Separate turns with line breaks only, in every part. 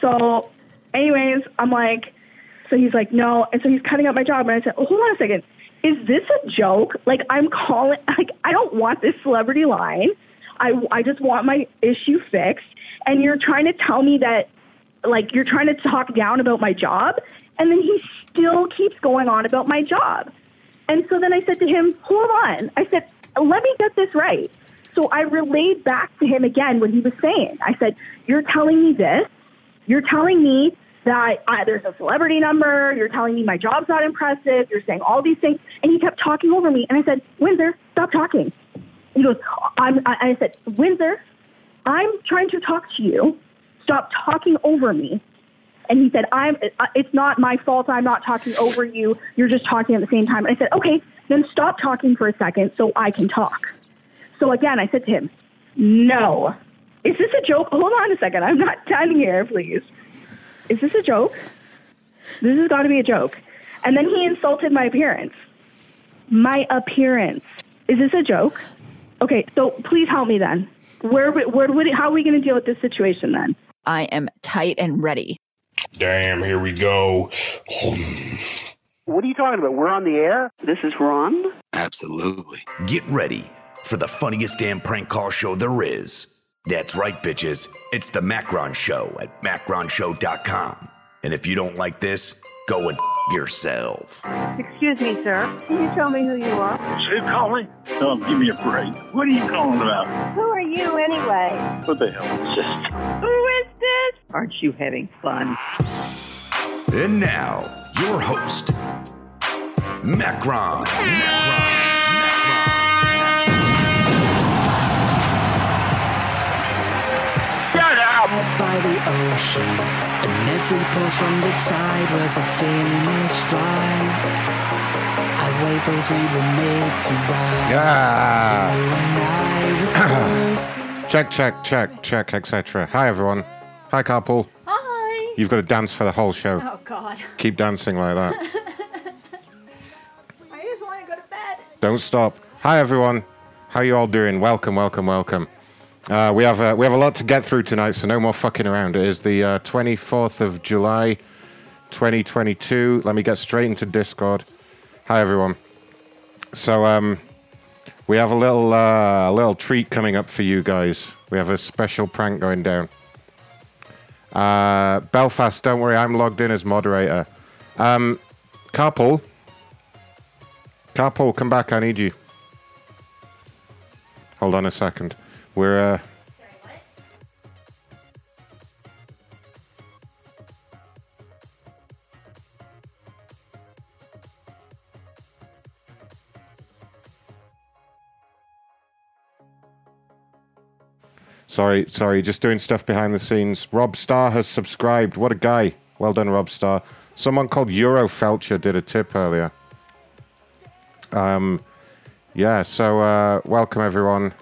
So, anyways, I'm like, so he's like, no. And so he's cutting up my job. And I said, oh, hold on a second. Is this a joke? Like, I'm calling, like, I don't want this celebrity line. I, I just want my issue fixed. And you're trying to tell me that, like, you're trying to talk down about my job. And then he still keeps going on about my job. And so then I said to him, hold on. I said, let me get this right. So I relayed back to him again what he was saying. I said, you're telling me this. You're telling me that I, there's a celebrity number. You're telling me my job's not impressive. You're saying all these things. And he kept talking over me. And I said, Windsor, stop talking. He goes, I'm, I, I said, Windsor, I'm trying to talk to you. Stop talking over me. And he said, I'm, uh, it's not my fault. I'm not talking over you. You're just talking at the same time. And I said, okay, then stop talking for a second so I can talk. So again, I said to him, no. Is this a joke? Hold on a second. I'm not done here, please is this a joke? This has got to be a joke. And then he insulted my appearance. My appearance. Is this a joke? Okay, so please help me then. Where, where would how are we going to deal with this situation then?
I am tight and ready.
Damn, here we go.
What are you talking about? We're on the air?
This is Ron.
Absolutely.
Get ready for the funniest damn prank call show there is. That's right, bitches. It's the Macron Show at macronshow.com. And if you don't like this, go and yourself.
Excuse me, sir. Can you tell me who you are?
Should call me? Oh, give me a break. What are you calling about?
Who are you anyway?
What the hell is this?
Who is this?
Aren't you having fun?
And now, your host, Macron. Macron.
Up by the ocean, and every pulse from the tide was a finish line. Our wave as we were made to ride.
Yeah.
You and I were first
Check, check, check, check, etc. Hi, everyone. Hi, Carpool.
Hi.
You've got to dance for the whole show.
Oh God.
Keep dancing like that.
I just want to go to bed.
Don't stop. Hi, everyone. How you all doing? Welcome, welcome, welcome. Uh, we have uh, we have a lot to get through tonight, so no more fucking around. It is the twenty fourth of July, twenty twenty two. Let me get straight into Discord. Hi, everyone. So um, we have a little uh, a little treat coming up for you guys. We have a special prank going down. Uh, Belfast, don't worry, I'm logged in as moderator. Um, Carpool, Carpool, come back. I need you. Hold on a second. We're uh, Sorry, sorry, just doing stuff behind the scenes. Rob Starr has subscribed. What a guy. Well done, Rob Starr. Someone called Euro Felcher did a tip earlier. Um, yeah, so uh, welcome everyone.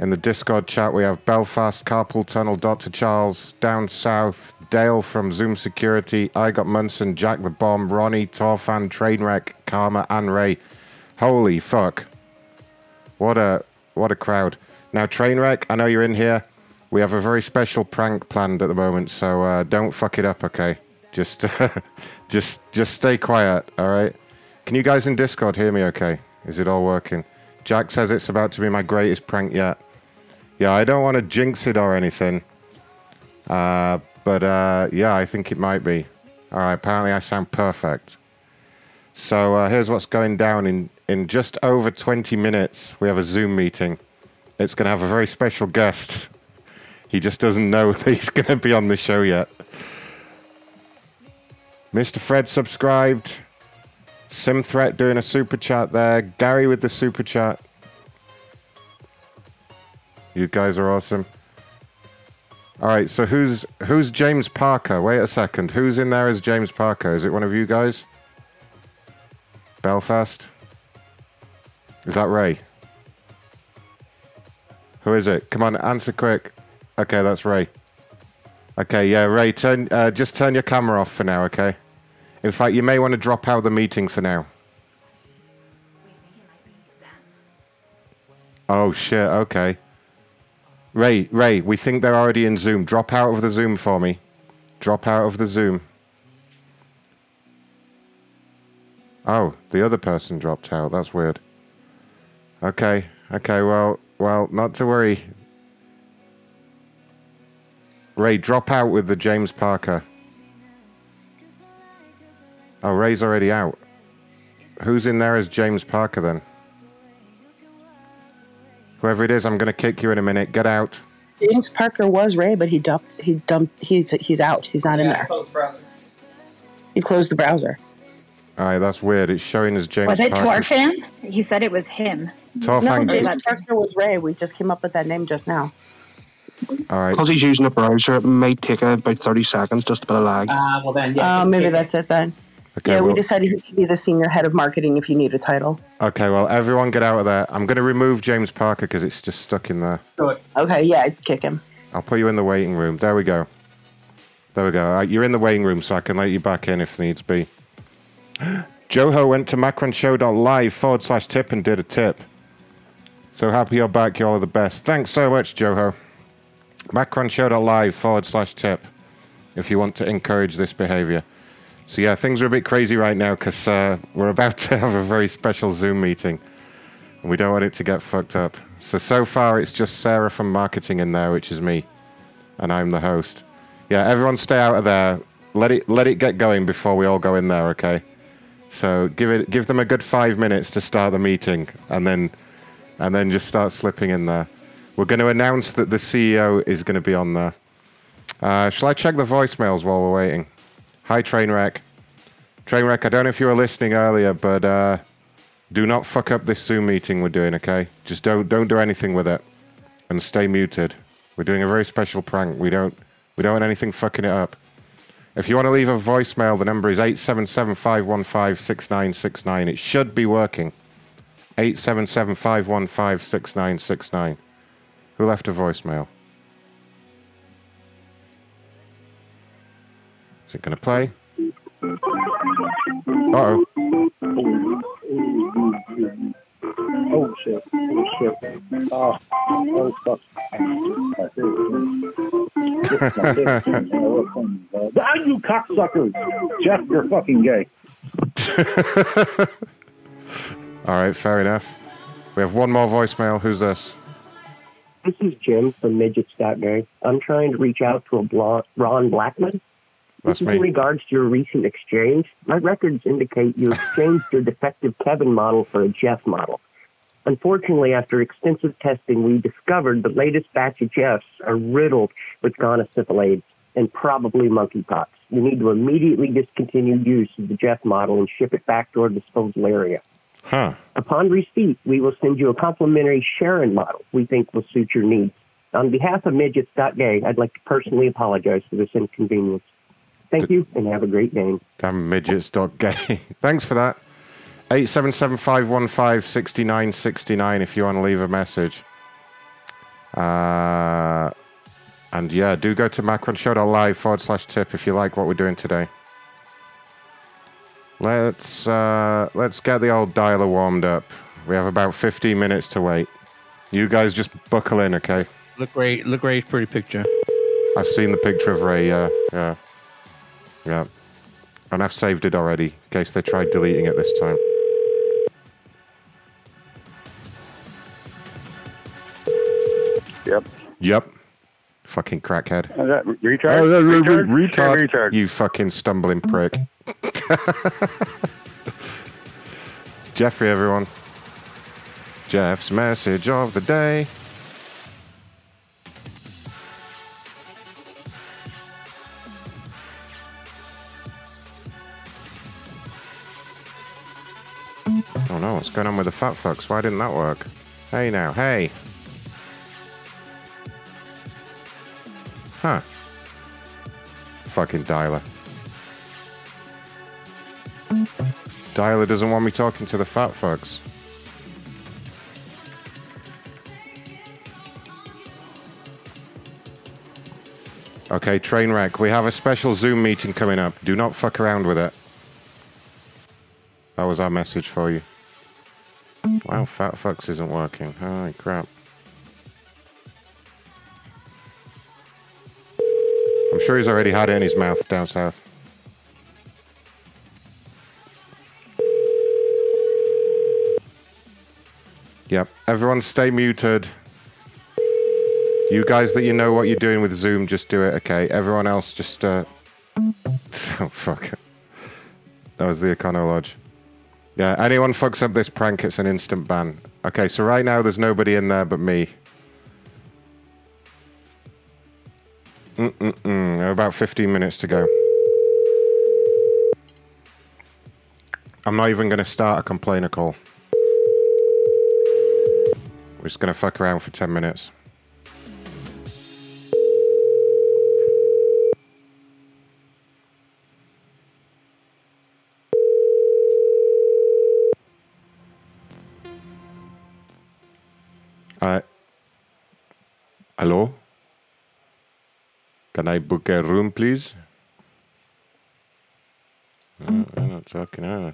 In the Discord chat, we have Belfast, Carpool Tunnel, Dr. Charles, Down South, Dale from Zoom Security, I Got Munson, Jack the Bomb, Ronnie, Torfan, Trainwreck, Karma, and Ray. Holy fuck. What a what a crowd. Now, Trainwreck, I know you're in here. We have a very special prank planned at the moment, so uh, don't fuck it up, okay? Just just just stay quiet, all right? Can you guys in Discord hear me okay? Is it all working? Jack says it's about to be my greatest prank yet. Yeah, I don't want to jinx it or anything. Uh, but uh, yeah, I think it might be. All right, apparently I sound perfect. So uh, here's what's going down in, in just over 20 minutes. We have a Zoom meeting. It's going to have a very special guest. he just doesn't know that he's going to be on the show yet. Mr. Fred subscribed. Sim Threat doing a super chat there. Gary with the super chat. You guys are awesome. All right, so who's who's James Parker? Wait a second. Who's in there as James Parker? Is it one of you guys? Belfast? Is that Ray? Who is it? Come on, answer quick. Okay, that's Ray. Okay, yeah, Ray, turn uh, just turn your camera off for now, okay? In fact, you may want to drop out of the meeting for now. Oh shit, okay. Ray, Ray, we think they're already in Zoom. Drop out of the Zoom for me. Drop out of the Zoom. Oh, the other person dropped out. That's weird. Okay, okay. Well, well, not to worry. Ray, drop out with the James Parker. Oh, Ray's already out. Who's in there as James Parker then? Whoever it is, I'm going to kick you in a minute. Get out.
James Parker was Ray, but he dumped. He dumped. He's he's out. He's not in
Yeah,
there.
close browser.
He closed the browser.
All right, that's weird. It's showing as James
Was it
Parker.
Torfin? He said it was him.
no,
Torfan.
James Parker was Ray. We just came up with that name just now.
All right.
Because he's using a browser, it may take about 30 seconds, just a bit of lag.
Ah, well then, yeah. maybe that's it then.
Okay,
yeah, we
well-
decided he could be the senior head of marketing if you need a title.
Okay, well, everyone get out of there. I'm going to remove James Parker because it's just stuck in there.
Okay, yeah, I'd kick him.
I'll put you in the waiting room. There we go. There we go. All right, you're in the waiting room, so I can let you back in if needs be. Joho went to macronshow.live forward slash tip and did a tip. So happy you're back. You're all the best. Thanks so much, Joho. Macronshow.live forward slash tip if you want to encourage this behavior. So, yeah, things are a bit crazy right now because uh, we're about to have a very special Zoom meeting. We don't want it to get fucked up. So, so far, it's just Sarah from marketing in there, which is me, and I'm the host. Yeah, everyone stay out of there. Let it, let it get going before we all go in there, okay? So give it give them a good five minutes to start the meeting, and then and then just start slipping in there. We're going to announce that the CEO is going to be on there. Uh, shall I check the voicemails while we're waiting? Hi, Trainwreck. Trainwreck, I don't know if you were listening earlier, but uh, do not fuck up this Zoom meeting we're doing, okay? Just don't don't do anything with it, and stay muted. We're doing a very special prank. We don't we don't want anything fucking it up. If you want to leave a voicemail, the number is 877 515 6969. It should be working. 877 515 6969. Who left a voicemail? Is it going to play? Uh oh.
Oh shit! Oh shit! Oh, oh fuck! Ah, you cocksuckers! Jeff, you're fucking gay.
All right, fair enough. We have one more voicemail. Who's this?
This is Jim from Midgets.nerd. I'm trying to reach out to a blonde, Ron Blackman.
That's
this is
me.
in regards to your recent exchange. My records indicate you exchanged your defective Kevin model for a Jeff model. Unfortunately, after extensive testing, we discovered the latest batch of Jeffs are riddled with gonosyphilates and probably monkeypox. You need to immediately discontinue use of the Jeff model and ship it back to our disposal area.
Huh.
Upon receipt, we will send you a complimentary Sharon model we think will suit your needs. On behalf of midgets.gay, I'd like to personally apologize for this inconvenience. Thank you and have a great day.
Damn midgets dot gay. Thanks for that. 877-515-6969 if you want to leave a message. Uh, and yeah, do go to macronshow.live forward slash tip if you like what we're doing today. Let's uh, let's get the old dialer warmed up. We have about 15 minutes to wait. You guys just buckle in, okay?
Look great. Look great. Pretty picture.
I've seen the picture of Ray. Yeah, yeah, yeah. And I've saved it already in case they tried deleting it this time.
Yep.
Yep. Fucking crackhead.
Is that retard?
Oh, no, no, no,
Retard?
retard.
Say
You fucking stumbling prick. Jeffrey, everyone. Jeff's message of the day. Oh no, what's going on with the fat fucks? Why didn't that work? Hey now, hey. Huh. Fucking dialer. Dialer doesn't want me talking to the fat fucks. Okay, train wreck. We have a special Zoom meeting coming up. Do not fuck around with it. That was our message for you. Wow, fat fucks isn't working. Holy crap. I'm sure he's already had it in his mouth down south. Yep. Everyone stay muted. You guys that you know what you're doing with Zoom, just do it, okay? Everyone else, just. Uh... oh, fuck. That was the Econo Lodge. Yeah, anyone fucks up this prank, it's an instant ban. Okay, so right now there's nobody in there but me. Mm-mm-mm. About 15 minutes to go. I'm not even going to start a complainer call. We're just going to fuck around for 10 minutes. Uh, hello? Can I book a room, please? No, I'm not talking. huh?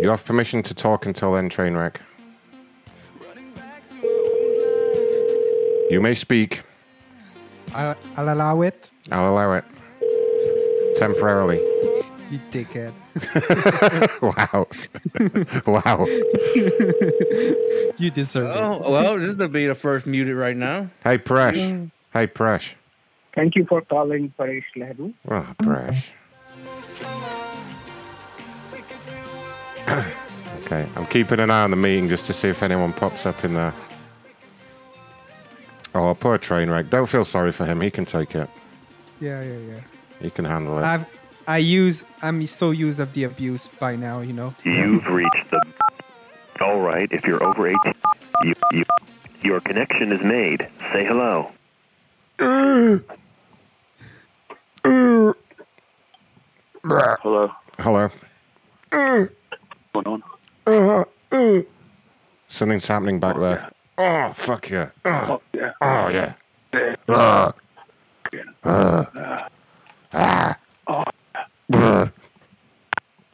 You have permission to talk until end train wreck. You may speak.
I'll, I'll allow it.
I'll allow it. Temporarily.
You dickhead.
wow. wow.
You deserve
Oh, well, this will be the first muted right now.
Hey, Presh. Hey, Presh.
Thank you for calling Paresh Lehru.
Oh, Presh. okay, I'm keeping an eye on the meeting just to see if anyone pops up in there. Oh, poor train wreck. Don't feel sorry for him. He can take it.
Yeah, yeah, yeah.
He can handle it.
I've, I use. I'm so used of the abuse by now. You know.
You've reached the. All right, if you're over 18, you, you, your connection is made. Say hello.
Oh,
Hello.
Hello.
What's going on?
Something's happening back there. Oh fuck yeah! Oh,
yeah.
Oh yeah!
Yeah.
Ah.
Uh,
Ah. Ah. Brr.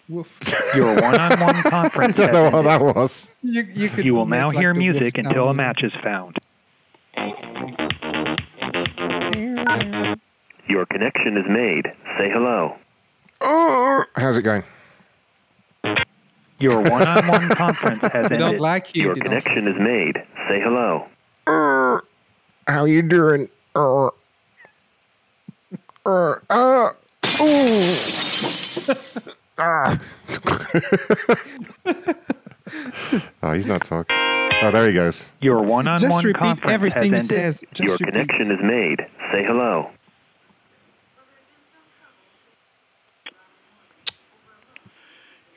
Your one-on-one
I
conference.
don't know
has ended.
what that was.
You, you, could
will now
look like
hear
the wolf
music
now.
until a match is found.
Your connection is made. Say hello.
Oh, how's it going?
Your one-on-one conference has
They
ended.
don't like you.
Your
They don't-
connection is made. Say hello.
Err. How you doing?
Uh,
Err. Err. Ah. Ooh. ah. oh, he's not talking. Oh, there he goes.
Your one-on-one
Just repeat
conference
everything he
has ended.
says. Just
Your
repeat.
connection is made. Say hello.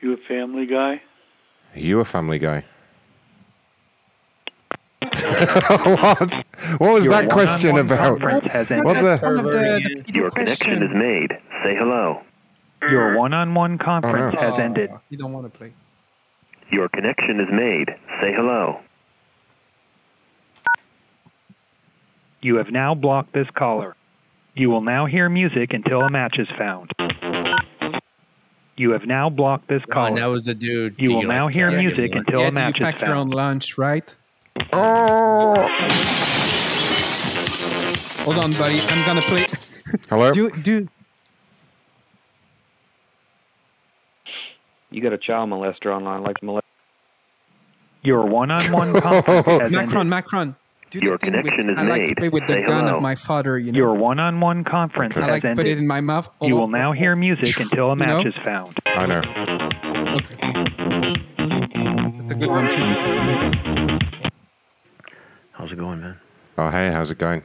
You a family guy?
Are you a family guy? what? What was
Your
that question
one-on-one
about?
conference has ended.
What the?
One of the,
Your connection is made. Say hello.
Your one-on-one conference
Oh,
has ended.
You don't want to play.
Your connection is made. Say hello.
You have now blocked this caller. You will now hear music until a match is found. You have now blocked this
Oh,
caller.
that was the dude.
You
that
will
like
now hear
to-
music until
yeah,
a match
you
is
pack your own
found.
lunch, right?
Oh.
Hold on, buddy. I'm gonna play.
Hello.
Do do.
You got a child molester online, like molest.
Your one-on-one conference has
Macron,
ended.
Macron. Do
Your
the thing with-
connection is
I like to
made.
play with the
Say
gun
hello.
of my father. You know.
Your one-on-one conference
I like
has
to put it
ended.
in my mouth.
You
Oh,
will now hear music until a
You
match
know?
is found.
I know.
That's a good one too.
How's it going, man?
Oh hey, how's it going?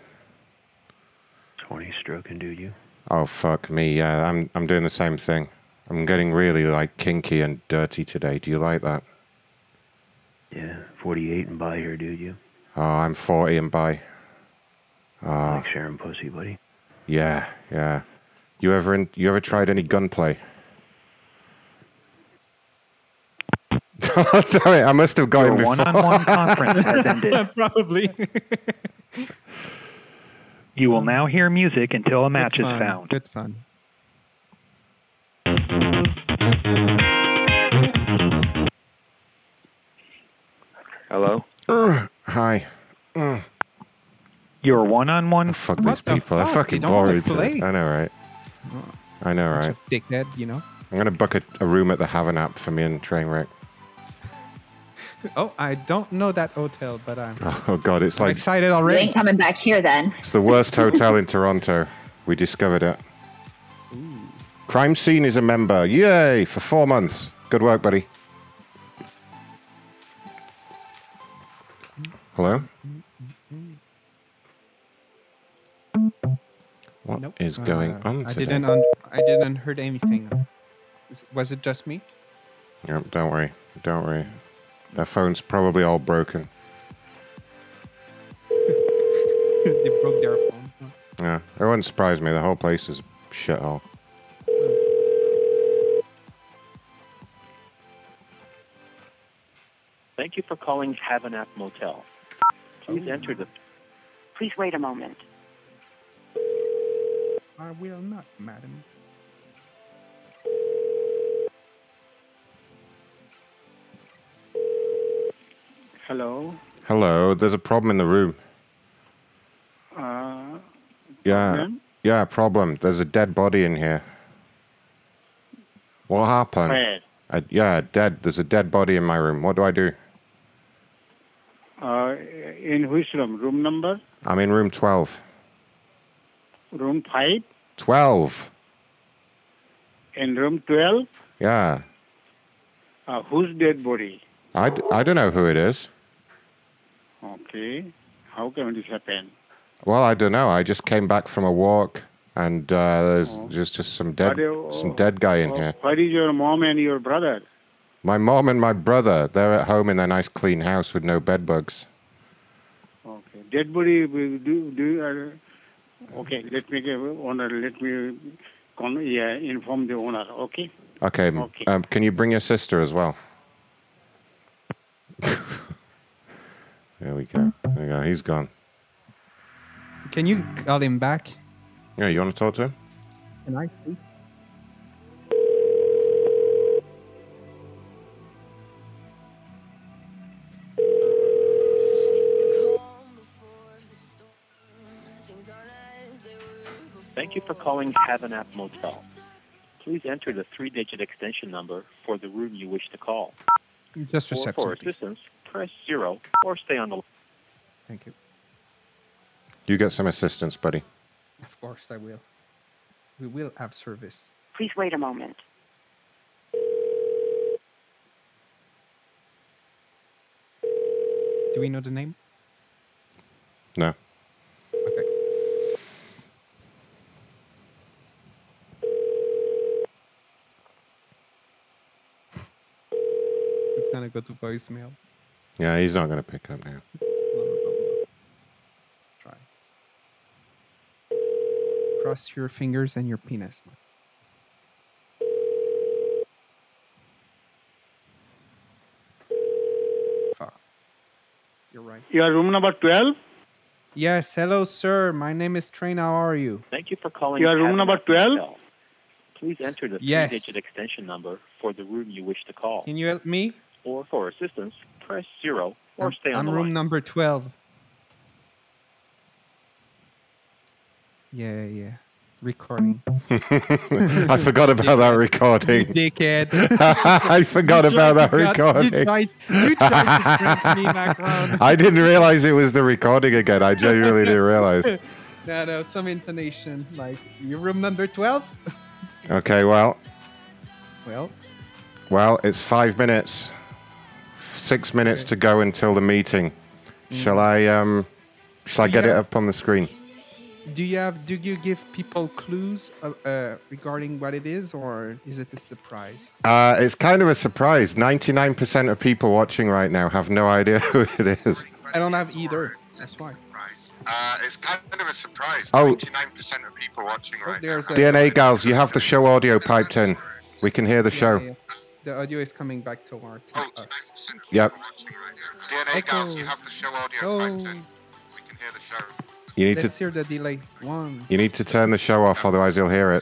Horny stroking, dude. You?
Oh fuck me. Yeah, I'm I'm doing the same thing. I'm getting really like kinky and dirty today. Do you like that?
Yeah. 48 and by here, dude. You?
Oh, I'm 40 and by. Oh
Ah.
Like sharing pussy, buddy.
yeah, yeah. You ever in, you ever tried any gunplay? Sorry, I must have got him
Your
before.
one-on-one conference has ended.
Probably.
You will now hear music until a match is
Oh. Fun.
found.
Good fun.
Hello?
Ugh, hi. Ugh.
Your one-on-one.
fuck
What
these
the
people. They're
fuck?
fucking
They don't wanna
boring.
play.
I know, right? I know, right?
Dickhead, you know.
I'm gonna book a, a room at the Haven app for me and Trainwreck.
Oh, I don't know that hotel, but I'm
Oh god, it's like
excited
You
already.
ain't coming back here then.
it's the worst hotel in Toronto. We discovered it. Crime Scene is a member. Yay for four months. Good work, buddy. Hello. What is going
Uh,
on
I
today?
didn't. Un- I didn't heard anything. Is- Was it just me?
Yep, don't worry. Don't worry. Their phone's probably all broken.
they broke their phone.
Yeah, it wouldn't surprise me. The whole place is a shithole.
Thank you for calling Havanack Motel. Please enter the.
Please wait a moment.
I will not, madam.
Hello.
Hello, there's a problem in the room.
Uh,
Yeah,
Problem?
yeah, problem. There's a dead body in here. What happened?
Where?
I, yeah, dead. There's a dead body in my room. What do I do?
uh, in which room? Room number?
I'm in room 12.
Room 5?
12!
In room 12?
Yeah.
Uh, whose dead body?
I, d- I don't know who it is.
Okay. How can this happen?
Well, I don't know. I just came back from a walk and uh, there's just, just some dead
Are you-
some dead guy
Oh.
in here.
Where is your mom and your brother?
My mom and my brother, they're at home in their nice clean house with no bed bugs.
Okay. Dead body, will do, do uh, okay, let me, give owner, let me con- yeah, inform the owner, okay?
Okay. m-
Okay.
Um, can you bring your sister as well? there we go. There we go. He's gone.
Can you call him back?
Yeah, you want to talk to him?
Can I? please?
Thank you for calling Havanack Motel. Please enter the three-digit extension number for the room you wish to call.
Just
Or
reception.
for assistance, press zero or stay on the line.
Thank you.
You get some assistance, buddy.
Of course, I will. We will have service.
Please wait a moment.
Do we know the name?
No.
It's gonna go to voicemail.
Yeah, he's not going to pick up now.
Cross your fingers and your penis. Fuck. You're right.
Your room number 12?
Yes, hello, sir. My name is Train. How are you?
Thank you for calling.
Your room
Havanack
number 12?
Motel. Please enter the
Yes.
three-digit extension number for the room you wish to call.
Can you help me?
Or for assistance, press zero or
I'm-
stay on
I'm
the
room
line.
number 12. Yeah, yeah. Recording.
I forgot about that recording.
Dickhead.
I forgot
You
about that
tried to cut- You
recording.
tried, you tried to crank me back round.
I didn't realize it was the recording again. I genuinely didn't realize.
no, no, some intonation. Like, you room number 12?
Okay, well,
Well,
well, it's five minutes, six minutes to go until the meeting. Shall I, um, shall I get it
Hmm. Yeah.
up on the screen?
do you have, do you give people clues uh, uh, regarding what it is, or is it a surprise?
Uh, it's kind of a surprise. 99% of people watching right now have no idea who it is.
I don't have either. That's why.
Uh, it's kind of a surprise.
Oh.
99% of people watching
Oh,
right
there's a,
DNA gals, you have the show audio piped in. We can hear the
Yeah,
show.
yeah. The audio is coming back to our
Oh,
to us.
Yep.
DNA gals, you have the show audio
Oh,
piped in. We can hear the show.
You need
let's
to
hear the delay. One.
you need to turn the show off, otherwise you'll hear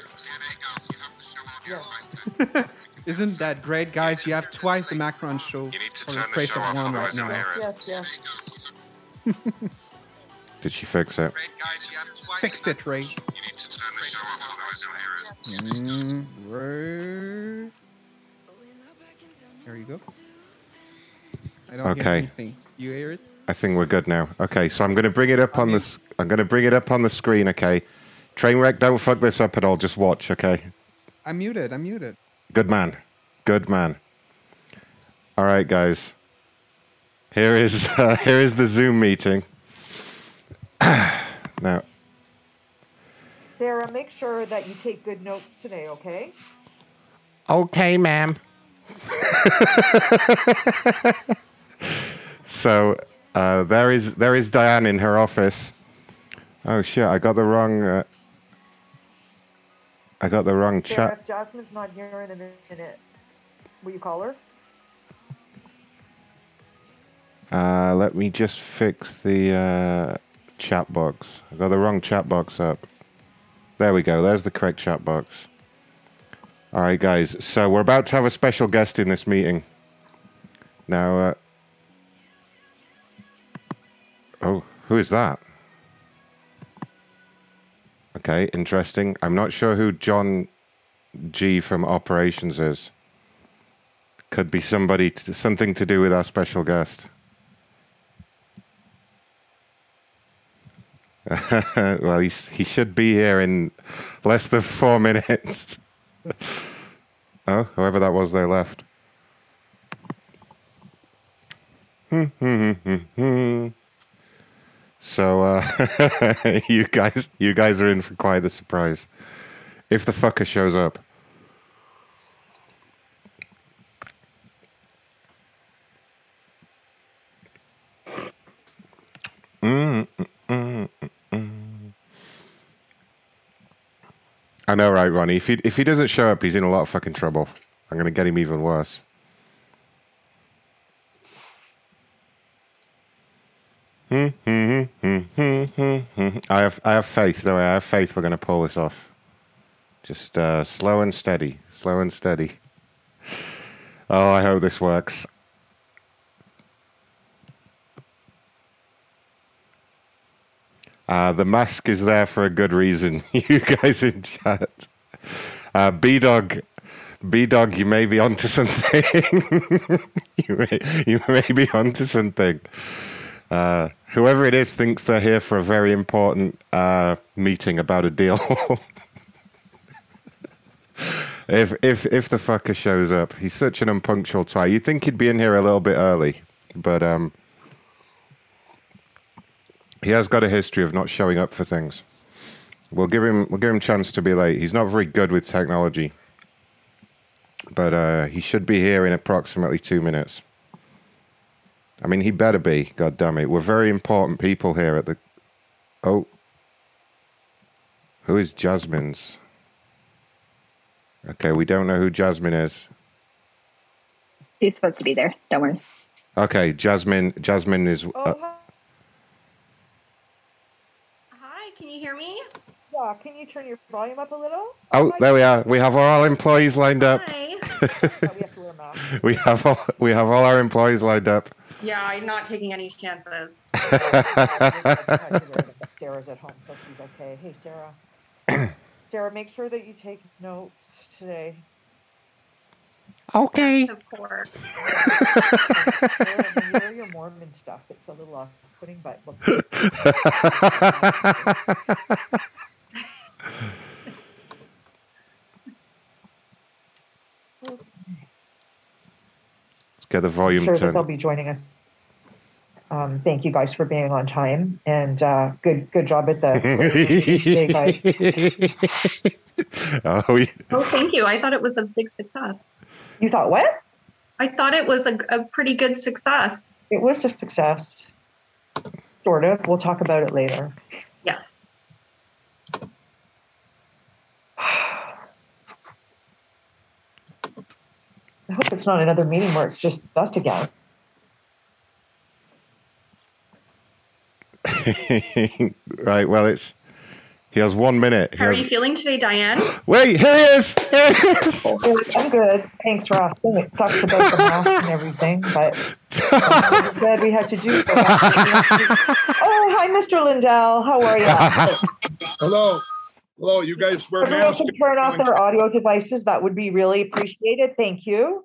it.
Isn't that great, guys? You have twice the Macron show for the price of one right now.
Yes, yes.
Did she fix it?
Fix it, Ray. Mm, Ray. There you go. I don't hear
Okay.
anything. You hear it?
I think we're good now. Okay, so I'm going to bring it up on this. I'm going to bring it up on the screen. Okay, train wreck. Don't fuck this up at all. Just watch. Okay,
I'm muted. I'm muted.
good man, good man. All right, guys. Here is uh, here is the Zoom meeting. now,
Sarah, make sure that you take good notes today, okay?
okay, ma'am. so uh, there is there is Diane in her office. Oh shit! I got the wrong. Uh, I got the wrong
Sarah,
chat.
if Jasmine's not here in a minute, will you call her?
Uh, let me just fix the uh, chat box. I got the wrong chat box up. There we go. There's the correct chat box. All right, guys. So we're about to have a special guest in this meeting. Now, uh, oh, who is that? Okay, interesting. I'm not sure who John G from Operations is. Could be somebody, t- something to do with our special guest. well, he's, he should be here in less than four minutes. oh, whoever that was, they left. so uh, you guys, you guys are in for quite the surprise if the fucker shows up. Mm, mm, mm, mm, mm. I know, right, Ronnie? If he if he doesn't show up, he's in a lot of fucking trouble. I'm gonna get him even worse. Hmm, hmm, hmm, hmm, hmm, hmm. I have I have faith. No, I have faith. We're gonna pull this off. Just uh, slow and steady, slow and steady. Oh, I hope this works. Uh, the mask is there for a good reason. you guys in chat. Uh, B Dog, B Dog, you may be onto something. you, may, you may be onto something. Uh, whoever it is thinks they're here for a very important uh, meeting about a deal. if if if the fucker shows up, he's such an unpunctual twat. You'd think he'd be in here a little bit early, but um, he has got a history of not showing up for things. We'll give him we'll give him chance to be late. He's not very good with technology, but uh, he should be here in approximately two minutes. I mean, he better be. God damn it, we're very important people here at the. Oh, who is Jasmine's? Okay, we don't know who Jasmine is.
He's supposed to be there. Don't worry.
Okay, Jasmine. Jasmine is. uh,
Hi, can you hear me? Yeah, can you turn your volume up a little?
Oh, there we are. We have all our employees lined up.
Hi.
we have all we have all our employees lined up.
Yeah, I'm not taking any chances. Sarah's at home, so she's okay. Hey, Sarah. Sarah, make sure that you take notes today.
Okay.
Of course. Sarah, when you wear your Mormon stuff, it's a little off-putting, but look.
Let's get the
I'm
volume
sure that
turned.
they'll be joining us. Um, thank you guys for being on time, and uh, good good job at the. Hey, guys.
oh, yeah.
Oh, thank you. I thought it was a big success.
You thought what?
I thought it was a, a pretty good success.
It was a success, sort of. We'll talk about it later.
Yes.
I hope it's not another meeting where it's just us again.
right. Well, it's He has one minute. He
How are
has-
you feeling today, Diane?
Wait, here he is. Here he is.
I'm good. Thanks for asking. It sucks about the mask and everything, but I'm glad we had to do so. Oh, hi, Mr. Lindell. How are you?
Hello. Hello, you guys wear
Everyone
masks.
can turn off their audio devices. That would be really appreciated. Thank you.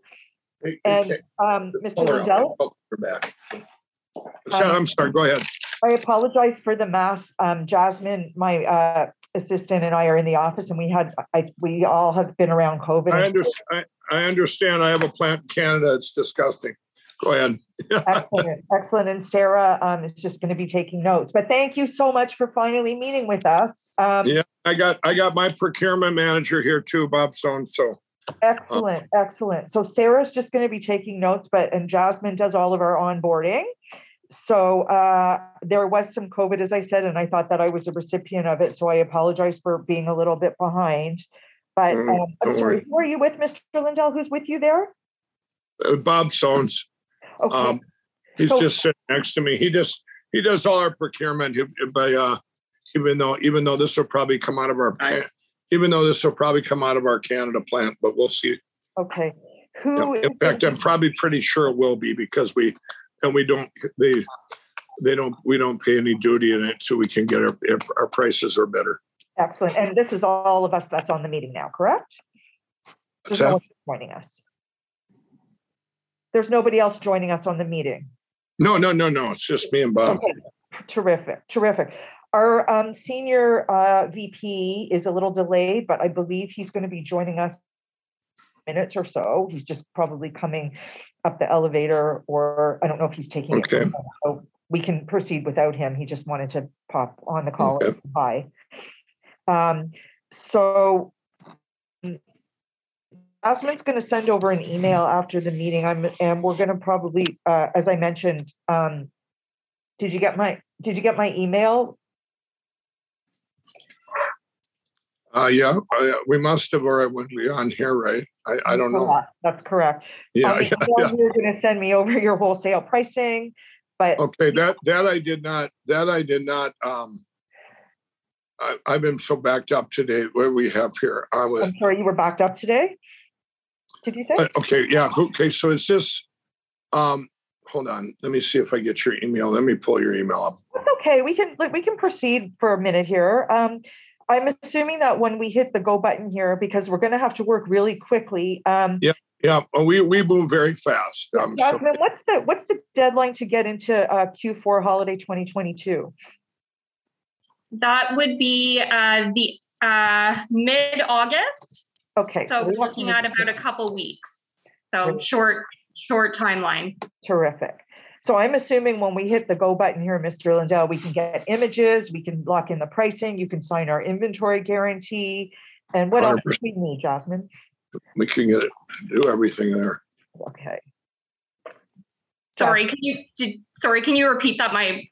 Hey, hey,
And
hey,
um, Mr.
color
Lindell,
out. Oh, you're back. So- I'm sorry, go ahead.
I apologize for the mass. Um, Jasmine, my uh, assistant, and I are in the office, and we had I, we all have been around COVID.
I under, I, I understand I have a plant in Canada. It's disgusting. Go ahead.
Excellent, excellent. And Sarah um, is just going to be taking notes. But thank you so much for finally meeting with us. Um,
Yeah, I got, I got my procurement manager here too, Bob So-and-so.
Excellent, excellent. So Sarah's just going to be taking notes, but and Jasmine does all of our onboarding. So uh, there was some COVID, as I said, and I thought that I was a recipient of it. So I apologize for being a little bit behind. But
Mm,
um, I'm
don't
sorry,
worry.
who are you with, Mr. Lindell? Who's with you there?
Uh, Bob Sones.
Okay.
Um, he's
So-
just sitting next to me. He just, he does all our procurement he- by, uh, even though, even though this will probably come out of our, plant- even though this will probably come out of our Canada plant, but we'll see.
Okay. Who?
In fact, I'm probably pretty sure it will be because we, and we don't, they, they don't, we don't pay any duty in it, so we can get our, our prices are better.
Excellent. And this is all of us that's on the meeting now, correct? There's no
So-
one joining us. There's nobody else joining us on the meeting.
No, no, no, no, it's just me and Bob.
Okay, terrific, terrific. Our um, senior uh, VP is a little delayed, but I believe he's going to be joining us in minutes or so. He's just probably coming up the elevator, or I don't know if he's taking it. from
Okay.
home, So we can proceed without him. He just wanted to pop on the call. and say Hi. Um, so Asmin's going to send over an email after the meeting. I'm, and we're going to probably, uh, as I mentioned, um, did you get my, did you get my email?
Uh, yeah, I- we must have already, when we on here, right? I, I don't know.
That's correct.
Yeah,
Um,
yeah, yeah.
You're going to send me over your wholesale pricing, but
Okay, that, that I did not, that I did not, um, I, I've been so backed up today, what do we have here? I was,
I'm sorry, you were backed up today? Did you
Uh,
say?
Okay, yeah, okay, so is this, um, hold on, let me see if I get your email, let me pull your email up.
That's okay. We can, like, we can proceed for a minute here. Um, I'm assuming that when we hit the go button here, because we're going to have to work really quickly. Um,
Yeah, yeah, well, we, we move very fast. Um, so
Jasmine, what's the, what's the deadline to get into uh, Q4 holiday 2022?
That would be uh, the uh, mid August.
Okay.
So
we
we're
have to
looking
make-
at about a couple weeks. So short, short timeline.
Terrific. So I'm assuming when we hit the go button here, Mr. Lindell, we can get images, we can lock in the pricing, you can sign our inventory guarantee. And what else do we need, Jasmine?
We can get it, do everything there.
Okay.
Sorry, can you did, sorry, can you repeat that? My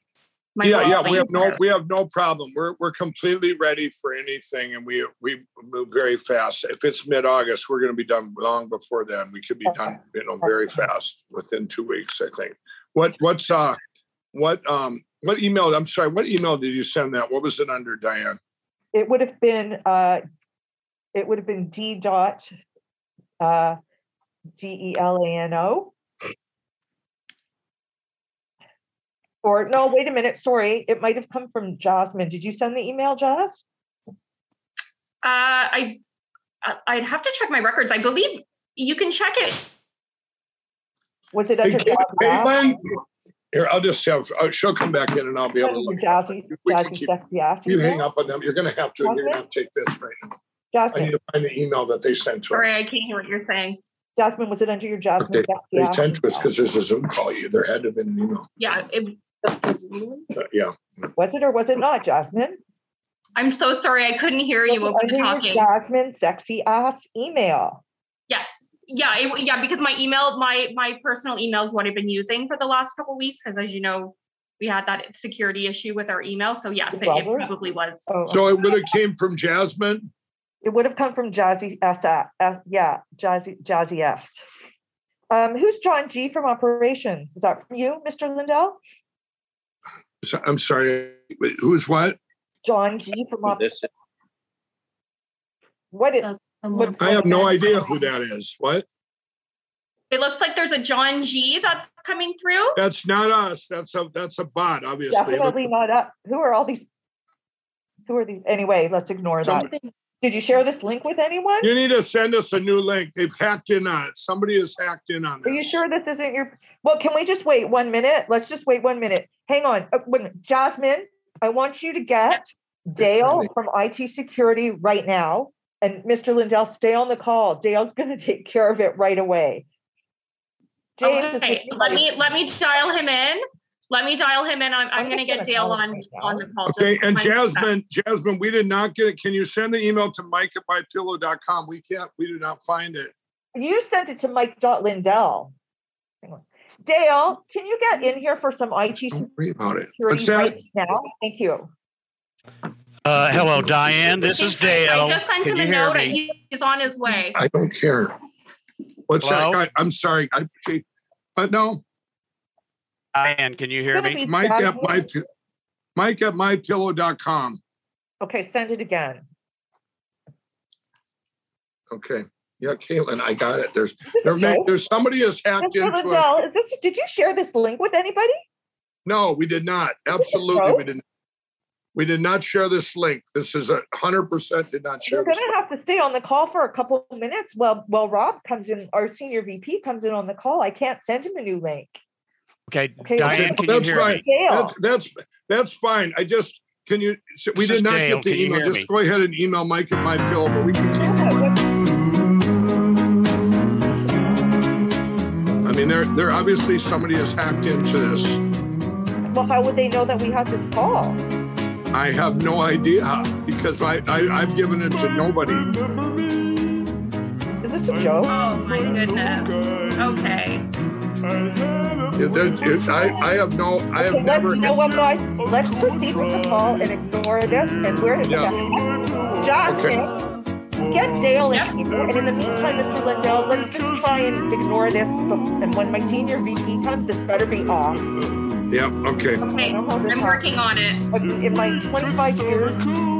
my
Yeah, yeah,
volume
we have no,
cut out.
we have no problem. We're, we're completely ready for anything and we, we move very fast. If it's mid-August, we're gonna be done long before then. We could be done, you know, very fast, within two weeks, I think. What, what's, uh, what, um, what email, I'm sorry, what email did you send that? What was it under, Diane?
It would have been, uh, it would have been D dot, uh, D E L A N O. Or no, wait a minute, sorry, it might have come from Jasmine. Did you send the email, Jas?
Uh, I I- I'd have to check my records. I believe you can check it.
Was it
Hey,
under?
Ca-
Jasmine?
Caitlin? Here, I'll just have, uh, she'll come back in and I'll be able to look.
Jazzy,
We can
Jazzy
keep-
Sexy Ass
You
email?
hang up on them. You're gonna have to, you're gonna have to take this right now. I need
Jasmine,
to find the email that they sent to us.
Sorry, I can't hear what you're saying.
Jasmine, was it under your
They,
Jasmine Sexy
they
Ass?
sent to us because there's a Zoom call. You There had to have been an email.
Yeah, it,
Uh, Yeah.
Was it or was it not, Jasmine?
I'm so sorry. I couldn't hear you over the
Under your
talking.
Jasmine Sexy Ass email.
Yes. Yeah. It, yeah. Because my email, my my personal email is what I've been using for the last couple weeks. Because as you know, we had that security issue with our email. So yes, it, it probably was.
So it would have came from Jasmine.
It would have come from Jazzy S, uh, uh, yeah, Jazzy, Jazzy S. Um, who's John G from operations? Is that from you, Mr. Lindell?
So- I'm sorry. wait, Who's what?
John G from up.
This
What is?
someone
I have no idea who that is. What?
It looks like there's a John G that's coming through.
That's not us. That's a that's a bot, obviously.
Definitely not up. Who are all these? Who are these? Anyway, let's ignore that. Did you share this link with anyone?
You need to send us a new link. They've hacked in on it. Somebody has hacked in on
Are
this.
you sure this isn't your? Well, can we just wait one minute? Let's just wait one minute. Hang on. Uh, wait a minute. Jasmine, I want you to get Dale from IT security right now. And Mr. Lindell, stay on the call. Dale's going to take care of it right away. James is
okay,
with you,
let
buddy.
me let me dial him in. Let me dial him in. I'm, I'm gonna get Dale on on the call.
Okay,
Just
and
one sec.
Jasmine, Jasmine, we did not get it. Can you send the email to Mike at mypillow.com? We can't, we did not find it.
You sent it to Mike dot Lindell. Hang on. Dale, can you get in here for some IT
Worry about it.
security right now? Thank you.
Uh, hello, Diane. This is Dale.
I just sent
Can
him
you
a
hear
note.
me?
He- He's on his way.
I don't care. What's
Hello?
that guy? I'm sorry. I, she- but no,
Diane, can you hear me?
Mike at my, Mike at mypillow.com.
Okay, send it again.
Okay. Yeah, Caitlin, I got it. There's, there may, there's somebody has hacked
Mr.
into us.
Lindell, is this, did you share this link with anybody?
No, we did not. Absolutely, we did. not. We did not share this link. This is a hundred percent did not
You're
share
going
this.
to have to stay on the call for a couple of minutes while, while Rob comes in, our senior VP comes in on the call. I can't send him a new link.
Okay,
Okay,
Diane,
okay,
can you
That's
hear
right.
me?
That's, that's that's fine. I just can you. so we did
This is
not
Dale.
get the
Can you
email.
hear
Just
me?
go ahead and email Mike at my pill, but we can. I mean, there there obviously somebody has hacked into this.
Well, how would they know that we had this call?
I have no idea because I, I I've given it to nobody.
Is this a joke?
Oh my goodness. Okay.
It- it- it- I I have no. I have
Okay,
never.
let's, you know what, guys?
Oh,
Let's proceed with the call and ignore this and we're
Yeah.
Jocelyn, get Dale in here. And in the meantime, Mr. Lindell, let's just try and ignore this. And when my senior VP comes, this better be off.
Yep. Okay.
Okay, I'm working on it.
In my 25 years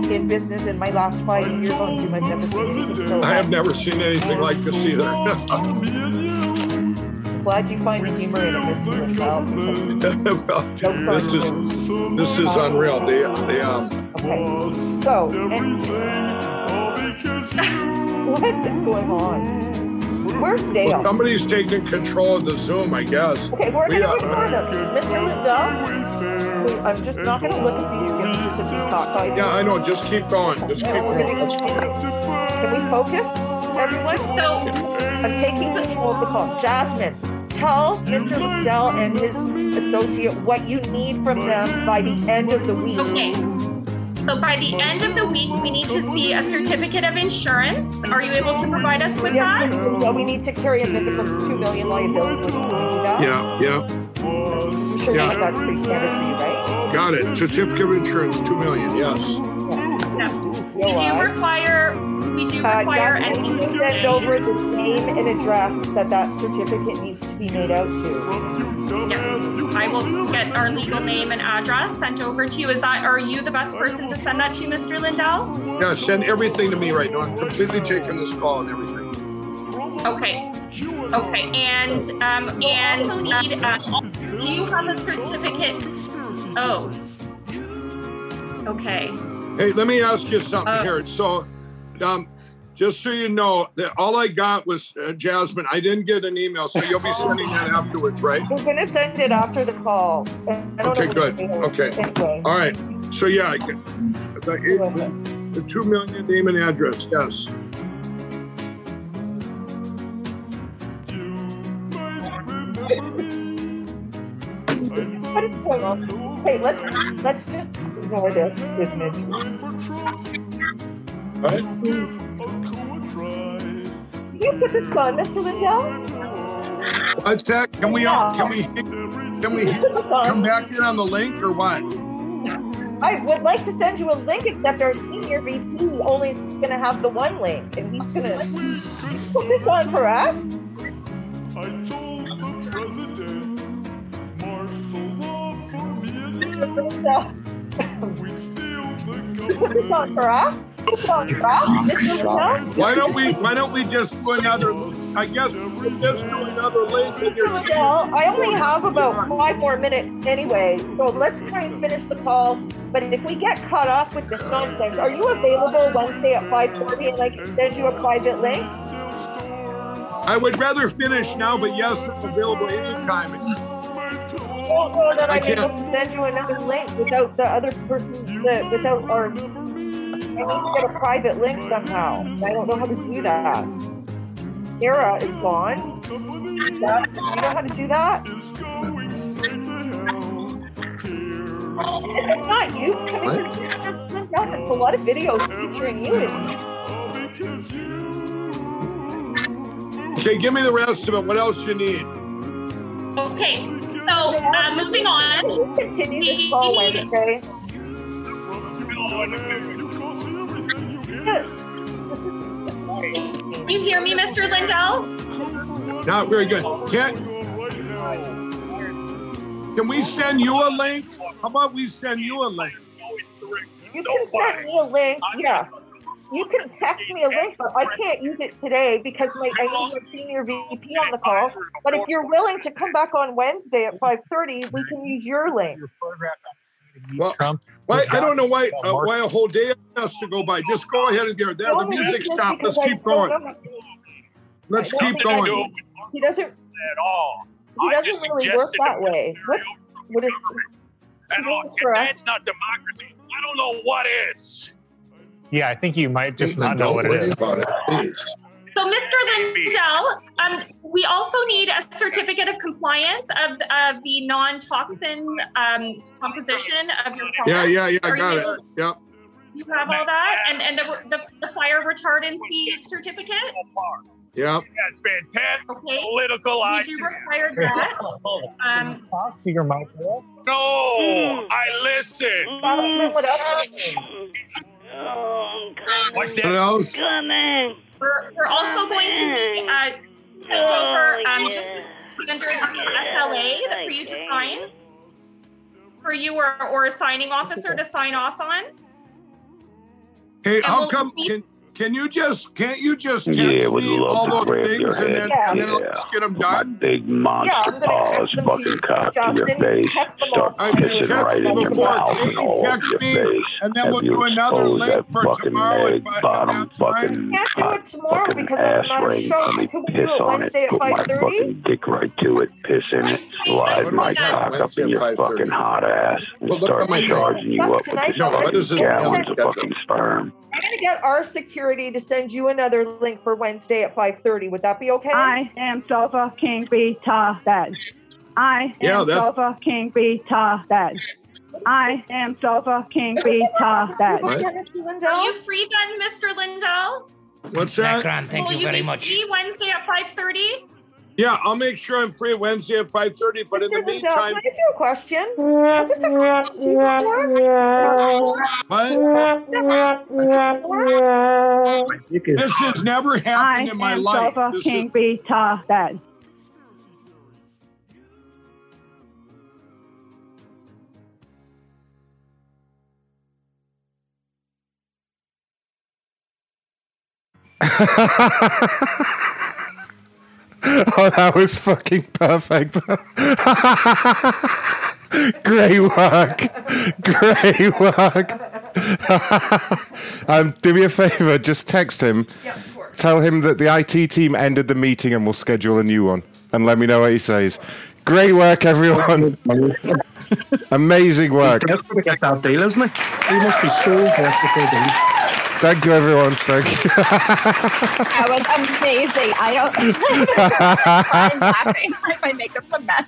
in business, in my last five years on human deficits, so
I have never seen anything like this either.
I'm glad you find the humor in it, Mr. Lindell. because
Well, this is this is unreal. They, they um,
Okay. So, and, what is going on? Where's Dale?
well, somebody's taking control of the Zoom, I guess.
Okay, we're
We,
going to
uh,
ignore them. Mr. Lindell, we- I'm just not going to look at these pictures of these cockeyed.
yeah, I know. Just keep going. Just keep going. Let's
Can we focus, everyone? So I'm taking control of the call. Jasmine, tell Mr. Lindell and his associate what you need from them by the end of the week.
Okay. So by the end of the week, we need to see a certificate of insurance. Are you able to provide us with
Yes,
that?
Mr. Lindell, we need to carry a minimum of two million liability.
Yeah, yeah,
I'm sure
yeah.
that's pretty standard for you, right?
got it. Certificate of insurance, two million. Yes.
We do require, we do
Uh,
require
yes,
an
you can send over the name and address that that certificate needs to be made out to.
Yes, I will get our legal name and address sent over to you. Is that, are you the best person to send that to, Mr. Lindell?
Yeah. Send everything to me right now. I'm completely taking this call and everything.
Okay, okay, and, um, and need, um, do you have a certificate? Oh. Okay,
Hey, let me ask you something here. So, um, just so you know, that all I got was uh, Jasmine. I didn't get an email, so you'll be sending that afterwards, right?
We're gonna send it after the call. And I don't
Okay,
know
good.
what
Okay.
it is. Anyway.
All right. So yeah, I get, the, eight- the two million name and address. Yes.
What is going on? Hey, let's let's just ignore this, isn't Can you put this on, Mr. Lindell?
What's that? Can we all can we can we come back in on the link or what?
I would like to send you a link, except our senior VP only is gonna have the one link, and he's gonna put this on for us. Mr. Lindell, This is not for us. This is not for us. This is not for us.
Why don't we? Why don't we just do another? I guess we just do another link. and
So,
you're-
Adele, I only have about five more minutes anyway, so let's try and finish the call. But if we get caught off with this nonsense, are you available Wednesday at 5:40 and I can send you a private link?
I would rather finish now, but yes, it's available anytime.
Well, so that
I
I can
can't.
just send you another link without the other person, the, without our. I need to get a private link somehow. I don't know how to do that. Sarah is gone. Jeff, do you know how to do that? It's not you coming in. It's a lot of videos featuring you.
Okay, give me the rest of it. What else you need?
Okay, so uh, moving on.
Continue this call, Wednesday.
Can you hear me, Mr. Lindell?
Not very good. Can can we send you a link? How about we send you a link?
You can send me a link. Yeah. You can text me a link, but I can't use it today because my, I need my senior VP on the call. But if you're willing to come back on Wednesday at 5:30, we can use your link.
Well, why, I don't know why uh, why a whole day has to go by. Just go ahead and there. There, the
only
music
reason is
stopped. Let's
because I
keep
don't
going.
know-
Let's
I don't
keep
think I
going.
do He doesn't. At all. He doesn't really work that way. What, what is?
At all. If that's not democracy, I don't know what is.
Yeah, I think you might just not know what it is.
So, Mr. Lindell, um, we also need a certificate of compliance of, of the non-toxin um, composition of your product.
Yeah, yeah, yeah. I
Are
got
you-
it. Yep.
You have all that, and and the the, the fire retardancy certificate.
Yep.
That's fantastic
Okay.
political
We
idea.
do require that. Um,
Talk to your mic.
No, I listen. What's that?
What else?
We're, we're also going to need uh, over
Oh,
um, just standard SLA that for you to sign, for you or or a signing officer to sign off on.
Hey,
And
how
we'll
come? Can, can you just? Can't you just text
Yeah, would
me
love
all
to
those
grab your
things and then,
head.
and then I'll
Yeah.
just get them done?
Big monster
I'm gonna
paws fucking cock in your face. Start
I
pissing right in your mouth and all over your face.
and then
Have
we'll
you
do another
exposed
link
that
for
fucking
tomorrow.
egg bottom fucking
Can't do it tomorrow because I'm
ass
not a
ring?
show.
Let me
Can we do
piss
it
on it.
Wednesday at
Put my
5:30?
fucking dick right to it. Piss in it. Slide my cock up in your fucking hot ass and start charging you up with this
No, what is
fucking
this?
gallons of fucking sperm.
I'm gonna get our security to send you another link for Wednesday at 5:30. Would that be okay? I am Sova King Beta Bed.
I
Yeah,
am
that-
Sova King Beta Bed. I am Sova King Beta Bed.
Are you free then, Mr. Lindell?
What's that?
Will be Free Wednesday at five thirty.
Yeah, I'll make sure I'm free Wednesday at five thirty. But in the
Now, can
meantime,
I ask you a question? Has this ever happened to you before?
what? This has never
I
happened in my
am
life.
Sova
This
King
is,
Beta Bed.
oh, that was fucking perfect. Great work. Great work. um, do me a favor, just text him. Tell him that the IT team ended the meeting and we'll schedule a new one. And let me know what he says. Great work, everyone. Amazing work.
He's desperate to get that deal, isn't he? He must be so desperate for a deal.
Thank you, everyone. Thank you.
That was amazing. I don't. I'm laughing like my makeup's a mess.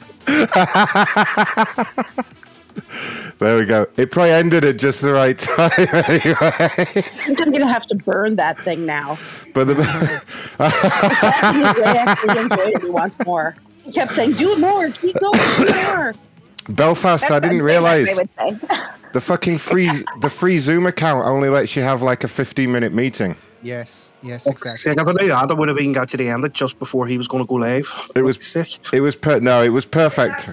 there we go. It probably ended at just the right time, anyway.
I think I'm gonna have to burn that thing now.
But the
Ray actually enjoyed it. He wants more. He kept saying, "Do more. Keep going. Do more."
Belfast,
That's
I
what
didn't
I'm saying, like
realize
Ray would say.
the fucking free the free Zoom account only lets you have like a fifteen minute meeting.
Yes, yes, exactly.
Sick, if I knew that, I would have even got you to end it just before he was going to go live.
It was
sick.
It was per- no, it was perfect.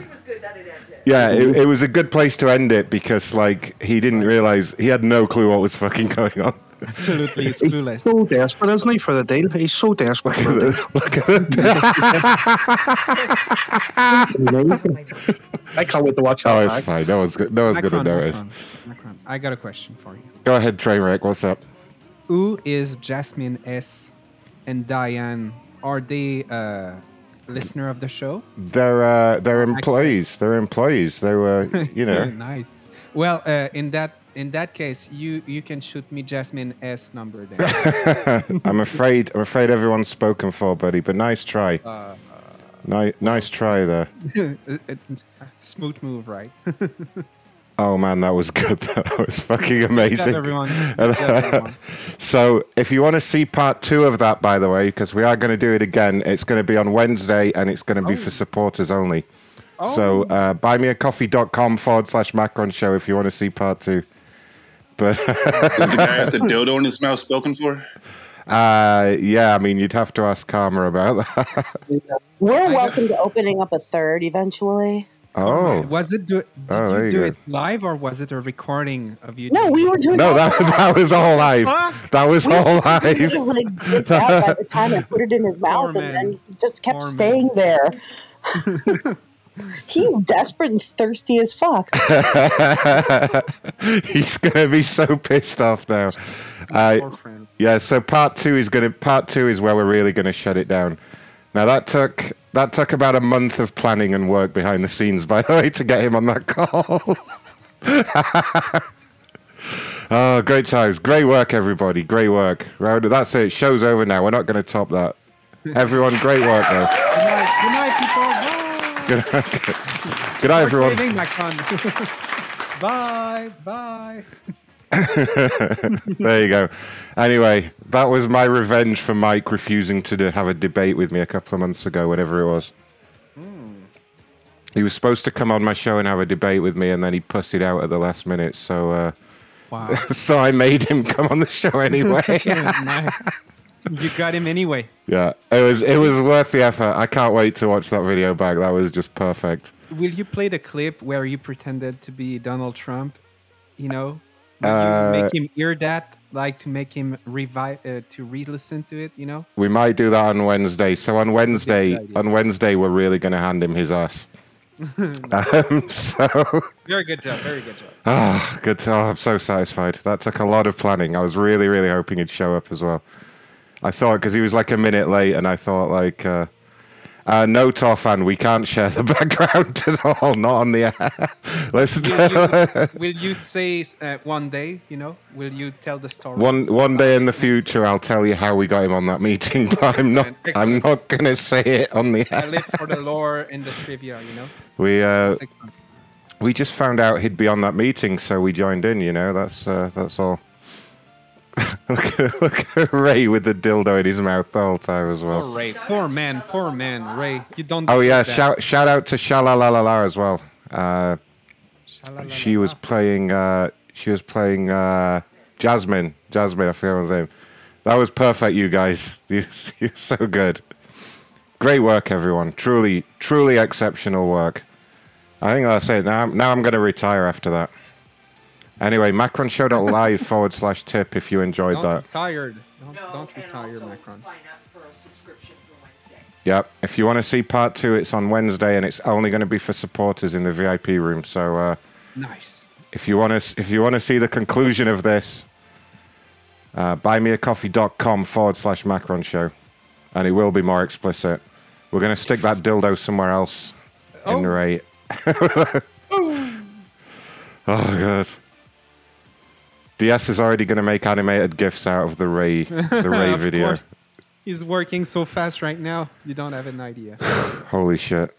Yeah, it, it was a good place to end it because, like, he didn't realize he had no clue what was fucking going on.
Absolutely, it's clueless.
So desperate, isn't he, for the deal? He's so desperate for the deal.
Look at it.
I can't wait to watch
Oh,
that
it's
back.
fine. No one's, go- no one's going to
Macron,
notice.
Macron, I got a question for you.
Go ahead, Trainwreck. What's up?
Who is Jasmine S. and Diane? Are they uh, listener of the show?
They're, uh, they're employees. They're employees. They were, you know.
nice. Well, uh, in that in that case, you you can shoot me Jasmine S. number then.
I'm afraid I'm afraid everyone's spoken for, buddy, but nice try.
Uh,
Ni- nice try there.
Smooth move, right?
Oh man, that was good. That was fucking amazing.
everyone. Good job, everyone.
so, if you want to see part two of that, by the way, because we are going to do it again, it's going to be on Wednesday and it's going to
Oh.
be for supporters only. So, uh, buymeacoffee.com forward slash Macron show if you want to see part two. But
Is the guy with the dildo in his mouth spoken for?
uh, yeah, I mean, you'd have to ask Karma about that.
We're welcome to opening up a third eventually.
oh,
was it? Do, did
Oh, there
you
you
do
go.
it live or was it a recording of you?
No,
doing
we
it?
were doing
no, that, that was all live. That was
We-
all
we were,
live.
like, dipped out by the time I put it in his mouth, and then he just kept staying there. He's desperate and thirsty as fuck.
He's gonna be so pissed off now. Uh, yeah, so part two is gonna part two is where we're really gonna shut it down. Now that took that took about a month of planning and work behind the scenes, by the way, to get him on that call. oh, great times, great work, everybody, great work. Round- That's it. Show's over now. We're not gonna top that. Everyone, great work though.
Good night, good night, people.
Good night, Good night
Bye.
everyone.
Leaving, Macron. bye, bye.
there you go. Anyway, that was my revenge for Mike refusing to do- have a debate with me a couple of months ago, whatever it was. He was supposed to come on my show and have a debate with me, and then he pussied out at the last minute. So, uh,
Wow.
so I made him come on the show anyway.
Nice. You got him anyway.
yeah, it was it was worth the effort. I can't wait to watch that video back. That was just perfect.
Will you play the clip where you pretended to be Donald Trump? You know, Would
Uh,
you make him hear that, like to make him revive, uh, to re-listen to it. You know,
We might do that on Wednesday. So on Wednesday,
idea.
on Wednesday, we're really going to hand him his ass. um, so.
very good job, very good job.
Ah, good. To, oh, I'm so satisfied. That took a lot of planning. I was really, really hoping he'd show up as well. I thought because he was like a minute late, and I thought like, uh, uh, no, Torfan, we can't share the background at all. Not on the air. Let's
Will you, will you say uh, one day? You know, will you tell the story?
one one day in the future. I'll tell you how we got him on that meeting, but I'm not. I'm not gonna say it on the
I
air.
live for the lore and the trivia. You know.
We uh,
Sick.
we just found out he'd be on that meeting, so we joined in. You know, that's uh, that's all. look, at, look at Ray with the dildo in his mouth the whole time as well.
Poor Ray, poor man, poor man, Ray. You don't.
Oh yeah,
deserve that.
shout shout out to Shalalalala as well. Uh, she was playing uh, she was playing uh, Jasmine. Jasmine, I forget her name. That was perfect, you guys. You- You're so good. Great work, everyone. Truly, truly exceptional work. I think that's it. Now, now I'm going to retire after that. Anyway, macronshow.live forward slash tip if you enjoyed
Don't
that.
be tired. Don't, don't be tired, Macron.
Yep. If you want to see part two, it's on Wednesday, and it's only going to be for supporters in the VIP room. So uh,
nice.
If you want to, if you want to see the conclusion of this, uh, buymeacoffee.com forward slash Macron Show, and it will be more explicit. We're going to stick that dildo somewhere else in Ray. oh god. DS is already going to make animated gifs out of the Ray the Ray
Of
video.
course. He's working so fast right now. You don't have an idea.
Holy shit.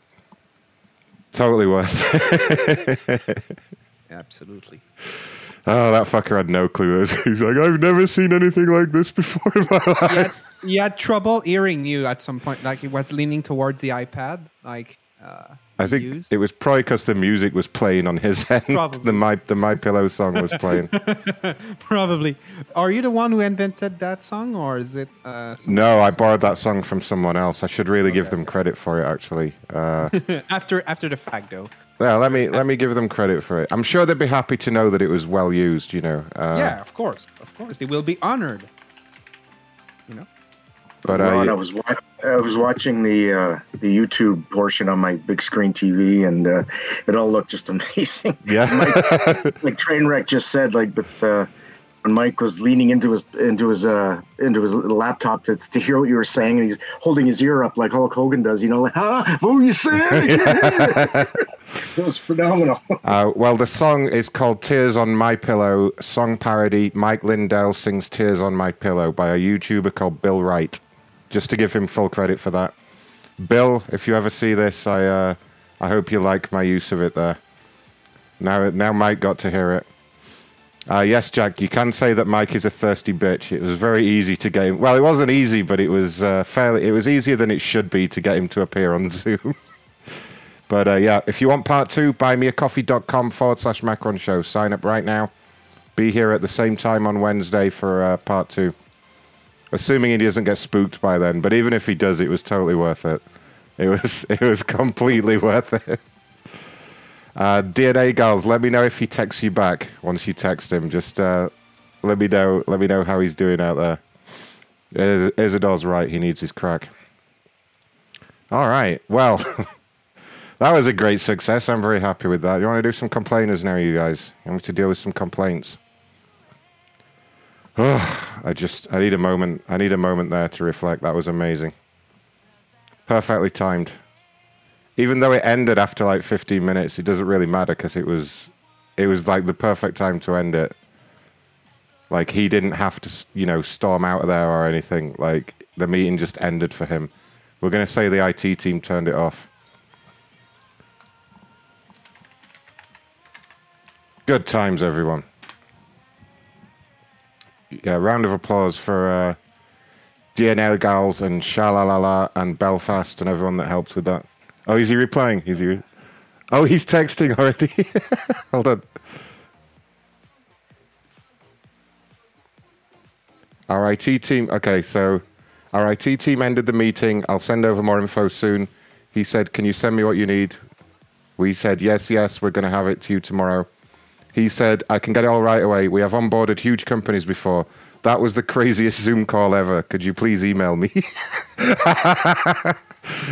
Totally worth it.
Absolutely.
oh, that fucker had no clue. He's like, I've never seen anything like this before in my life.
He had, he had trouble hearing you at some point. Like he was leaning towards the iPad. Like uh,
I think it was probably because the music was playing on his end.
Probably.
the my the my pillow song was playing.
Probably. Are you the one who invented that song, or is it? Uh,
no, I borrowed that song from someone else. I should really give them credit for it. Actually, uh,
after after the fact, though.
yeah, let me let me give them credit for it. I'm sure they'd be happy to know that it was well used. You know. Uh,
yeah, of course, of course, they will be honored.
But uh,
Ron,
you-
I was wa- I was watching the uh, the YouTube portion on my big screen TV, and uh, it all looked just amazing.
Yeah.
Mike, like Trainwreck just said, like with uh, when Mike was leaning into his into his uh, into his laptop to, to hear what you were saying, and he's holding his ear up like Hulk Hogan does, you know, like, ah, what were you saying? I can't hear it." it was phenomenal.
Uh, well, the song is called Tears on My Pillow, song parody. Mike Lindell sings Tears on My Pillow by a YouTuber called Bill Wright, just to give him full credit for that. Bill, if you ever see this, I, uh, I hope you like my use of it there. Now, now Mike got to hear it. Uh, yes, Jack, you can say that Mike is a thirsty bitch. It was very easy to get him. Well, it wasn't easy, but it was uh, fairly. It was easier than it should be to get him to appear on Zoom. But uh, yeah, if you want part two, buymeacoffee.com forward slash Macron Show. Sign up right now. Be here at the same time on Wednesday for uh, part two. Assuming he doesn't get spooked by then, but even if he does, it was totally worth it. It was it was completely worth it. Uh, DNA girls, let me know if he texts you back. Once you text him, just uh, let me know. Let me know how he's doing out there. Is- Isidore's right. He needs his crack. All right. Well, that was a great success. I'm very happy with that. You want to do some complainers now, you guys? You want me to deal with some complaints? Ugh, I just, I need a moment. I need a moment there to reflect. That was amazing. Perfectly timed. Even though it ended after like 15 minutes, it doesn't really matter because it was, it was like the perfect time to end it. Like he didn't have to, s- you know, storm out of there or anything. Like the meeting just ended for him. We're going to say the IT team turned it off. Good times, everyone. Yeah, round of applause for uh, DNL Gals and Shalalala and Belfast and everyone that helped with that. Oh, is he replying? Is he? Re- oh, he's texting already. Hold on. Our IT team. Okay, so our IT team ended the meeting. I'll send over more info soon. He said, "Can you send me what you need?" We said, "Yes, yes. We're going to have it to you tomorrow." He said, I can get it all right away. We have onboarded huge companies before. That was the craziest Zoom call ever. Could you please email me?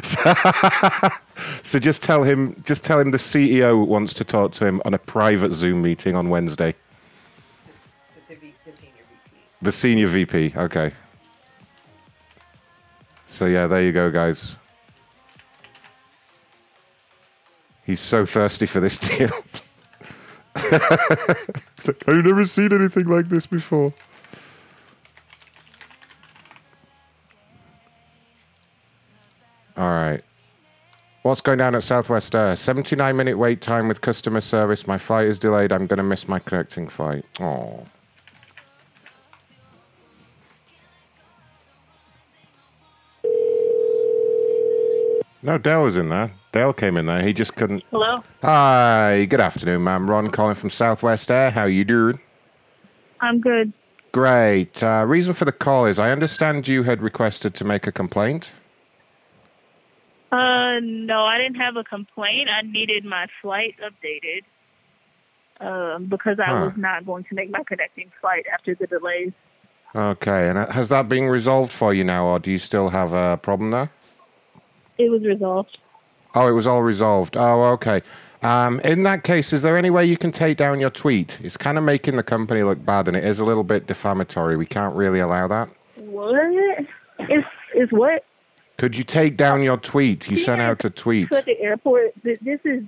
so, so just tell him just tell him the CEO wants to talk to him on a private Zoom meeting on Wednesday. The senior VP, okay. So yeah, there you go, guys. He's so thirsty for this deal. It's like, I've never seen anything like this before. All right. What's going down at Southwest Air? 79 minute wait time with customer service. My flight is delayed. I'm going to miss my connecting flight. Oh. No, Dale was in there. Dale came in there. He just couldn't.
Hello.
Hi, good afternoon, ma'am. Ron calling from Southwest Air. How you doing?
I'm good.
Great. Uh, reason for the call is I understand you had requested to make a complaint.
Uh, no, I didn't have a complaint. I needed my flight updated um, because I
Huh.
was not going to make my connecting flight after the delays.
Okay, and uh, has that been resolved for you now, or do you still have a problem there?
It was resolved.
Oh, it was all resolved. Oh, okay. Um, in that case, is there any way you can take down your tweet? It's kind of making the company look bad, and it is a little bit defamatory. We can't really allow that.
What? It's it's what?
Could you take down your tweet? You sent out a tweet.
So at the airport, th- this is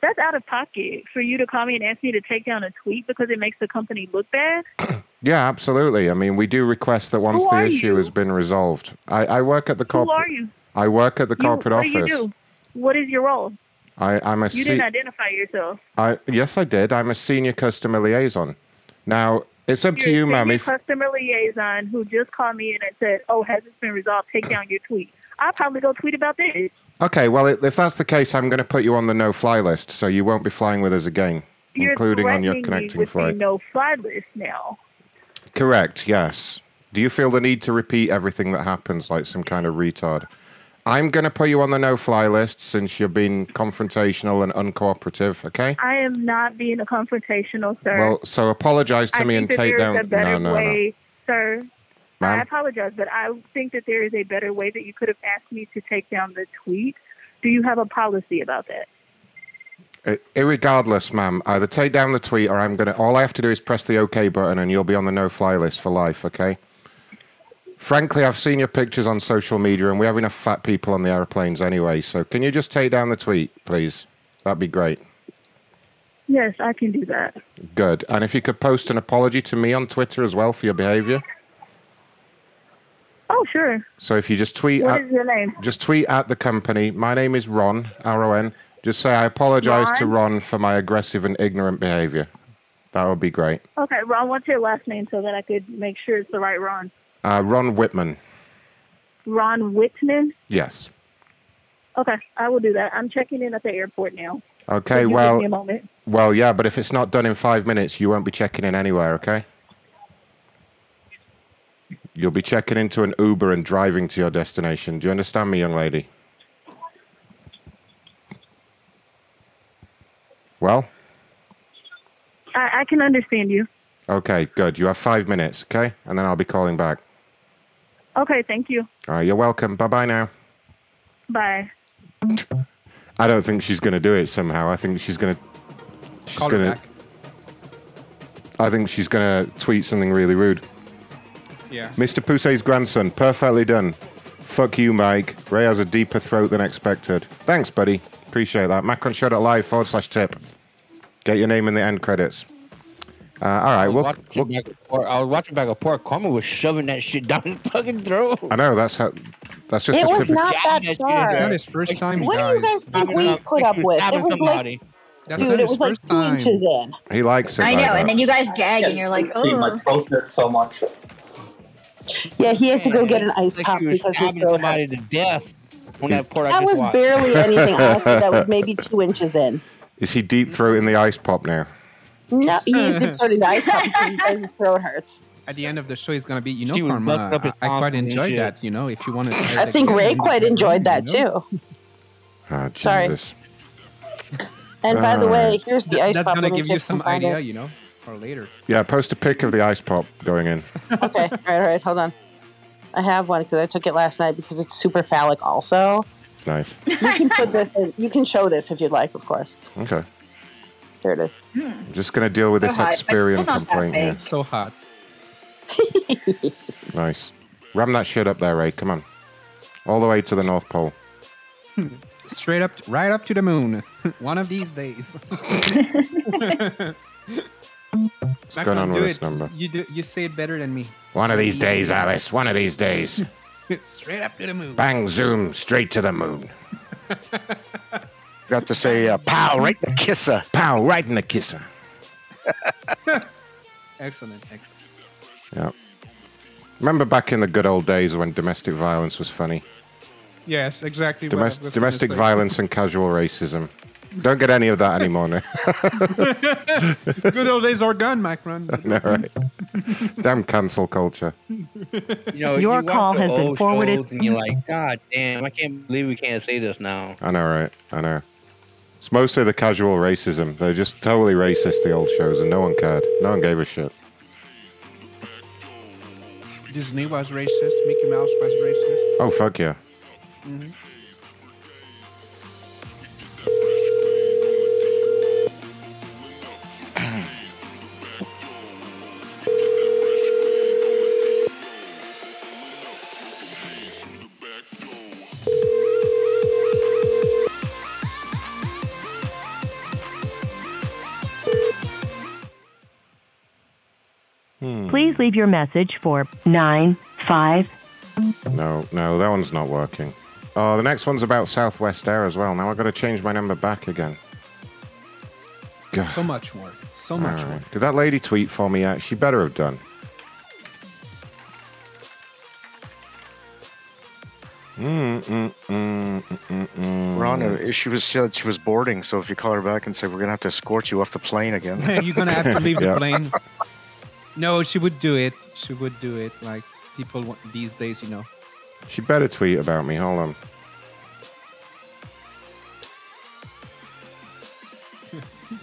that's out of pocket for you to call me and ask me to take down a tweet because it makes the company look bad.
Yeah, absolutely. I mean, we do request that once
Who
the
are
issue
you?
has been resolved. I, I work at the
Who
corporate.
are you?
I work at the
You-
corporate
what
office.
do you do? What is your role?
I, I'm a
You
se-
didn't identify yourself.
I- yes, I did. I'm a senior customer liaison. Now it's up to you, ma'am.
senior
If,
customer liaison who just called me in and said, "Oh, has this been resolved? Take down your tweet." I'll probably go tweet about this.
Okay, well, i- if that's the case, I'm going to put you on the no-fly list, so you won't be flying with us again,
You're
including on your
threatening me
connecting
with
flight.
no fly list now.
Correct, yes. Do you feel the need to repeat everything that happens like some kind of retard? I'm going to put you on the no fly list since you've been confrontational and uncooperative, okay?
I am not being a confrontational, sir.
Well, so apologize to
I
me
think
and
that
take
there is a
down.
better
No, no, no.
way, sir. I
Ma'am?
apologize, but I think that there is a better way that you could have asked me to take down the tweet. Do you have a policy about that?
I- Irregardless, ma'am, either take down the tweet or I'm going to. All I have to do is press the OK button and you'll be on the no fly list for life, okay? Frankly, I've seen your pictures on social media and we have enough fat people on the airplanes anyway, so can you just take down the tweet, please? That'd be great.
Yes, I can do that.
Good. And if you could post an apology to me on Twitter as well for your behavior.
Oh, sure.
So if you just tweet
What
at,
is your name?
just tweet at the company. My name is Ron, R O N. Just say I apologize to Ron for my aggressive and ignorant behavior. That would be great.
Okay, Ron, what's your last name so that I could make sure it's the right Ron?
Uh, Ron Whitman.
Ron Whitman?
Yes.
Okay, I will do that. I'm checking in at the airport now. Will
Okay.
you give me a
Well.
moment.
Well, yeah, but if it's not done in five minutes, you won't be checking in anywhere. Okay. You'll be checking into an Uber and driving to your destination. Do you understand me, young lady? Well.
I, I can understand you.
Okay, good. You have five minutes, okay? And then I'll be calling back.
Okay, thank you.
All right, you're welcome. Bye bye now.
Bye.
I don't think she's going to do it somehow. I think she's going to. She's
Call her
going to.
back.
I think she's going to tweet something really rude.
Yeah.
Mr. Pousse's grandson, perfectly done. Fuck you, Mike. Ray has a deeper throat than expected. Thanks, buddy. Appreciate that. Macronshow.live forward slash tip. Get your name in the end credits. Uh, all
Oh,
right, we'll,
Watching back of pork, I was watching back of pork. Carmen was shoving that shit down his fucking throat.
I know that's how. That's just. a typical-
Jacking shit in
It's
there.
not his first time.
What do you guys think
Stabbing
we
some-
put up
he was
with? It
stabbing
was like,
somebody.
That's
dude,
not
it
his
was like
first
two
time.
inches in.
He likes it.
I
like
know,
that.
and then you guys gag, and you're like,
Basically, my
oh.
throat hurts so much.
Yeah, he had to go get an ice
Like
pop
he was
because his
stabbing
throat hurt.
somebody to death when that pork. I
That
just
was
watched.
barely anything, honestly. That was maybe two inches in.
Is he deep throating the ice pop now?
No, he used to put his ice pop because he says his throat hurts.
At the end of the show, he's gonna be, you know,
She was
Karma.
busting up his
I, I quite
tonsils and
enjoyed
shit.
that. You know, if you want to.
I think Ray quite enjoyed that too.
Oh,
Sorry.
Jesus. Ah.
And by the way,
Uh,
here's the ice
That's
pop.
gonna
Let me
give
see
you
if I can
some
find
idea,
it.
you know, for later.
Yeah, post a pic of the ice pop going in.
Okay, all right, all right, hold on. I have one because I took it last night because it's super phallic. Also,
Nice.
you can put this in. You can show this if you'd like, of course.
Okay.
Here it is.
I'm just going to deal with
So
this
hot, but
Experian
still not that
complaint here.
big.
So hot.
Nice. Ram that shit up there, Ray. Come on. All the way to the North Pole.
Straight up, right up to the moon. One of these days. What's
going on with this number?
You do, you say it better than me.
One of these days, Alice. One of these days.
Straight up to the moon.
Bang, zoom, straight to the moon.
Got to say, uh, pow, right in the kisser.
Pow, right in the kisser.
Excellent, excellent.
Yeah. Remember back in the good old days when domestic violence was funny?
Yes, exactly. what I was
Domest-
gonna
domestic
say.
violence and casual racism. Don't get any of that anymore now.
Good old days are gone, Macron.
no, right. Damn cancel culture.
You know,
Your
you watch
call
the
has been
old
forwarded.
shows And you're like, God damn, I can't believe we can't say this now.
I know, right? I know. It's mostly the casual racism. They're just totally racist, the old shows, and no one cared. No one gave a shit.
Disney was racist. Mickey Mouse was racist.
Oh, fuck yeah.
Mhm.
Please leave your message for 95.
No, no, that one's not working. Oh, the next one's about Southwest Air as well. Now I've got to change my number back again.
So much work. So much
All right.
work.
Did that lady tweet for me yet? She better have done. Hmm. Rana, mm.
Rana, she was said she was boarding, so if you call her back and say we're gonna have to escort you off the plane again,
You're gonna have to leave the
Yeah.
plane. No, she would do it. She would do it. Like people wa- these days, you know.
She better tweet about me. Hold on.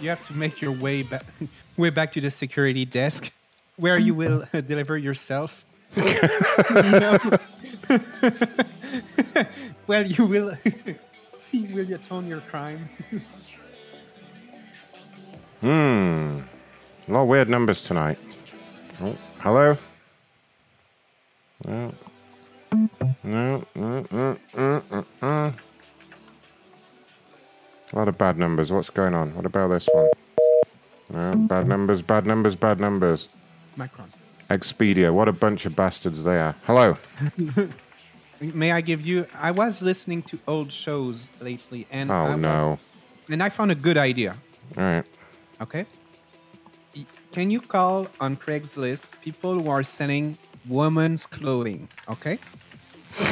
You have to make your way back, way back to the security desk, where you will uh, deliver yourself. No. well, you will. you will atone your crime.
Hmm. A lot of weird numbers tonight. Oh, hello? No. No. mm, mm, mm, mm, mm. A lot of bad numbers. What's going on? What about this one? No, bad numbers, bad numbers, bad numbers.
Macron.
Expedia. What a bunch of bastards they are. Hello.
May I give you? I was listening to old shows lately, and I
Oh,
was-
no.
and I found a good idea.
All right.
Okay. Y- Can you call on Craigslist people who are selling women's clothing? Okay.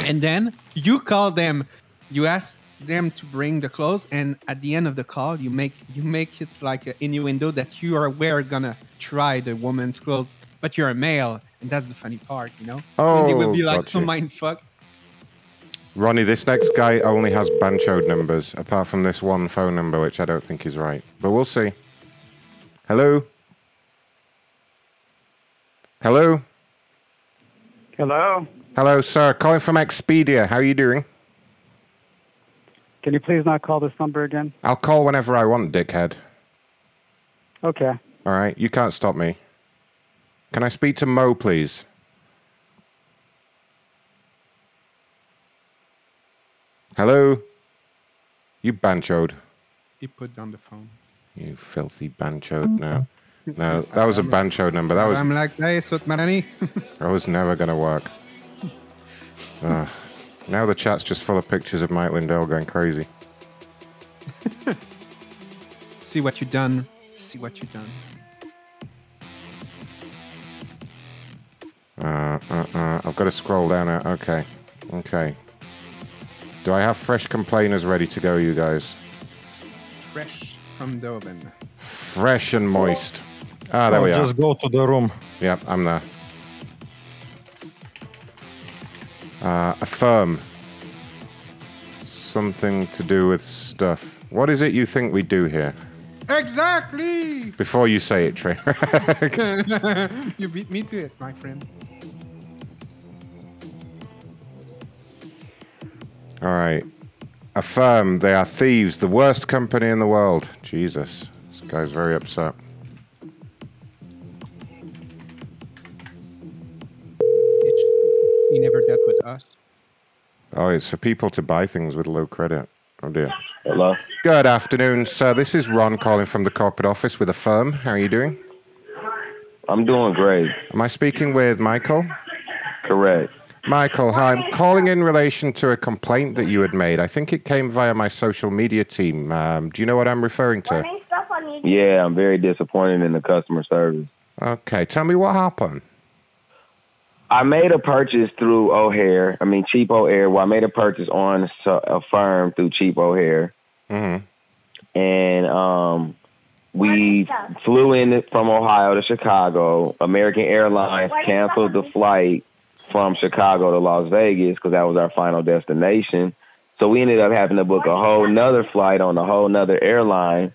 And then you call them. You ask them to bring the clothes, and at the end of the call, you make you make it like an innuendo that you are we're gonna try the woman's clothes, but you're a male, and that's the funny part, you know. and it will
Oh,
be like
gotcha.
some mind fuck.
Ronnie, this next guy only has banchoed numbers, apart from this one phone number, which I don't think is right. But we'll see. Hello? Hello?
Hello.
Hello, sir. Calling from Expedia. How are you doing?
Can you please not call this number again?
I'll call whenever I want, dickhead.
Okay.
All right? You can't stop me. Can I speak to Mo, please? Hello? You banchoed.
He put down the phone.
You filthy banchoed. No. No, that was a banchoed number. That was
I'm like, hey, Sut Marani.
That was never going to work. Ugh. now the chat's just full of pictures of Mike Lindell going crazy.
See what you done. See what you done.
Uh, uh, uh, I've got to scroll down. Now. Okay. Okay. Do I have fresh complainers ready to go, you guys?
Fresh from the oven.
Fresh and moist. Ah,
Oh,
there
I'll
we are.
Just go to the room.
Yep, I'm there. Uh, affirm. Something to do with stuff. What is it you think we do here?
Exactly.
Before you say it, Trey.
you beat me to it, my friend.
All right. Affirm they are thieves, the worst company in the world. Jesus. This guy's very upset.
He never dealt with us.
Oh, it's for people to buy things with low credit. Oh, dear. Hello. Good afternoon, sir. This is Ron calling from the corporate office with Affirm. How are you doing?
I'm doing great.
Am I speaking with Michael?
Correct.
Michael, hi. I'm calling in relation to a complaint that you had made. I think it came via my social media team. Um, do you know what I'm referring to?
Yeah, I'm very disappointed in the customer service.
Okay, tell me what happened.
I made a purchase through O'Hare. I mean, cheap O'Hare. Well, I made a purchase on so- a firm through cheap O'Hare,
Mm-hmm.
and um, we flew in from Ohio to Chicago. American Airlines canceled the flight from Chicago to Las Vegas because that was our final destination. So we ended up having to book a whole nother flight on a whole nother airline.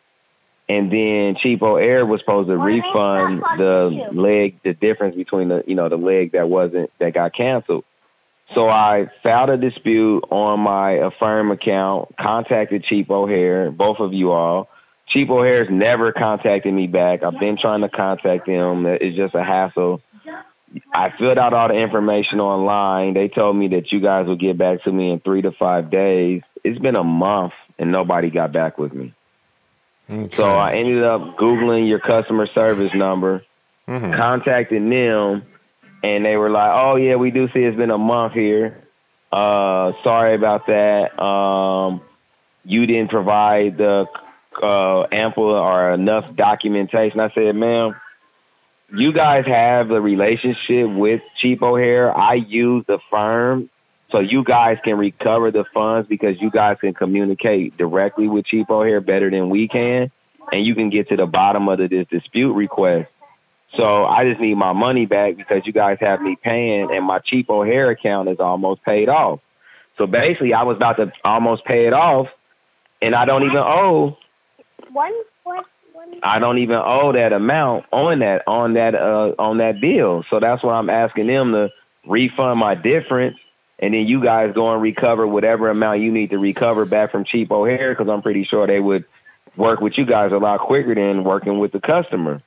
And then Cheapo Air was supposed to refund the leg, the difference between the, you know, the leg that wasn't, that got canceled. So I filed a dispute on my Affirm account, contacted Cheap O'Hare, both of you all. Cheap O'Hare's never contacted me back. I've been trying to contact them. It's just a hassle. I filled out all the information online. They told me that you guys will get back to me in three to five days. It's been a month and nobody got back with me. So I ended up Googling your customer service number, contacted them, and they were like, oh, yeah, we do see it's been a month here. Uh, sorry about that. Um, you didn't provide the uh, ample or enough documentation. I said, ma'am, you guys have a relationship with Cheap O'Hare. I use the firm So you guys can recover the funds because you guys can communicate directly with Cheapo here better than we can, and you can get to the bottom of the, this dispute request. So I just need my money back because you guys have me paying, and my Cheapo Hair account is almost paid off. So basically, I was about to almost pay it off, and I don't even owe.
One, one, one.
I don't even owe that amount on that on that uh, on that bill. So that's why I'm asking them to refund my difference, and then you guys go and recover whatever amount you need to recover back from Cheap O'Hare because I'm pretty sure they would work with you guys a lot quicker than working with the customer.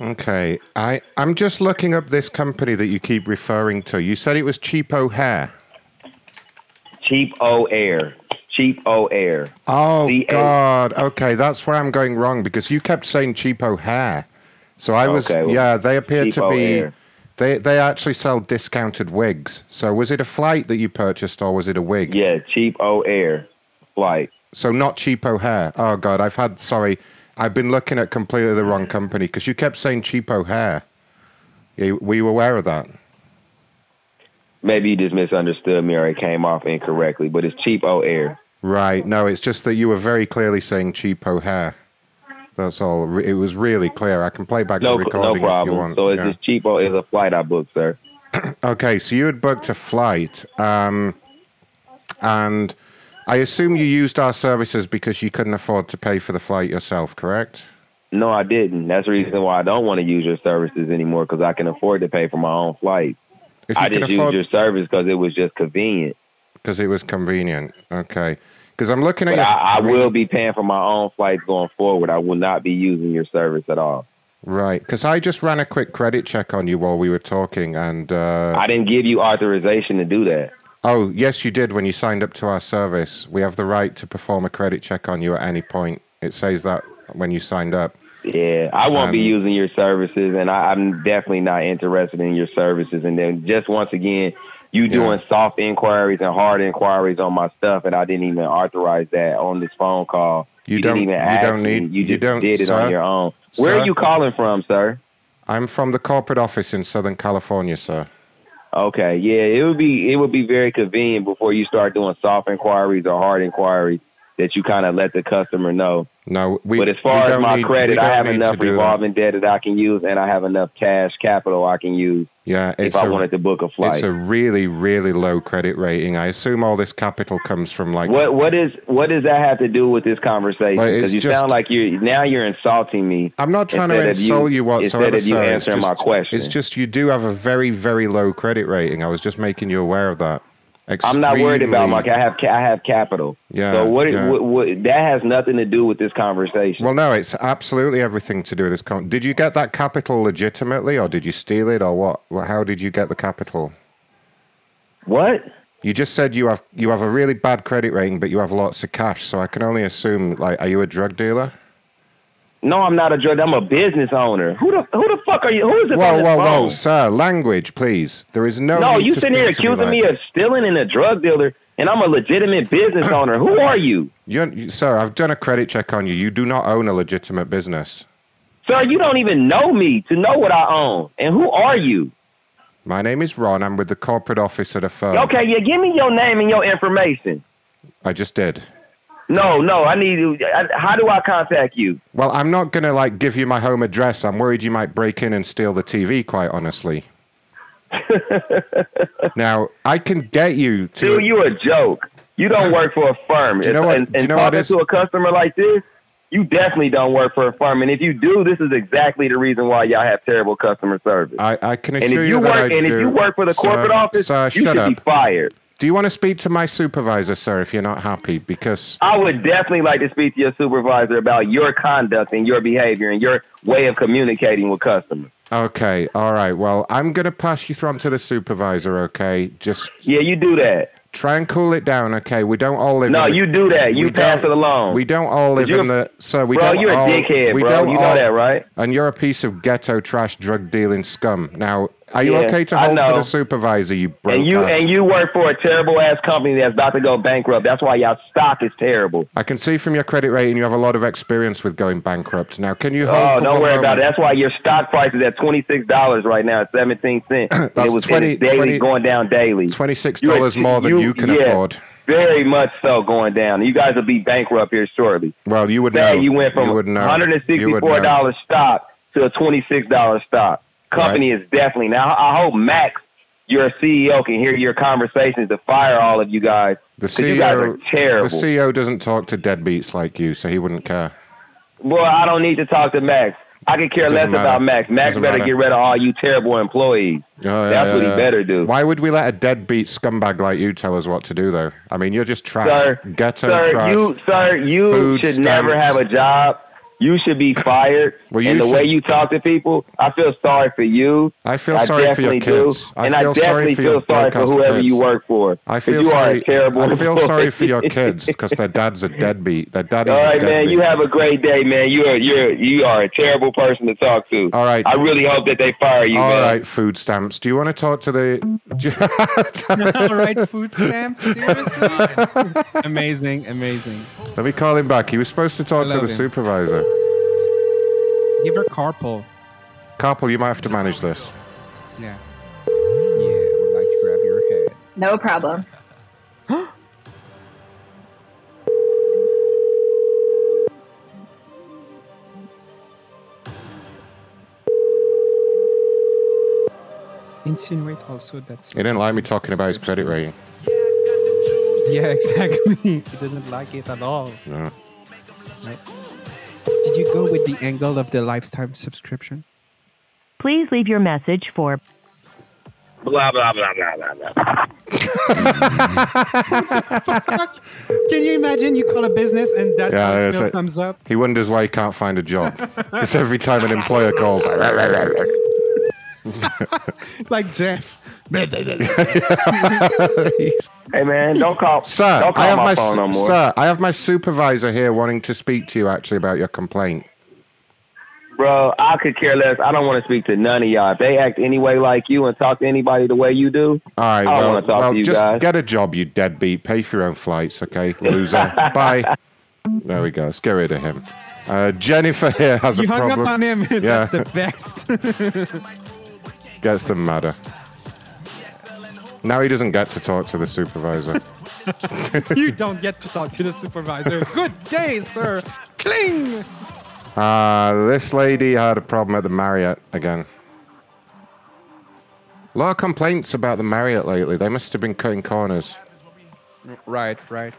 Okay, I I'm just looking up this company that you keep referring to. You said it was Cheapo Hair.
Cheap O'Hare, Cheap O'Hare.
Oh God. Okay, that's where I'm going wrong because you kept saying cheapo hair. So I was
Okay, well,
yeah, they appear to
cheapo
be
hair.
they they actually sell discounted wigs. So was it a flight that you purchased or was it a wig?
Yeah, cheap O'Hare flight.
So not cheapo hair. Oh God, I've had sorry. I've been looking at completely the wrong company because you kept saying cheapo hair. You- Were you aware of that?
Maybe you just misunderstood me or it came off incorrectly, but it's Cheap O'Hare.
Right. No, it's just that you were very clearly saying cheapo hair. That's all. Re- It was really clear. I can play back
No,
the
no
recording if you
problem.
want.
So it's
yeah.
just Cheap Cheapo is a flight I booked, sir.
Okay, so you had booked a flight, um, and I assume you used our services because you couldn't afford to pay for the flight yourself, correct?
No, I didn't. That's the reason why I don't want to use your services anymore because I can afford to pay for my own flight.
If you
I
can
just
afford-
used your service because it was just convenient.
Because it was convenient. Okay, because I'm looking at
But
your.
I, I
mean-
will be paying for my own flights going forward. I will not be using your service at all.
Right, because I just ran a quick credit check on you while we were talking, and uh,
I didn't give you authorization to do that.
Oh, yes, you did when you signed up to our service. We have the right to perform a credit check on you at any point. It says that when you signed up.
Yeah, I won't be
Um,
using your services, and I, I'm definitely not interested in your services. And then, just once again, you doing soft inquiries and hard inquiries on my stuff, and I didn't even authorize that on this phone call. didn't
You don't-
even
you
ask
don't
me.
need-
You
you
just
don't,
did it on
sir.
your own. Where
Sir?
are you calling from, sir?
I'm from the corporate office in Southern California, sir.
Okay, yeah, it would be it would be very convenient before you start doing soft inquiries or hard inquiries that you kind of let the customer know.
No, we.
but as far
we
as
don't
my
need- we
credit, I
don't
have
need
enough
to do that.
revolving debt that I can use, and I have enough cash capital I can use
Yeah,
if
it's
I
a-
wanted to book a
It's
flight.
a really, really low credit rating. I assume all this capital comes from like.
what what is what does that have to do with this conversation?
But it's
Because you
just-
sound like you're now you're insulting me.
I'm not trying to
instead of
insult you,
Instead
whatsoever,
of you
sir. It's
answering my
just-
question,
It's just you do have a very, very low credit rating. I was just making you aware of that.
I'm not worried about my.
Extremely-
I have ca- I have capital.
Yeah,
So what,
yeah.
what what that has nothing to do with this conversation.
Well, no, it's absolutely everything to do with this. Con- did you get that capital legitimately, or did you steal it, or what? Well, How did you get the capital?
What?
You just said you have you have a really bad credit rating, but you have lots of cash. So I can only assume, like, are you a drug dealer?
No, I'm not a drug. I'm a business owner. Who the who the fuck are you? Who is this? on
Whoa,
this
whoa,
phone?
whoa, sir! Language, please. There is no.
No,
need
you
to
sitting
speak
here
to me
accusing me
like
of stealing and a drug dealer, and I'm a legitimate business owner. Who are you?
You're, you- sir, I've done a credit check on you. You do not own a legitimate business.
Sir, you don't even know me to know what I own. And who are you?
My name is Ron. I'm with the corporate office at a firm.
Okay, yeah, give me your name and your information.
I just did.
No, no, I need you. I, how do I contact you?
Well, I'm not gonna like give you my home address. I'm worried you might break in and steal the TV. Quite honestly. now I can get you to.
Dude, you a joke. You don't work for a firm.
Do you
And-
know what-
and
do you
and
know what
talking
this-
to a customer like this, you definitely don't work for a firm. And if you do, this is exactly the reason why y'all have terrible customer service.
I, I can
And if
assure
you
that
work-
I
and if
do.
you work for the
Sir,
corporate office,
sir,
you
shut
should be
up.
fired.
Do you want to speak to my supervisor, sir, if you're not happy? Because
I would definitely like to speak to your supervisor about your conduct and your behavior and your way of communicating with customers.
okay, all right. Well, I'm gonna pass you through to the supervisor. Okay, just
yeah, you do that.
Try and cool it down. Okay, we don't all live.
No,
in the-
you do that. You
we
pass
don't-
it along.
We don't all live
You're-
in the. So we
Bro,
don't
you're a
all-
dickhead,
we
bro.
don't
You know
all-
that, right?
And you're a piece of ghetto trash drug dealing scum. Now, Are you
Yeah,
okay to
I
hold for
know.
the supervisor? You broke
and you
up?
and you work for a terrible ass company that's about to go bankrupt. That's why y'all stock is terrible.
I can see from your credit rating you have a lot of experience with going bankrupt. Now, can you hold?
Oh,
for
don't
one
worry about it.
moment?
That's why your stock price is at twenty six dollars right now, at seventeen cents. And
That's
it was
20
and it's daily
20
going down daily.
Twenty six
You are-
dollars more than you, can
yeah,
afford.
Very much so going down. You guys will be bankrupt here shortly.
Well, you would
Say
know.
you went from
You would know. You would know.
$164 stock to a $26 stock. Company is definitely. Now, I hope Max, your CEO, can hear your conversations to fire all of you guys.
The
'cause you guys are
CEO,
terrible.
E the CEO doesn't talk to deadbeats like you, so he wouldn't care.
Well, I don't need to talk to Max. I could care
Doesn't
less
matter.
about Max. Max
Doesn't
better
matter.
get rid of all you terrible employees.
Oh, yeah,
That's
yeah,
what he
yeah.
better do.
Why would we let a deadbeat scumbag like you tell us what to do, though? I mean, you're just trash.
Sir,
Ghetto
sir,
trash.
you, sir, you
Food
should
stamps.
never have a job. You should be fired.
Well, you
and the
should-
way you talk to people, I feel sorry for you.
I feel sorry for your
definitely do.
kids. I
and
feel
I
sorry
definitely
for your
feel sorry for
broadcast
whoever
kids.
you work for.
I
'cause
feel
you
sorry.
are a terrible.
I feel
employee.
sorry for your kids because their dad's a deadbeat. Their daddy's
All
a
right,
deadbeat.
man. You have a great day, man. You are you're you are a terrible person to talk to.
All right.
I really hope that they fire you,
All
man.
right, food stamps. Do you want to talk to the?
All right, food stamps. Seriously? amazing, amazing.
Let me call him back. He was supposed to talk
I
to the
love him.
supervisor.
Give her carpool.
Carpal, you might have to manage this.
Yeah. Yeah, would like to grab your head.
No problem.
Insinuate also that's.
He didn't like me talking about his credit rating.
Yeah, exactly. he didn't like it at all.
No.
Right. Did you go with the angle of the lifetime subscription?
Please leave your message for
Blah blah blah blah blah blah.
Can you imagine you call a business and that
Yeah, that's
voicemail
it.
comes up?
He wonders why he can't find a job. Because every time an employer calls, like, "Rah, rah, rah, rah."
Like Jeff.
Hey, man, don't call.
sir,
don't call
I have
my,
my,
phone
su-
no more.
sir, I have my supervisor here wanting to speak to you actually about your complaint.
Bro, I could care less. I don't want to speak to none of y'all. If they act any way like you and talk to anybody the way you do,
All right,
I don't
well,
want to talk
well
to you
just
guys.
get a job, you deadbeat. Pay for your own flights, okay, loser. Bye. There we go. Let's get rid of him. Uh, Jennifer here has
you
a
hung
problem.
up on him.
Yeah,
That's the best.
gets them madder. Now he doesn't get to talk to the supervisor.
you don't get to talk to the supervisor. Good day, sir. Cling.
Uh, this lady had a problem at the Marriott again. A lot of complaints about the Marriott lately. They must have been cutting corners.
Right, right.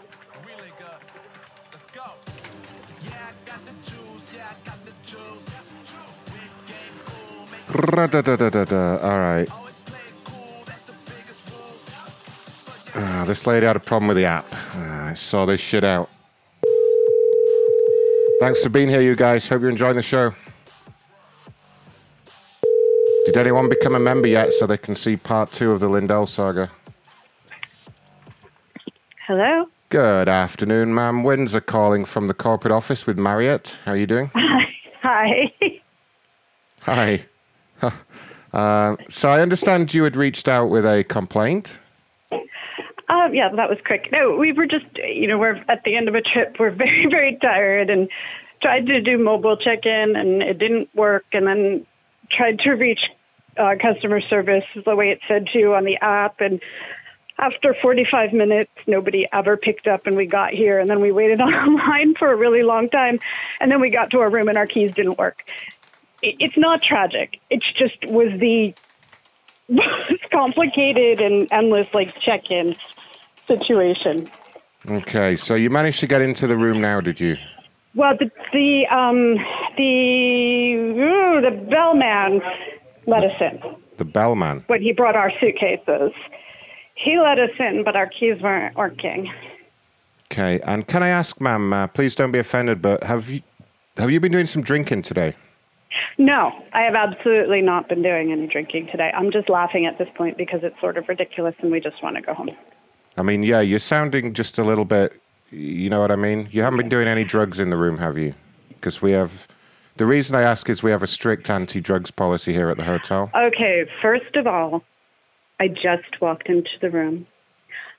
Ra-da-da-da-da-da. All right. Ah, this lady had a problem with the app. Ah, I saw this shit out. Thanks for being here, you guys. Hope you're enjoying the show. Did anyone become a member yet so they can see part two of the Lindell saga?
Hello.
Good afternoon, ma'am. Windsor calling from the corporate office with Marriott. How are you doing?
Hi.
Hi. uh, so I understand you had reached out with a complaint.
Um, yeah, that was quick. No, we were just, you know, we're at the end of a trip. We're very, very tired and tried to do mobile check in and it didn't work. And then tried to reach uh, customer service the way it said to on the app. And after 45 minutes, nobody ever picked up and we got here. And then we waited online for a really long time. And then we got to our room and our keys didn't work. It- It's not tragic. It's just was the most complicated and endless like check in situation.
Okay, so you managed to get into the room now, did you?
Well, the the um, the ooh, the bellman let us in
The bellman.
when he brought our suitcases. He let us in, but our keys weren't working.
Okay, and can I ask, ma'am? Uh, please don't be offended, but have you have you been doing some drinking today?
No, I have absolutely not been doing any drinking today. I'm just laughing at this point because it's sort of ridiculous, and we just want to go home.
I mean, yeah, you're sounding just a little bit. You know what I mean? You haven't been doing any drugs in the room, have you? Because we have. The reason I ask is we have a strict anti-drugs policy here at the hotel.
Okay, first of all, I just walked into the room.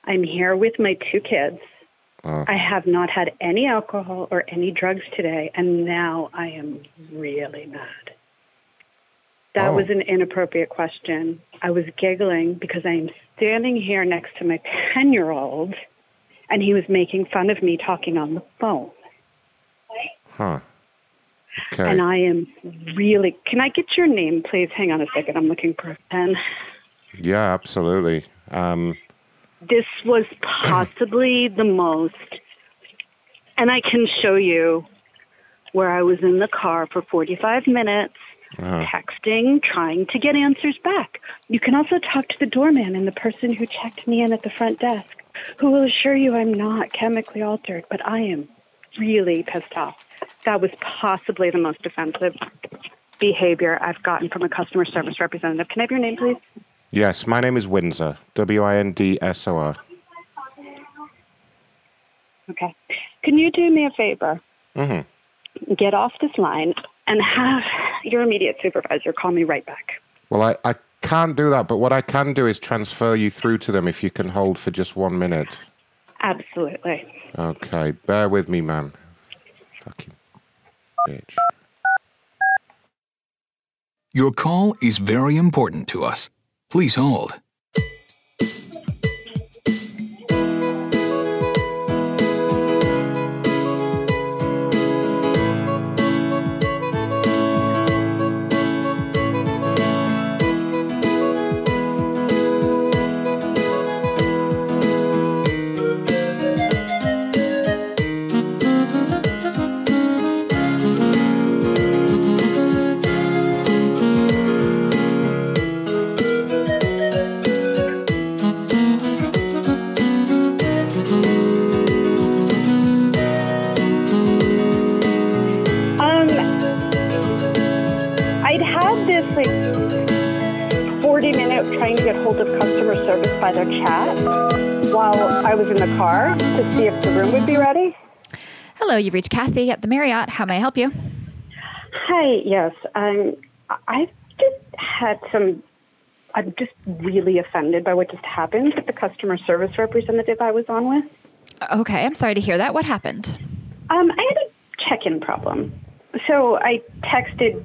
I'm here with my two kids.
Oh.
I have not had any alcohol or any drugs today, and now I am really mad. That
Oh.
was an inappropriate question. I was giggling because I am standing here next to my 10 year old, and he was making fun of me talking on the phone.
Huh. Okay.
And I am really. Can I get your name, please? Hang on a second. I'm looking for a pen.
yeah, absolutely. Um,
This was possibly the most. And I can show you where I was in the car for 45 minutes,
Uh-huh.
uh,
texting, trying to get answers back. You can also talk to the doorman and the person who checked me in at the front desk, who will assure you I'm not chemically altered, but I am really pissed off. That was possibly the most offensive behavior I've gotten from a customer service representative. Can I have your name, please?
yes, my name is Windsor. W I N D S O R.
Okay. Can you do me a favor?
Mm-hmm.
Get off this line and have your immediate supervisor call me right back.
Well, I, I can't do that, but what I can do is transfer you through to them if you can hold for just one minute.
Absolutely.
Okay, bear with me, man. Fucking bitch.
Your call is very important to us. Please hold.
Um, I'd had this like 40 minute trying to get hold of customer service by their chat while I was in the car to see if the room would be ready.
Hello, you've reached Kathy at the Marriott. How may I help you?
Hi, yes. Um, I- I've just had some. I'm just really offended by what just happened with the customer service representative I was on with.
Okay, I'm sorry to hear that. What happened?
Um, I had a check in problem. So I texted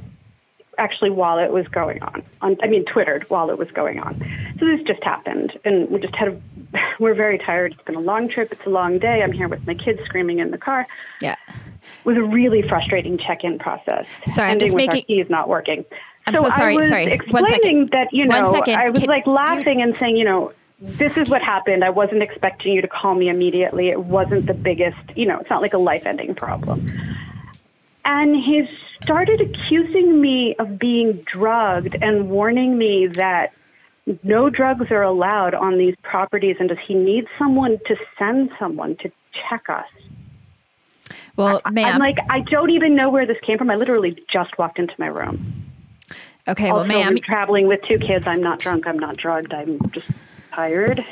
actually while it was going on, on. I mean, Twittered while it was going on. So this just happened. And we just had a. We're very tired. It's been a long trip. It's a long day. I'm here with my kids screaming in the car.
Yeah.
It was a really frustrating check in process.
Sorry, I'm
Ending
just
with our
making-
key is not working.
I'm so sorry,
I was
sorry. One second.
Explaining that you
One
know,
second.
I was like laughing and saying, you know, this is what happened. I wasn't expecting you to call me immediately. It wasn't the biggest, you know, it's not like a life-ending problem. And he started accusing me of being drugged and warning me that no drugs are allowed on these properties and does he need someone to send someone to check us?
Well, ma'am.
I'm like, I don't even know where this came from. I literally just walked into my room.
okay, well,
Also,
ma'am,
I'm traveling with two kids. I'm not drunk. I'm not drugged. I'm just tired.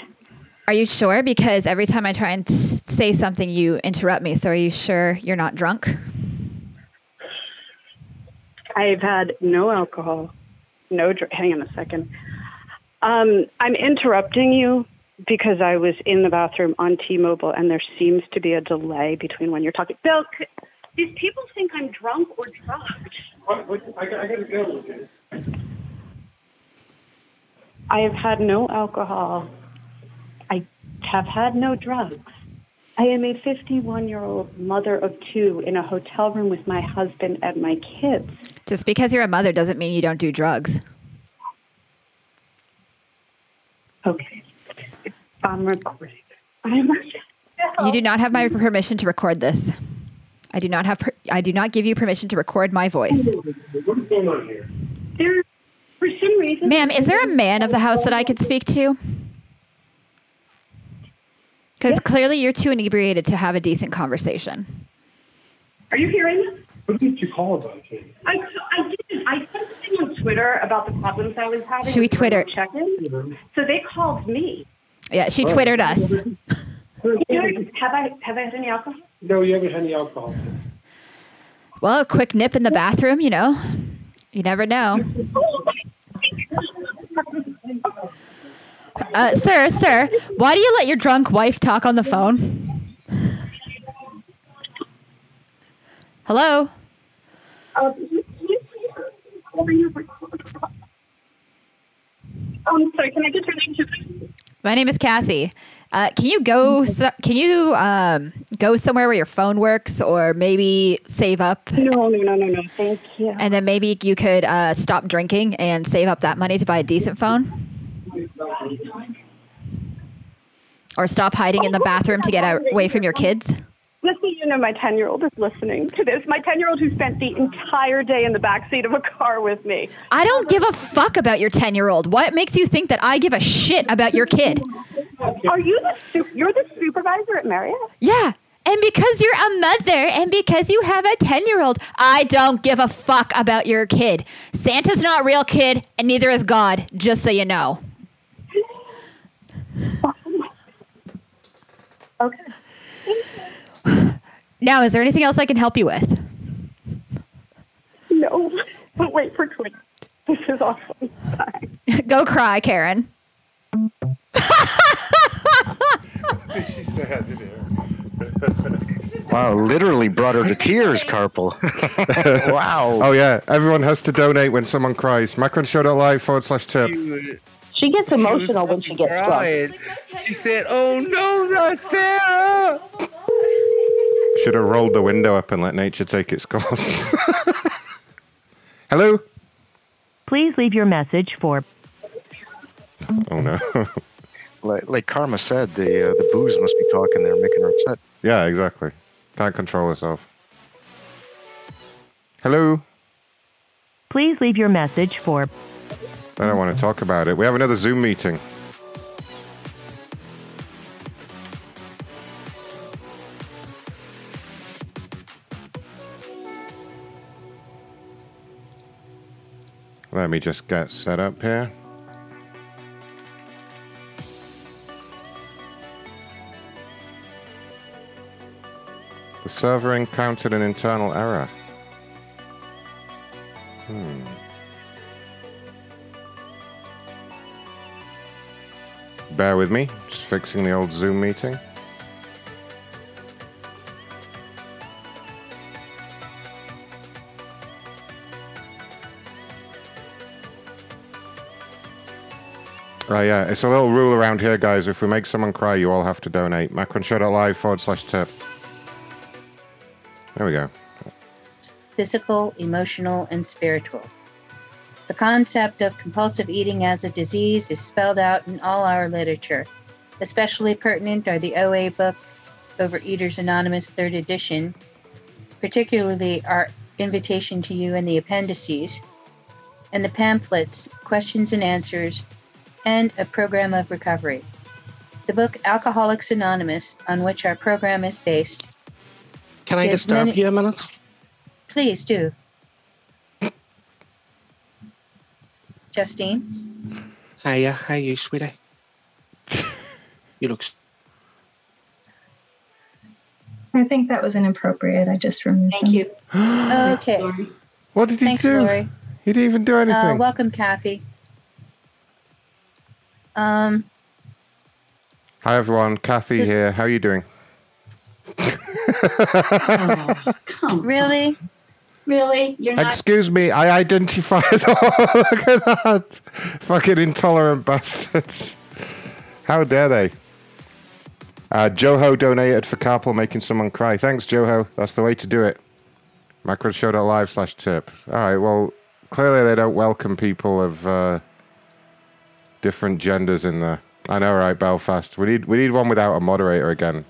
are you sure? Because every time I try and s- say something, you interrupt me. So are you sure you're not drunk?
I've had no alcohol, no. Dr- hang on a second. Um, I'm interrupting you because I was in the bathroom on T-Mobile, and there seems to be a delay between when you're talking. Bill, c- these people think I'm drunk or drugged.
I gotta go.
I have had no alcohol. I have had no drugs. I am a 51 year old mother of two in a hotel room with my husband and my kids.
Just because you're a mother doesn't mean you don't do drugs.
Okay. I'm recording. I'm
You do not have my permission to record this. I do not have. Per- I do not give you permission to record my voice.
What is going on here?
There, for some reason,
ma'am, is there a man of the house that I could speak to? Because clearly you're too inebriated to have a decent conversation.
Are you hearing this?
What did you call about, Katie?
I, I didn't. I said something on Twitter about the problems I was having.
Should we
with my
Twitter?
Check-in. So they called me.
Yeah, she twittered us.
You know, have I have I had any alcohol?
No, you haven't had any alcohol.
Well, a quick nip in the bathroom, you know. You never know. Uh, sir, sir, why do you let your drunk wife talk on the phone? Hello?
Um, sorry, can I get your name?
My name is Kathy. Uh, can you go?
Mm-hmm.
So, can you um, go somewhere where your phone works, or maybe save up?
No, no, no, no, no. Thank you.
And then maybe you could uh, stop drinking and save up that money to buy a decent phone, or stop hiding in the bathroom to get out- away from your kids.
Just so you know, my 10 year old is listening to this. My 10 year old who spent the entire day in the backseat of a car with me.
I don't give a fuck about your ten-year-old. What makes you think that I give a shit about your kid?
Are you the su- you're the supervisor at Marriott?
Yeah. And because you're a mother and because you have a 10 year old, I don't give a fuck about your kid. Santa's not real, kid, and neither is God, just so you know.
Okay.
Now, is there anything else I can help you with?
No. But wait for Twitch. This is awesome.
Go cry, Karen.
she said, did
Wow, Oh, literally brought her to tears, Carpal.
wow.
Oh, yeah. Everyone has to donate when someone cries. MacronShow.live forward slash tip.
She gets emotional when she gets drunk.
She said, "Oh no, not Sarah."
Should have rolled the window up and let nature take its course. Hello?
Please leave your message for
Oh, no.
like, like Karma said, the uh, the booze must be talking there, making her upset.
yeah, exactly. Can't control herself. Hello?
Please leave your message for
I don't want to talk about it. We have another Zoom meeting. Let me just get set up here. The server encountered an internal error. Hmm. Bear with me, just fixing the old Zoom meeting. Oh yeah, it's a little rule around here, guys. If we make someone cry, you all have to donate. Macronshow.live forward slash tip. There we go.
physical, emotional, and spiritual. The concept of compulsive eating as a disease is spelled out in all our literature. Especially pertinent are the OA book, Overeaters Anonymous, third edition, particularly our invitation to you and the appendices, and the pamphlets, questions and answers, and a program of recovery. The book Alcoholics Anonymous, on which our program is based,
Can I
Yes,
disturb
many-
you a minute?
Please do. Justine?
Hiya, how are you, sweetie? you look. s-
I think that was inappropriate. I just removed. Thank you.
Okay.
What did he
Thanks,
do?
Lori.
He didn't even do anything.
Uh, welcome, Kathy. Um,
Hi everyone, Kathy here. How are you doing?
really? Really? You're
Excuse me, I identify as all. Look at that. Fucking intolerant bastards. How dare they? Uh, Joho donated for Carpal making someone cry. Thanks, Joho. That's the way to do it. Macroshow.live slash tip. All right, well, clearly they don't welcome people of uh, different genders in there. I know, right, Belfast. We need, we need one without a moderator again.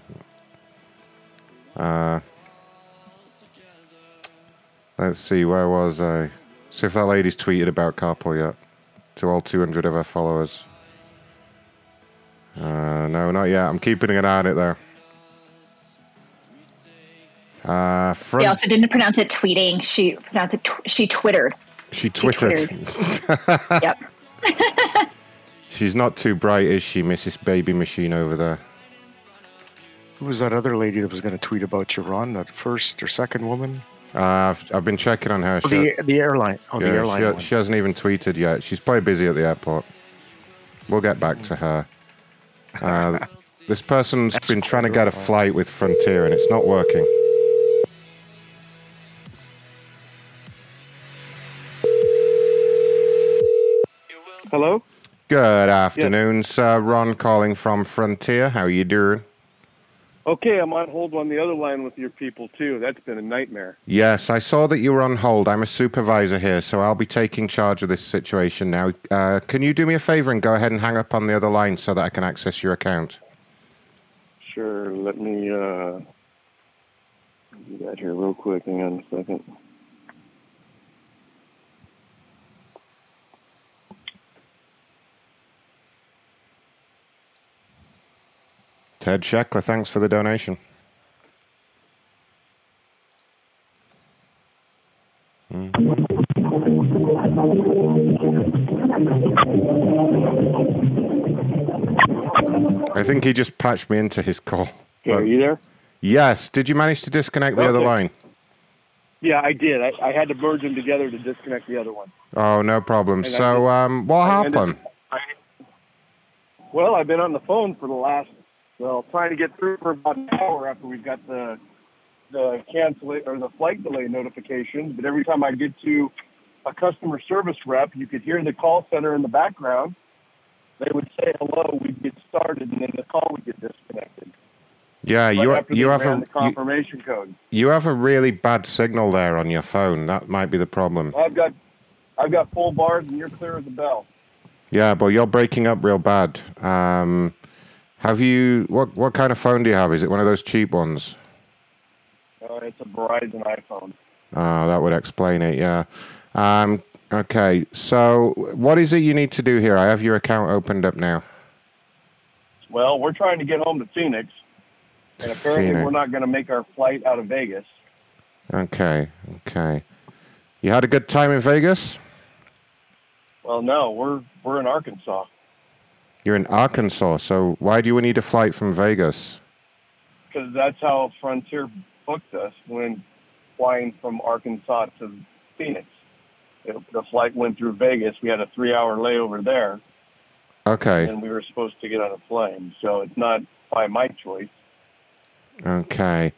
Uh, Let's see, where was I? See if that lady's tweeted about Carpal yet. To all 200 of her followers. Uh, no, not yet. I'm keeping an eye on it, though. Uh, front,
They also didn't pronounce it tweeting. She pronounced it. Tw- she twittered.
she twittered.
yep.
She's not too bright, is she, Mrs. Baby Machine over there?
Who was that other lady that was going to tweet about you, Ron? That first or second woman?
Uh, I've, I've been checking on her.
Oh, the- the airline. Oh, the
Yeah,
airline
She,
one.
she hasn't even tweeted yet. She's probably busy at the airport. We'll get back to her. Uh, this person's been trying to get a flight with Frontier and it's not working.
Hello?
Good afternoon, sir. Ron calling from Frontier. How you doing?
Okay, I'm on hold on the other line with your people too. That's been a nightmare.
Yes, I saw that you were on hold. I'm a supervisor here, so I'll be taking charge of this situation now. Uh, can you do me a favor and go ahead and hang up on the other line so that I can access your account?
Sure, let me uh do that here real quick. Hang on a second.
Ted Sheckler, thanks for the donation. I think he just patched me into his call.
Are you there?
Yes. Did you manage to disconnect the other
Okay.
line?
Yeah, I did. I, I had to merge them together to disconnect the other one.
Oh, no problem.
And I
So,
did-
um, what
I ended-
happened?
Well, I've been on the phone for the last well, trying to get through for about an hour after we've got the the cancel or the flight delay notification. But every time I get to a customer service rep, you could hear the call center in the background. They would say hello, we'd get started, and then the call would get disconnected.
Yeah,
Right
you
after
you
they
have
ran
a
the confirmation code.
you have a really bad signal there on your phone. That might be the problem.
Mm-hmm. I've got I've got full bars, and you're clear as a bell.
Yeah, but you're breaking up real bad. Um, have you what what kind of phone do you have? Is it one of those cheap ones?
Uh, it's a Verizon iPhone.
Oh, that would explain it. Yeah. Um, okay. So, what is it you need to do here? I have your account opened up now.
Well, we're trying to get home to Phoenix, and apparently
Phoenix.
we're not going to make our flight out of Vegas.
Okay. Okay. You had a good time in Vegas.
Well, no, we're we're in Arkansas.
You're in Arkansas, so why do you need a flight from Vegas?
because that's how Frontier booked us when flying from Arkansas to Phoenix. It, the flight went through Vegas. We had a three-hour layover there,
Okay.
and we were supposed to get on a plane. So it's not by my choice.
Okay.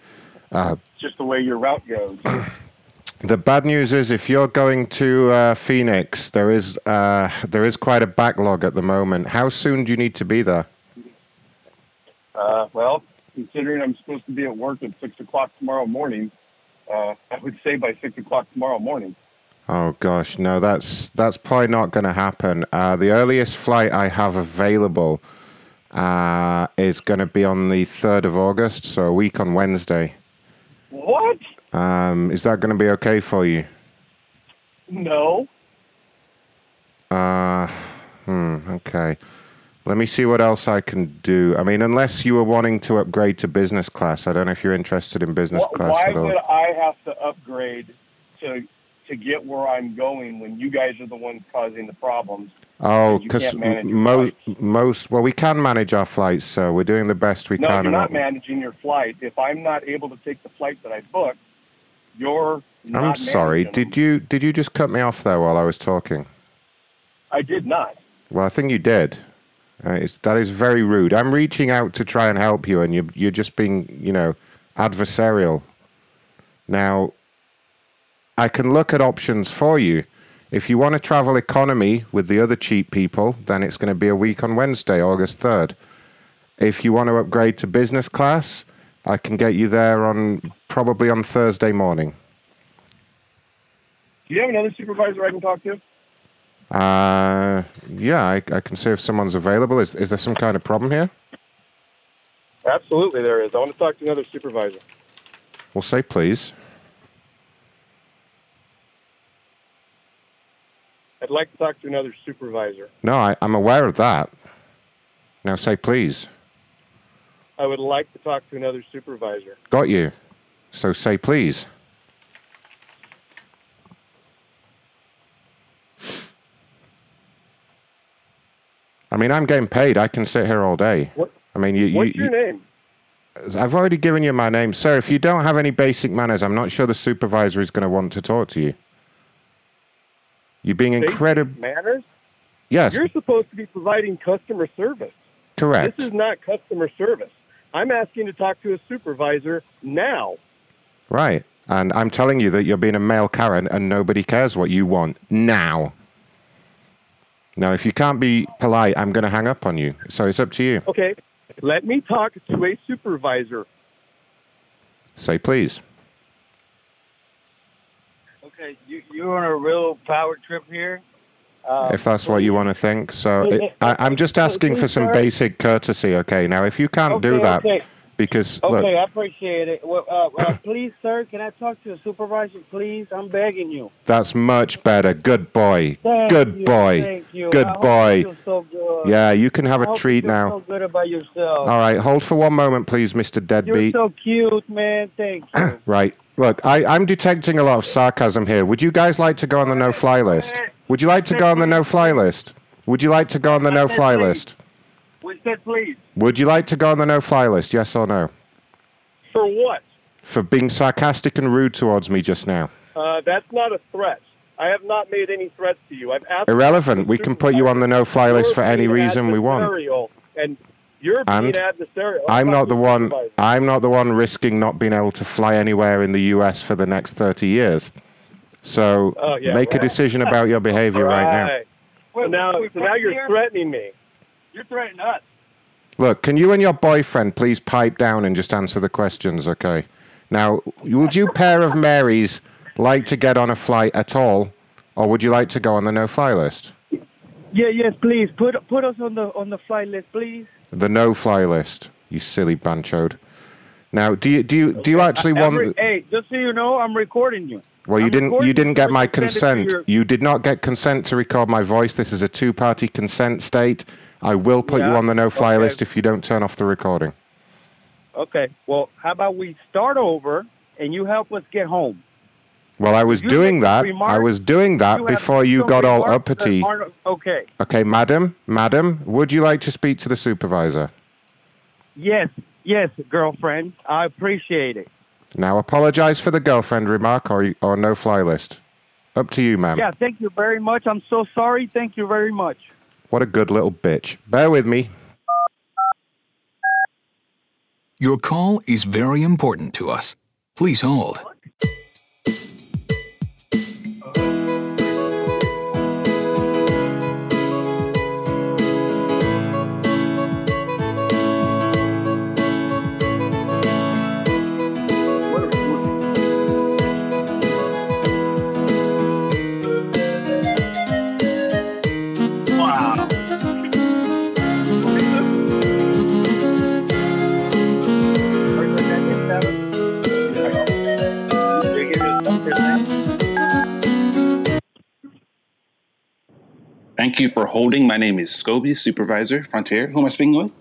Uh,
It's just the way your route goes.
The bad news is, if you're going to uh, Phoenix, there is uh, there is quite a backlog at the moment. How soon do you need to be there?
Uh, well, considering I'm supposed to be at work at six o'clock tomorrow morning, uh, I would say by six o'clock tomorrow morning.
Oh gosh, no, that's that's probably not going to happen. Uh, the earliest flight I have available uh, is going to be on the third of August, so a week on Wednesday.
What?
Um, is that going to be okay for you?
No.
Uh, hmm, okay. Let me see what else I can do. I mean, unless you were wanting to upgrade to business class, I don't know if you're interested in business
Wh-
class
Why
at all.
would I have to upgrade to to get where I'm going when you guys are the ones causing the problems?
Oh,
You
because
can't manage your
most most well, we can manage our flights, so we're doing the best we
no,
can.
you're
and
not
all-
managing your flight. If I'm not able to take the flight that I booked, you're. Not
I'm sorry.
managing
Did you did you just cut me off there while I was talking?
I did not.
Well, I think you did. Uh, it's, that is very rude. I'm reaching out to try and help you, and you're you're just being you know adversarial. Now, I can look at options for you. If you want to travel economy with the other cheap people, then it's going to be a week on Wednesday, August 3rd. If you want to upgrade to business class, I can get you there on probably on Thursday morning.
Do you have another supervisor I can talk to?
Uh, yeah, I, I can see if someone's available. Is, is there some kind of problem here?
Absolutely, there is. I want to talk to another supervisor.
We'll say please.
I'd like to talk to another supervisor.
No, I, I'm aware of that. Now say please.
I would like to talk to another supervisor.
Got you. So say please. I mean, I'm getting paid. I can sit here all day.
What-
I mean, you,
What's
you,
your name?
I've already given you my name, sir. If you don't have any basic manners, I'm not sure the supervisor is going to want to talk to you. You're being incredible.
Manners?
Yes,
You're supposed to be providing customer service.
correct.
This is not customer service. I'm asking to talk to a supervisor now.
Right. And I'm telling you that you're being a male Karen and nobody cares what you want now. Now, if you can't be polite, I'm going to hang up on you. So it's up to you.
Okay, let me talk to a supervisor.
Say please.
Okay, you, you're on a real power trip here. Um,
if that's what you want to think. So it, I, I'm just asking for some
Sir?
basic courtesy, okay? Now, if you can't do
Okay,
that,
okay.
because
Okay, I
look,
appreciate it. Well, uh, uh, please, sir, can I talk to the supervisor, please? I'm begging you.
that's much better. Good boy.
Thank
good
you,
boy.
Thank you.
Good
I hope
boy.
you feel so good.
Yeah, you can have
I
a
hope
treat
you feel
now.
So good about yourself.
All right, hold for one moment, please, Mr.
You're
Deadbeat.
so cute, man. Thank you.
Right. Look, I, I'm detecting a lot of sarcasm here. Would you guys like to go on the no fly list? Would you like to go on the no fly list? Would you like to go on the no fly list?
What's that, please?
Would you like to go on the no fly list? Yes or no?
For what?
For being sarcastic and rude towards me just now.
Uh, that's not a threat. I have not made any threats to you. I've asked
Irrelevant. We can put you on the no fly list for any
You're being
reason we want.
adversarial, And you're
And
being adversarial.
I'm not the one.
supervisor.
I'm not the one risking not being able to fly anywhere in the U.S. for the next 30 years. So
Oh, yeah,
make a
right.
decision about your behavior right now.
Right. So now, so now you're threatening me. You're threatening us.
Look, can you and your boyfriend please pipe down and just answer the questions, okay? Now, would you pair of Marys like to get on a flight at all, or would you like to go on the no-fly list?
Yeah, yes, please. Put put us on the on the flight list, please.
The no-fly list, you silly banchoed. Now, do you do you do you actually
I- Uh, every-
want?
Hey, just so you know, I'm recording you.
Well, you didn't you
recording
didn't get
this,
my
but you send it to
consent.
your-
You did not get consent to record my voice. This is a two-party consent state. I will put you
Yeah,
on the no-fly
okay.
list if you don't turn off the recording.
Okay. Well, how about we start over and you help us get home?
Well, I was
You
doing
make
that. I
remarks-
was doing that
you have
before you
some
got all
remarks that
uppity.
aren't- Okay.
Okay, madam, madam, would you like to speak to the supervisor?
Yes, yes, girlfriend. I appreciate it.
Now, apologize for the girlfriend remark or, or no fly list. Up to you, ma'am.
Yeah, thank you very much. I'm so sorry. Thank you very much.
What a good little bitch. Bear with me.
Your call is very important to us. Please hold.
Wow.
Thank you for holding. My name is Scobie, Supervisor Frontier. Who am I speaking with?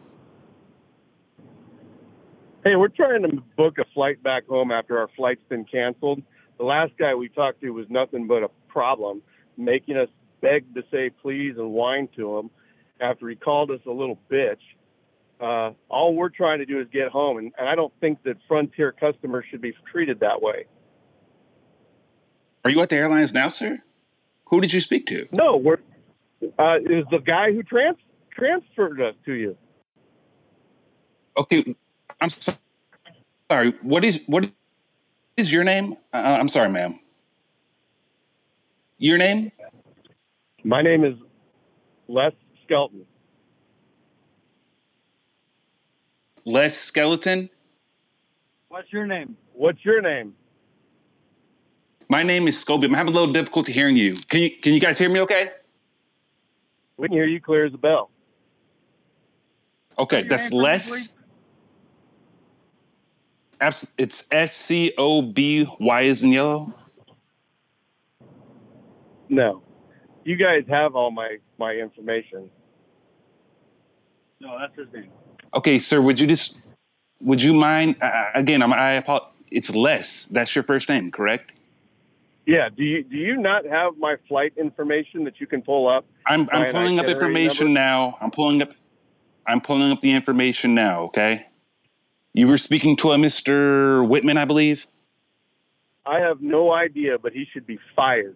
Hey, we're trying to book a flight back home after our flight's been canceled. The last guy we talked to was nothing but a problem, making us beg to say please and whine to him after he called us a little bitch. Uh, all we're trying to do is get home, and, and I don't think that Frontier customers should be treated that way.
Are you at the airlines now, sir? Who did you speak to?
No, we're uh, it was the guy who trans- transferred us to you.
Okay, I'm so- sorry. What is what is your name? Uh, I'm sorry, ma'am. Your name?
My name is Les Skelton.
Les Skeleton.
What's your name?
What's your name?
My name is Scobie. I'm having a little difficulty hearing you. Can you can you guys hear me? Okay.
We can hear you clear as a bell.
Okay, that's Les. Abs- it's S C O B Y is in yellow.
No. You guys have all my, my information.
No, that's his name.
Okay, sir, would you just would you mind I- I, again? I'm, I apologize. It's Les. That's your first name, correct?
Yeah, do you do you not have my flight information that you can pull up?
I'm
My
I'm pulling up
itinerary
information
number?
now. I'm pulling up. I'm pulling up the information now. Okay. You were speaking to a Mr. Whitman, I believe.
I have no idea, but he should be fired.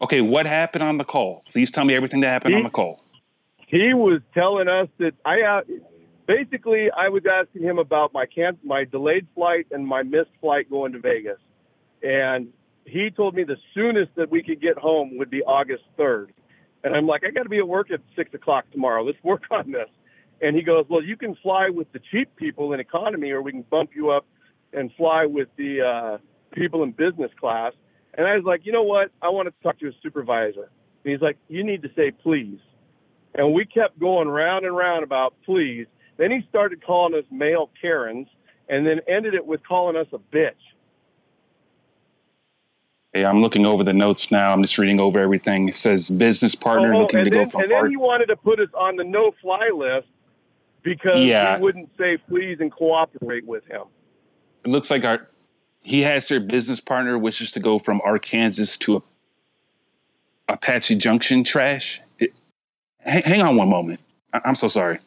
Okay, what happened on the call? Please tell me everything that happened on the call.
He was telling us that I uh, basically I was asking him about my can- my delayed flight and my missed flight going to Vegas, and he told me the soonest that we could get home would be August third, and I'm like, I got to be at work at six o'clock tomorrow. Let's work on this. And he goes, Well, you can fly with the cheap people in economy, or we can bump you up and fly with the uh, people in business class. And I was like, You know what? I want to talk to a supervisor. And he's like, You need to say please. And we kept going round and round about please. Then he started calling us male Karens and then ended it with calling us a bitch.
Yeah, I'm looking over the notes now. I'm just reading over everything. It says business partner
Oh,
looking
and
to
then,
go from
and then
part.
he wanted to put us on the no fly list because
Yeah.
we wouldn't say please and cooperate with him.
it looks like our he has their business partner wishes to go from Arkansas to a, Apache Junction trash. It, hang, hang on one moment. I, I'm so sorry.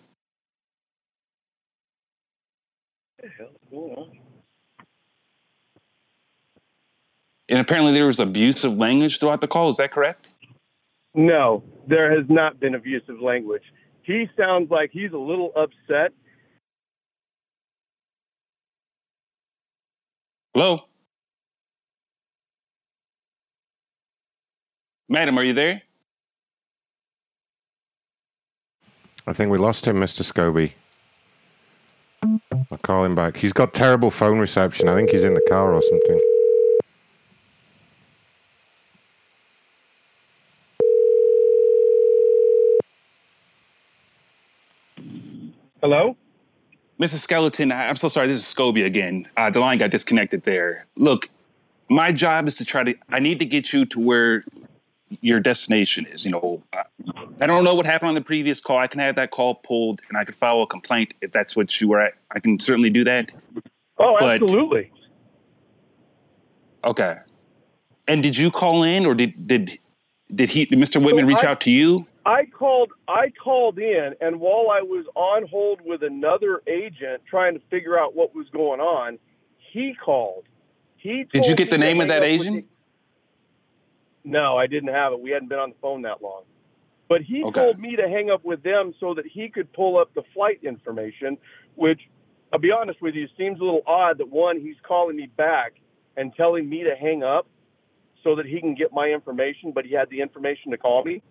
And apparently there was abusive language throughout the call. Is that correct?
No, there has not been abusive language. He sounds like he's a little upset.
Hello, madam. Are you there?
I think we lost him, Mr. Scobie. I'll call him back. He's got terrible phone reception. I think he's in the car or something.
Hello?
Mrs. Skeleton, I- I'm so sorry. This is Scobie again. Uh, the line got disconnected there. Look, my job is to try to, I need to get you to where your destination is. You know, I, I don't know what happened on the previous call. I can have that call pulled and I can file a complaint if that's what you were at. I can certainly do that.
Oh,
But-
absolutely.
Okay. And did you call in or did, did, did he, did Mr. Whitman reach
I-
out to you?
I called I called in and while I was on hold with another agent trying to figure out what was going on, he called. He
Did you
told
get the
me to
name
hang
of that
up with
agent?
the- no, I didn't have it. We hadn't been on the phone that long. But he
Okay.
told me to hang up with them so that he could pull up the flight information, which I'll be honest with you, seems a little odd that one, he's calling me back and telling me to hang up so that he can get my information, but he had the information to call me.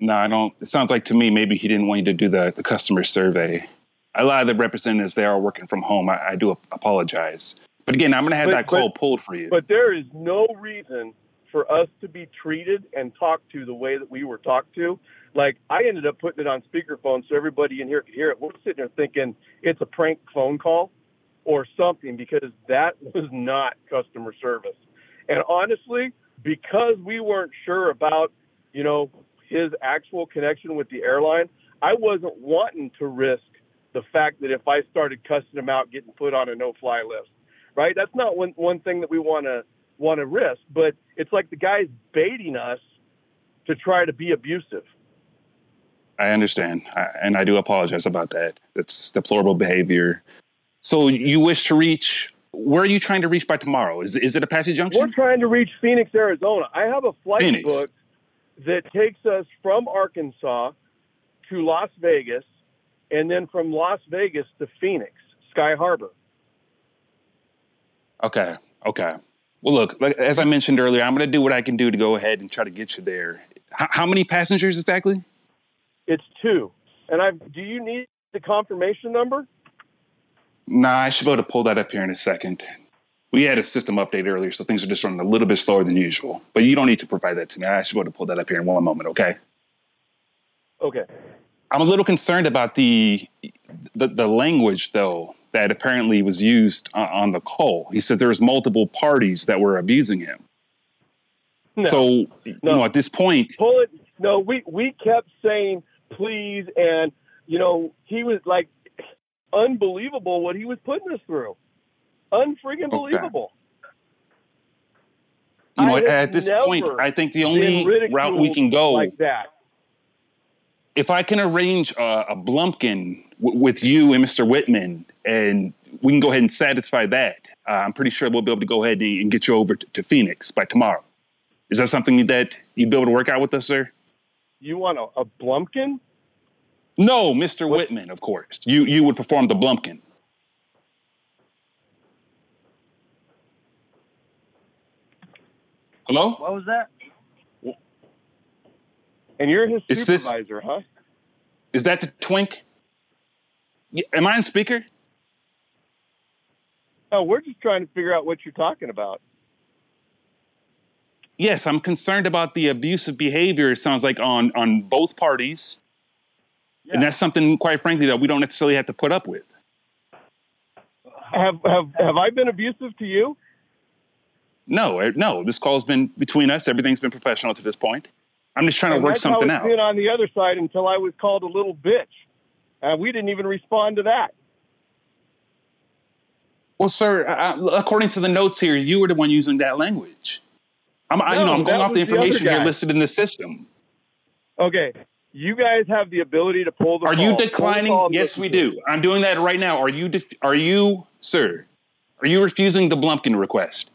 No, I don't. It sounds like to me maybe he didn't want you to do the, the customer survey. A lot of the representatives they are working from home. I, I do ap- apologize, but again, I'm going to have
But-
that call
but-
pulled for you.
But there is no reason for us to be treated and talked to the way that we were talked to. Like I ended up putting it on speakerphone so everybody in here could hear it. We're sitting there thinking it's a prank phone call or something because that was not customer service. And honestly, because we weren't sure about, you know, his actual connection with the airline, I wasn't wanting to risk the fact that if I started cussing him out getting put on a no fly list right? That's not one one thing that we want to want to risk, but it's like the guy's baiting us to try to be abusive.
I understand, I, and I do apologize about that. That's deplorable behavior. So you wish to reach? Where are you trying to reach by tomorrow? Is is it Apache Junction?
We're trying to reach Phoenix, Arizona. I have a flight
Phoenix.
booked that takes us from Arkansas to Las Vegas and then from Las Vegas to Phoenix, Sky Harbor.
Okay. Okay. Well, look, like, as I mentioned earlier, I'm going to do what I can do to go ahead and try to get you there. H- how many passengers exactly?
It's two. And I do you need the confirmation number?
Nah, I should be able to pull that up here in a second. We had a system update earlier, so things are just running a little bit slower than usual. But you don't need to provide that to me. I should be able to pull that up here in one moment, okay?
Okay.
I'm a little concerned about the the, the language though that apparently was used on, on the call. He said there was multiple parties that were abusing him.
No.
So, you know, at this point,
pull it. No, we we kept saying please, and you know he was like unbelievable what he was putting us through, unfreaking believable.
you know,
I have
at this point,
never
I think the
been
only route we
ridiculed
can go
like that.
if I can arrange a, a Blumpkin w- with you and Mr. Whitman, and we can go ahead and satisfy that, uh, I'm pretty sure we'll be able to go ahead and, and get you over to, to Phoenix by tomorrow. Is that something that you'd be able to work out with us, sir?
You want a, a Blumpkin?
No, Mr. Whitman, of course. You you would perform the Blumpkin. Hello?
What was that? And you're his
Is this-
supervisor, huh?
Is that the twink? Y- Am I on speaker?
No, we're just trying to figure out what you're talking about.
Yes, I'm concerned about the abusive behavior, it sounds like, on, on both parties. And that's something, quite frankly, that we don't necessarily have to put up with.
Have have have I been abusive to you?
No, eh, no, this call's been between us. Everything's been professional to this point. I'm just trying to
And
work
that's
something
how it's
out.
Been on the other side until I was called a little bitch, and we didn't even respond to that.
Well, sir, I, I- according to the notes here, you were the one using that language. I'm, I, you know,
No,
I'm going
that
off the
was the other
information here
guy.
listed in the system.
Okay, you guys have the ability to pull the.
Are you
call. Pull the call
declining?
and
Yes,
Oh, listen
we
to it.
do. I'm doing that right now. Are you? Def- are you, sir? Are you refusing the Blumpkin request?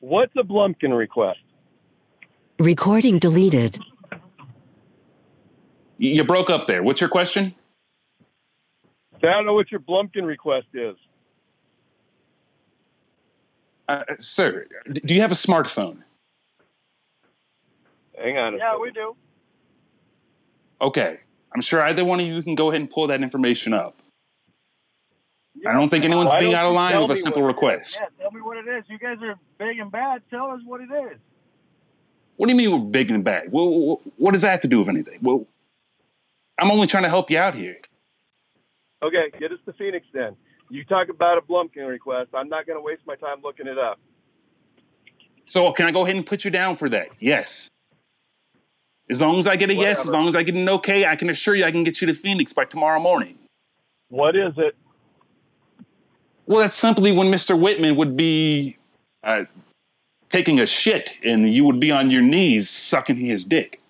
What's a Blumpkin request?
Recording deleted.
You you broke up there. What's your question?
I don't know what your Blumpkin request is.
Uh, sir, d- do you have a smartphone?
Hang on. Yeah, we do.
Okay. I'm sure either one of you can go ahead and pull that information up. I don't think anyone's
Why
being
don't
out of
you
line
tell
with a
me
simple
what it is?
request.
Yeah, tell me what it is. You guys are big and bad. Tell us what it is.
What do you mean we're big and bad? Wha- wha- What does that have to do with anything? Well, I'm only trying to help you out here.
Okay, get us to Phoenix then. You talk about a Blumpkin request. I'm not going to waste my time looking it up.
So can I go ahead and put you down for that? Yes. As long as I get a yes, as long as I get an okay, I can assure you I can get you to Phoenix by tomorrow morning.
What is it?
Well, that's simply when Mr. Whitman would be uh, taking a shit and you would be on your knees sucking his dick.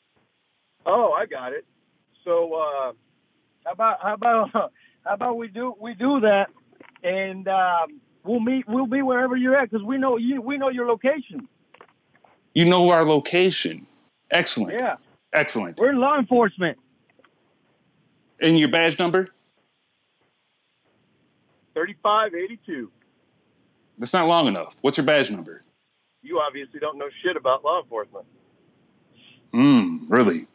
Oh, I got it. So uh, how about how about how about we do we do that, and um, we'll meet we'll be wherever you're at because we know you we know your location.
You know our location. Excellent.
Yeah,
Excellent.
we're law enforcement.
And your badge number?
3582.
That's not long enough. What's your badge number?
You obviously don't know shit about law enforcement.
Hmm, really?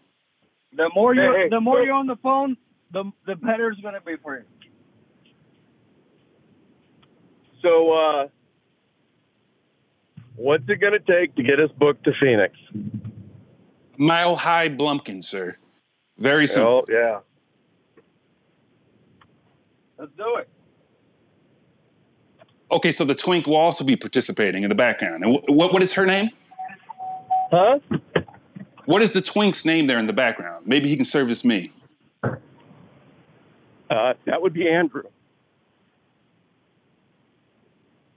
The more you
Hey, hey,
the more
so-
you're on the phone, the the better it's gonna be for you.
So, uh, what's it going to take to get us booked to Phoenix?
Mile high Blumpkin, sir. Very simple.
Oh, yeah.
Let's do it.
Okay, so the twink will also be participating in the background. And wh- what, what is her name?
Huh?
What is the twink's name there in the background? Maybe he can service me.
Uh, that would be Andrew.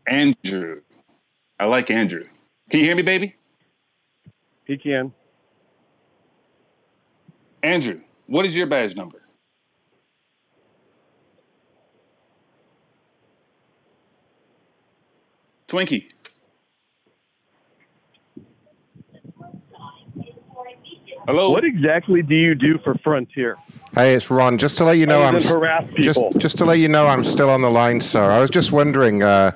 Andrew. I like Andrew. Can you hear me, baby?
He can.
Andrew, what is your badge number? Twinkie. Hello.
What exactly do you do for Frontier?
Hey, it's Ron. Just to let you know,
Other
I'm
than harass
just
people.
just to let you know, I'm still on the line, sir. I was just wondering, uh,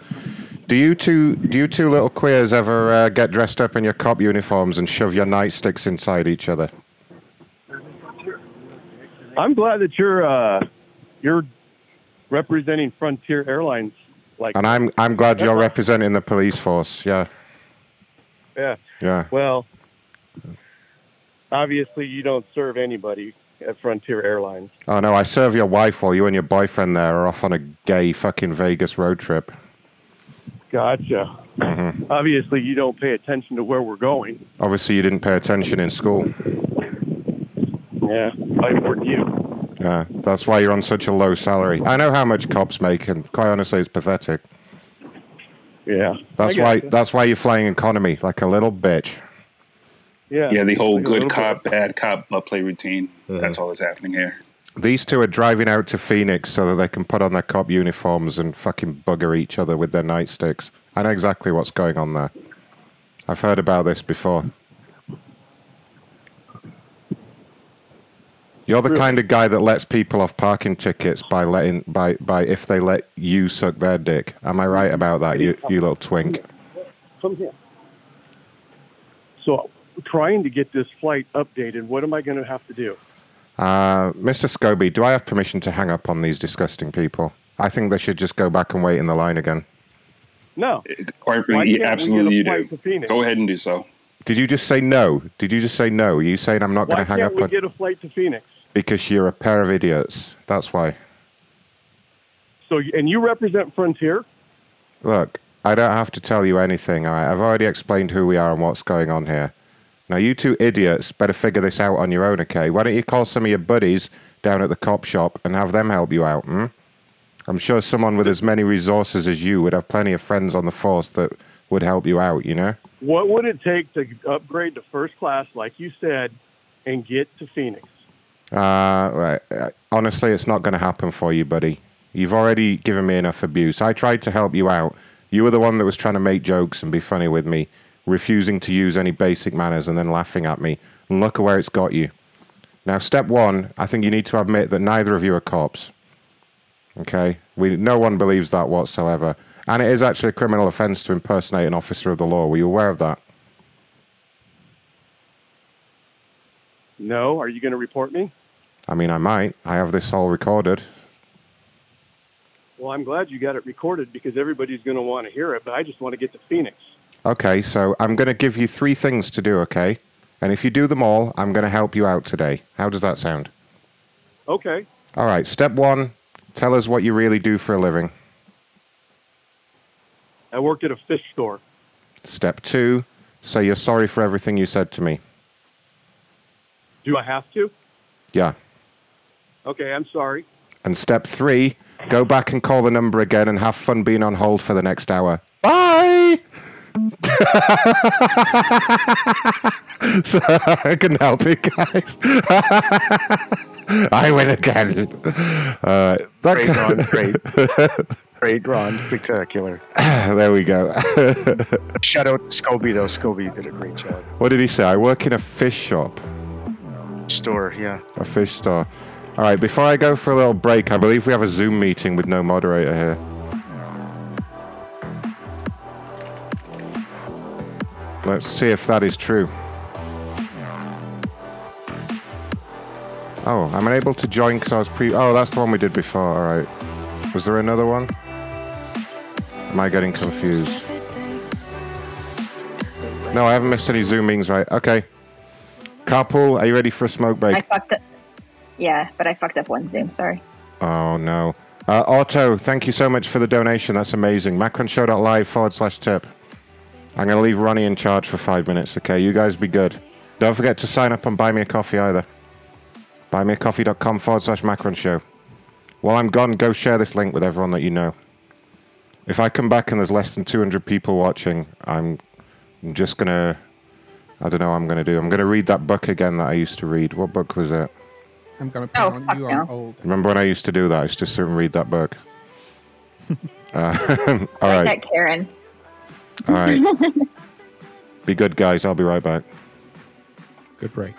do you two do you two little queers ever uh, get dressed up in your cop uniforms and shove your nightsticks inside each other?
I'm glad that you're uh, you're representing Frontier Airlines. Like,
And I'm I'm glad you're representing the police force. Yeah,
yeah.
yeah.
Well, obviously, you don't serve anybody at Frontier Airlines.
Oh no, I serve your wife while you and your boyfriend there are off on a gay fucking Vegas road trip.
Gotcha.
hmm
Obviously, you don't pay attention to where we're going.
Obviously, you didn't pay attention in school.
Yeah, I for you.
Yeah, that's why you're on such a low salary. I know how much cops make, and quite honestly, it's pathetic.
Yeah.
That's
I
why.
gotcha.
That's why you're flying economy like a little bitch.
Yeah, the whole
Like a
good
little
cop, bad cop, butt play routine. That's all that's happening here.
These two are driving out to Phoenix so that they can put on their cop uniforms and fucking bugger each other with their nightsticks. I know exactly what's going on there. I've heard about this before. You're the kind of guy that lets people off parking tickets by letting by by if they let you suck their dick. Am I right about that, you you little twink?
Come here. So, trying to get this flight updated, what am I going to have to do?
Uh, Mr. Scobie, do I have permission to hang up on these disgusting people? I think they should just go back and wait in the line again.
No.
Quite
Why
frankly,
can't we get
absolutely
a
you
flight to
do.
Phoenix?
Go ahead and do so.
Did you just say no? Did you just say no? Are you saying I'm not going
Why
to hang
can't
up
we
on
get a flight to Phoenix?
because you're a pair of idiots? That's why.
So, and you represent Frontier.
Look, I don't have to tell you anything. All right? I've already explained who we are and what's going on here. Now, you two idiots better figure this out on your own, okay? Why don't you call some of your buddies down at the cop shop and have them help you out? Hmm? I'm sure someone with as many resources as you would have plenty of friends on the force that would help you out, you know?
What would it take to upgrade to first class, like you said, and get to Phoenix?
Uh, right. Uh, Honestly, it's not going to happen for you, buddy. You've already given me enough abuse. I tried to help you out. You were the one that was trying to make jokes and be funny with me, refusing to use any basic manners and then laughing at me. And look at where it's got you. Now, step one, I think you need to admit that neither of you are cops. Okay? We, no one believes that whatsoever. And it is actually a criminal offense to impersonate an officer of the law. Were you aware of that?
No. Are you going to report me?
I mean, I might. I have this all recorded.
Well, I'm glad you got it recorded because everybody's going to want to hear it, but I just want to get to Phoenix.
Okay, so I'm going to give you three things to do, okay? And if you do them all, I'm going to help you out today. How does that sound?
Okay.
All right, step one tell us what you really do for a living.
I worked at a fish store.
Step two say you're sorry for everything you said to me.
Do I have to?
Yeah.
Okay, I'm sorry.
And step three go back and call the number again and have fun being on hold for the next hour. Bye! so I can help you guys. I win again. Uh, that
Great,
kind-
Ron. Great. Great, Ron. Spectacular.
there we go.
Shout out to Scobie, though. Scobie, you did a great job.
what did he say? I work in a fish shop,
Store, yeah.
a fish store. All right, before I go for a little break, I believe we have a Zoom meeting with no moderator here. Let's see if that is true. Oh, I'm unable to join because I was pre. Oh, that's the one we did before. All right. Was there another one? Am I getting confused? No, I haven't missed any Zoom meetings, right? Okay. Carpool, are you ready for a smoke break?
I fucked up. Yeah, but I fucked up one Zoom. Sorry.
Oh no. Uh, Otto, thank you so much for the donation. That's amazing. Macronshow.live forward slash tip. I'm going to leave Ronnie in charge for five minutes, okay? You guys be good. Don't forget to sign up and buy me a coffee either. Buymeacoffee.com forward slash macronshow. While I'm gone, go share this link with everyone that you know. If I come back and there's less than 200 people watching, I'm I'm just going to. I don't know what I'm going to do. I'm going to read that book again that I used to read. What book was it?
I'm gonna put on you on hold.
Remember when I used to do that? I used to sit and read that book. uh, all
like
right,
that, Karen.
all right. Be good, guys. I'll be right back.
Good break.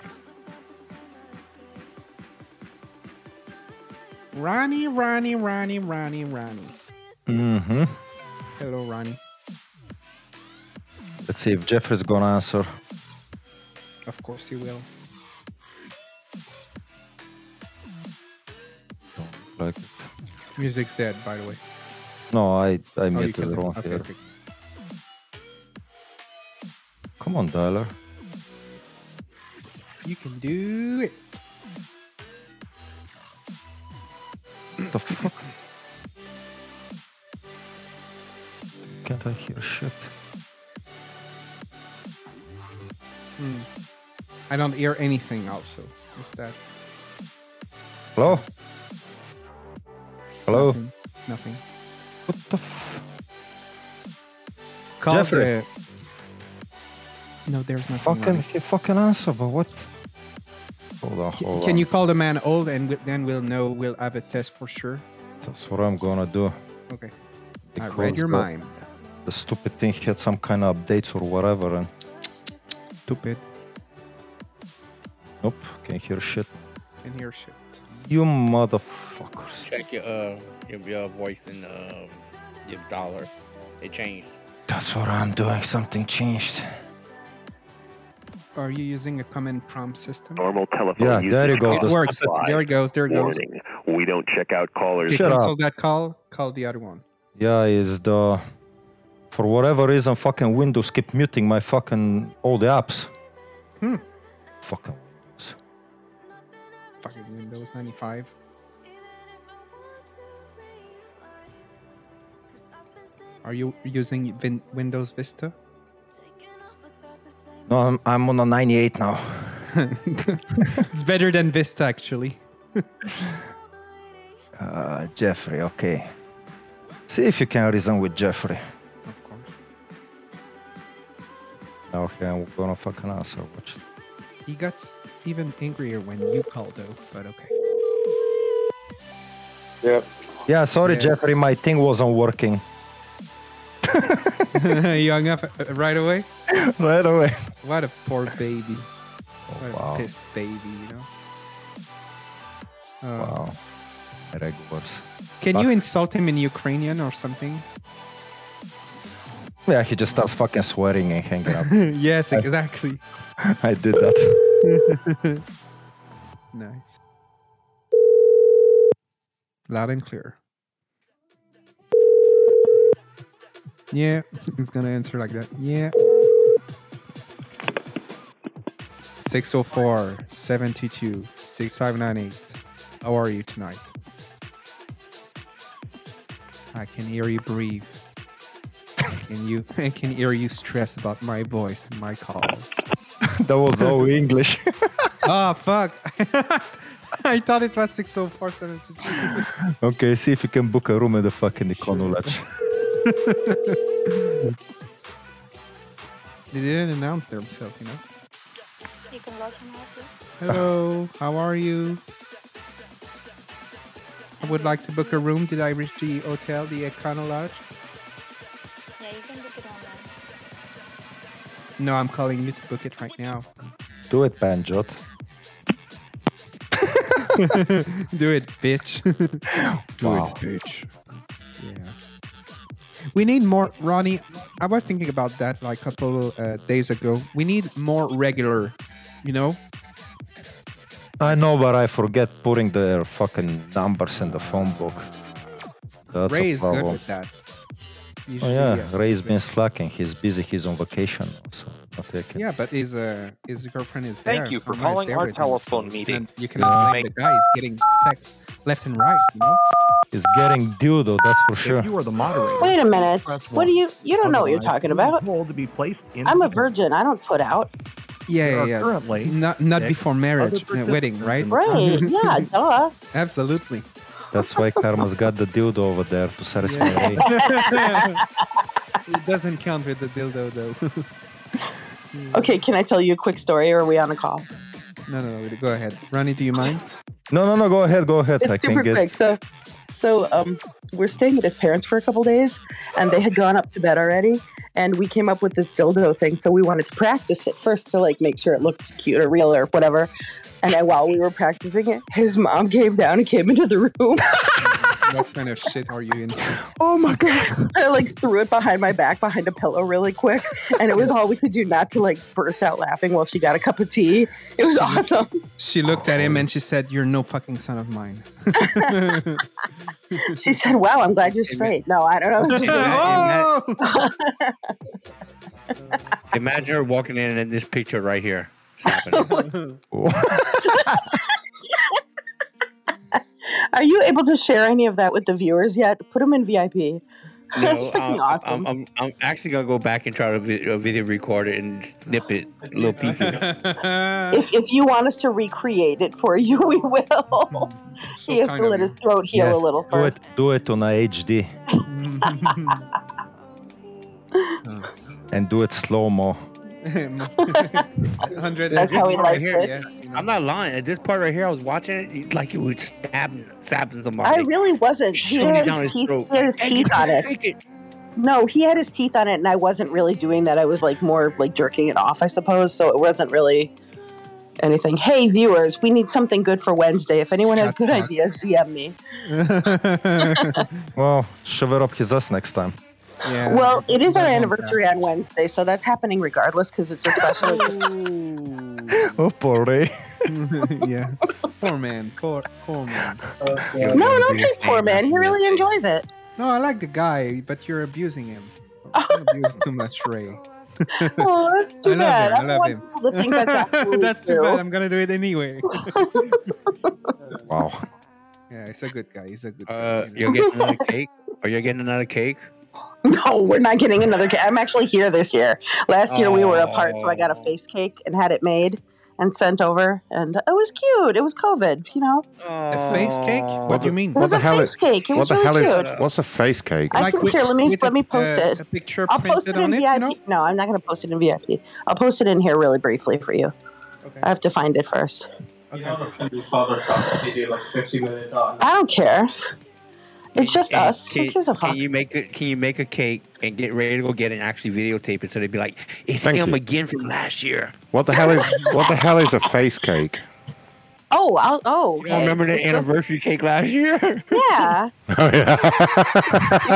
Ronnie, Ronnie, Ronnie, Ronnie, Ronnie.
Mm-hmm.
Hello, Ronnie.
Let's see if Jeff is gonna answer.
Of course you will.
Like,
Music's dead, by the way. Oh,
no, I I
you
muted
can-
Ron
okay,
here.
okay.
Come on, dialer.
You can do it.
What the fuck? Can't I hear shit?
Hmm. I don't hear anything. Also, if that
Hello. Hello.
Nothing. nothing.
What the? F-
Call
Jeffrey.
the No, there's nothing. on
Fucking,
it.
fucking answer, but what? Hold on, hold
Can
on.
you call the man old and we- then we'll know we'll have a test for sure?
That's what I'm gonna do.
Okay. I
Because
read your
the-
mind.
The stupid thing had some kind of updates or whatever, and
Stupid.
nope, can't hear shit.
Can hear shit.
You motherfuckers.
Check your uh your, your voice and um your dollar. It changed.
That's what I'm doing. Something changed.
Are you using a command prompt system?
Normal telephone.
Yeah,
usage
there you go.
costs
It works.
apply.
There it goes, there it goes.
Warning, We don't check out callers.
To
Shut up.
cancel that call, call the other one.
Yeah, is the for whatever reason fucking Windows keep muting my fucking all the apps.
Hmm.
Fucking
Fucking Windows 95. Are you using Vin- Windows Vista?
no, I'm, I'm on a 98 now.
it's better than Vista, actually.
Uh, Jeffrey, okay. See if you can reason with Jeffrey.
Of course.
Okay, I'm gonna fucking answer. Watch. it.
He got s- even angrier when you called, though, but okay.
Yeah. Yeah, sorry,
Yeah.
Jeffrey, my thing wasn't working
you hung up uh, right away?
right away.
What a poor baby. what a pissed baby, you know? Uh,
Wow. Regulars.
Can you insult him in Ukrainian or something?
Yeah, he just starts fucking swearing and hanging up.
yes, exactly.
I did that.
nice. Loud and clear. Yeah, it's gonna answer like that. Yeah. 604 722 6598. How are you tonight? I can hear you breathe. I can you I can hear you stressed about my voice and my call.
that was all English.
oh fuck. I thought it was 604 722.
okay, see if you can book a room at the fucking Econo Lodge.
oh They didn't announce themselves, you know.
You can log him out, please.
Hello, how are you? I would like to book a room. Did I reach the hotel, the Econo Lodge?
Yeah, you can book it online.
No, I'm calling you to book it right now.
Do it, Banjot.
Do it, bitch. Do
Wow.
it, bitch. Yeah. We need more, Ronnie. I was thinking about that like a couple uh, days ago. We need more regular, you know?
I know, but I forget putting their fucking numbers in the phone book. That's
Ray
a
is good
problem.
with that.
Oh
Usually,
yeah, Ray's been slacking. He's busy. He's on vacation. So not taking.
Yeah, but his uh, his girlfriend is there.
Thank you for
Someone is
calling
there
our
with him.
telephone meeting.
You can blame the guy. He's getting sex left and right. You know.
He's getting due though. That's for sure.
You are the moderator.
Wait a minute. What do you? You don't know what you're
Otherwise,
talking
you will
about. I'm a virgin. I don't put out.
Yeah, yeah, yeah.
currently
not not
six
before marriage, uh, wedding, right?
Right. Yeah. Duh.
Absolutely.
That's why Karma's got the dildo over there to satisfy Ray.
it doesn't count with the dildo though.
Okay. Can I tell you a quick story, or are we on a call?
no, no, no. Go ahead, Ronnie. Do you mind?
No, no, no. Go ahead. Go ahead.
It's
I
super
can get.
quick. So, so um, we're staying at his parents for a couple days, and they had gone up to bed already. And we came up with this dildo thing, so we wanted to practice it first to like make sure it looked cute or real or whatever. And I, while we were practicing it, his mom came down and came into the room.
what kind of shit are you into?
Oh my god! I like threw it behind my back, behind a pillow, really quick, and it was all we could do not to like burst out laughing while she got a cup of tea. It was awesome.
She looked at him and she said, "You're no fucking son of mine."
She said, "Wow, I'm glad you're straight." No, I don't know.
Imagine her walking in in this picture right here. It's happening.
Are you able to share any of that with the viewers yet? Put them in VIP. That's
No,
freaking
uh,
I'm,
awesome.
I'm, I'm, I'm actually gonna go back and try to vi- uh, video record it and snip it little pieces.
if, if you want us to recreate it for you, we will. he has
kind
to
of
let his throat heal
Yes,
a little
do
first.
it. Do it on a HD and do it slow mo.
100.
That's how he
This part
likes
here,
it.
I'm not lying. At this part right here, I was watching it you- like you would stab, stabbing somebody.
I really wasn't. He
Shooting
had
down
his teeth,
his throat.
he had his
And
teeth
you
on
take
it. No, he had his teeth on it, and I wasn't really doing that. I was like more like jerking it off, I suppose. So it wasn't really anything. Hey, viewers, we need something good for Wednesday. If anyone has good ideas, DM me.
well, shiver up his ass next time.
Yeah.
Well, it is our anniversary on Wednesday, so that's happening regardless because it's a special.
Oh, poor Ray.
yeah. Poor man. Poor, poor man.
no, don't take poor man. He really enjoys it.
No, I like the guy, but you're abusing him. Don't abuse too much, Ray.
Oh, that's
I
too
love
bad.
him. I
I
love
want
him.
people to think that's absolutely
That's too
true.
bad. I'm gonna do it anyway.
wow.
Yeah, he's a good guy. He's a good
Uh,
guy.
you're getting another cake? Are you getting another cake?
No, we're not getting another cake. I'm actually here this year. Last year we were apart, so I got a
Oh.
face cake and had it made and sent over, and it was cute. It was COVID, you know.
A face cake? What do you mean?
It was a face cake. It
what
was
the
really
hell
cute.
is? What's a face cake?
I can here. Let me let me post
uh,
it.
a picture
I'll post it
printed
in
on it,
VIP. No, I'm not going to post it in VIP. I'll post it in here really briefly for you. I have to find it first.
You know it's gonna be Photoshop. They do like fifty million dollars.
I don't care. It's just
And
us. Who
Can,
gives a
can
fuck?
you make a, Can you make a cake and get ready to go get it and actually videotape it so they'd be like, "It's him again from last year."
What the hell is? What the hell is a face cake?
Oh, I'll, oh.
You don't remember the anniversary cake last year?
Yeah.
Oh yeah.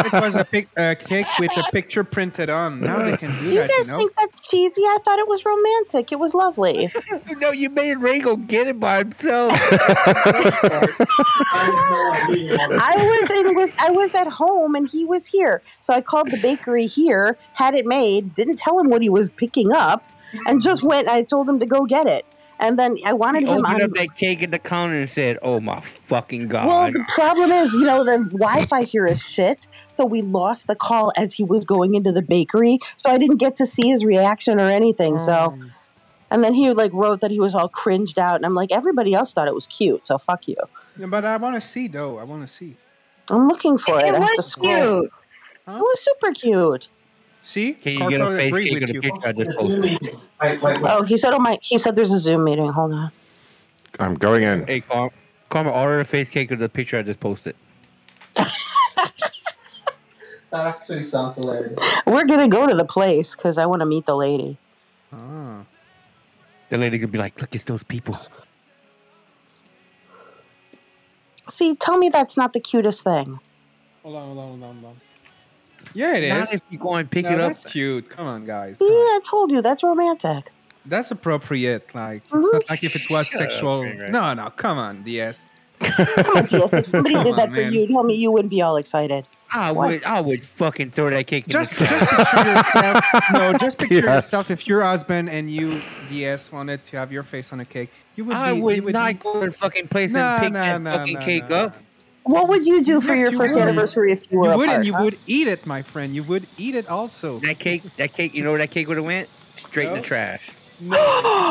it was a pic- a cake with a picture printed on. Now they can do,
Do you
that,
guys
you know?
think that's cheesy? I thought it was romantic. It was lovely.
no, you made Ray go get it by himself.
I was in was I was at home and he was here. So I called the bakery here, had it made, didn't tell him what he was picking up, and just went I told him to go get it. And then I wanted
He
him
opened
on
up that cake at the counter and said, "Oh my fucking god!"
Well, the problem is, you know, the Wi-Fi here is shit, so we lost the call as he was going into the bakery, so I didn't get to see his reaction or anything. So,
Mm.
and then he like wrote that he was all cringed out, and I'm like, everybody else thought it was cute, so fuck you.
Yeah, But I want to see, though. I want to see.
I'm looking for it.
It
I have to
was
scroll.
cute.
It was super cute.
See?
Can you get a
Corporal
face
agree
cake
with
and a
you.
picture I just posted?
Oh, he said, "Oh my!" He said, "There's a Zoom meeting." Hold on.
I'm going in.
Hey, Car- Karma, order a face cake with the picture I just posted.
That actually sounds hilarious.
We're gonna go to the place because I want to meet the lady.
Ah.
The lady could be like, "Look, it's those people."
See, tell me that's not the cutest thing.
Hold on, hold on, hold on, hold on. Yeah, it is.
Not if you go and pick
No,
it up.
That's cute. Come on, guys.
See, I told you that's romantic.
That's appropriate. Like, it's
Mhm.
not like if it was
Shut up,
sexual.
Ray Ray.
No, no, come on, DS.
Come on, DS. If somebody
Come
did that
on,
for
man.
you, tell me you wouldn't be all excited.
Oh, Ah, I
What?
would, I would fucking throw that cake
Just,
in the
just picture yourself. No, just picture
Yes.
yourself. If your husband and you, DS, wanted to have your face on a cake, you would.
I
be,
would
you would
not
be-
go to the fucking place
No,
and pick
no,
that
no,
fucking
no,
cake
no.
up.
What would you do for
Yes,
your
you
first
would.
anniversary if you were
would,
apart?
and you
huh?
would eat it, my friend. You would eat it also.
That cake, that cake. You know where that cake would have went? Straight in
No.
the trash.
No,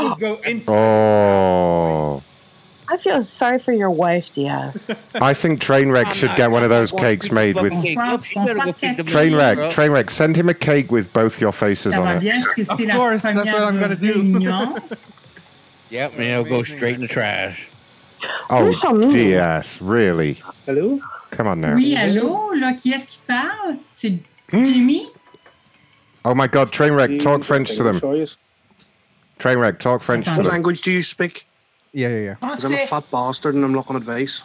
you would go in.
Oh.
I feel sorry for your wife, DS.
I think Trainwreck should get one of those cakes made with. Trainwreck, Trainwreck, send him a cake with both your faces
Ça va
on
bien,
it.
parce que c'est
Of
la
course, that's
première
what I'm gonna do.
réunion.
Yep, and it'll go straight in the trash.
Oh,
You're so mean.
DS, really?
Hello?
Come on now.
Oui, allô? Hmm? Là, qui est-ce qui parle? C'est Jimmy?
Oh my God, Trainwreck, talk French to them. Trainwreck, talk French to
What
them.
language do you speak?
Yeah, yeah, yeah.
'Cause I'm a
Français.
fat bastard and I'm not on advice.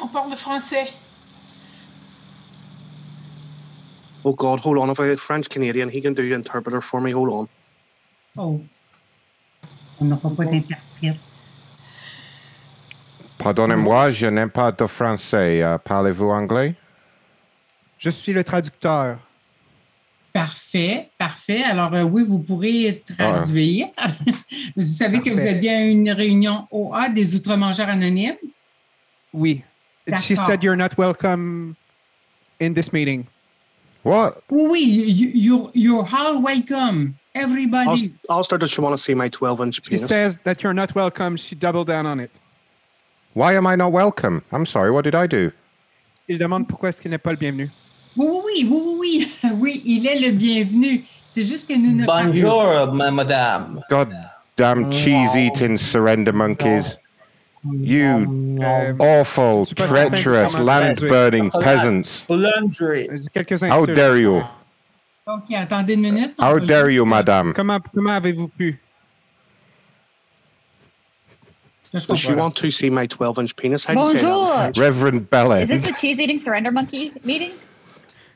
On parle français.
Oh God, hold on. If I get French Canadian, he can do interpreter for me. Hold on.
Oh. On n'aura pas d'interprète.
Pardonnez-moi, je n'aime pas de français. Uh, Parlez-vous anglais?
Je suis le traducteur.
Parfait, parfait. Alors, euh, oui, vous pourrez traduire. vous savez que vous êtes bien à une réunion OA des Outre-Mangeurs Anonymes?
Oui. She
D'accord.
said you're not welcome in this meeting.
What?
Oui, oui, you, you- you're all welcome,
I'll,
everybody.
I'll start to want to see my 12 inch
She
penis.
says that you're not welcome. She doubled down on it.
Why am I not welcome? I'm sorry, what did I do?
Il demande pourquoi est-ce qu'il n'est pas le bienvenu.
Oui, oui, oui, oui, oui, oui, oui, il est le bienvenu.
C'est juste que nous ne
Bonjour, ma- madame.
God damn cheese eating surrender monkeys. You awful,
pas certain
treacherous,
comment-
land burning
Ouais.
peasants.
Quelques-uns
How
que-
dare you?
OK, attendez une minute. on
How
va
dare
juste-
you, madame?
Comment, comment avez-vous pu?
Does she want to see my 12 inch penis? How do you say
Bonjour.
that?
Reverend
Is
Bellend.
this the cheese eating surrender monkey meeting?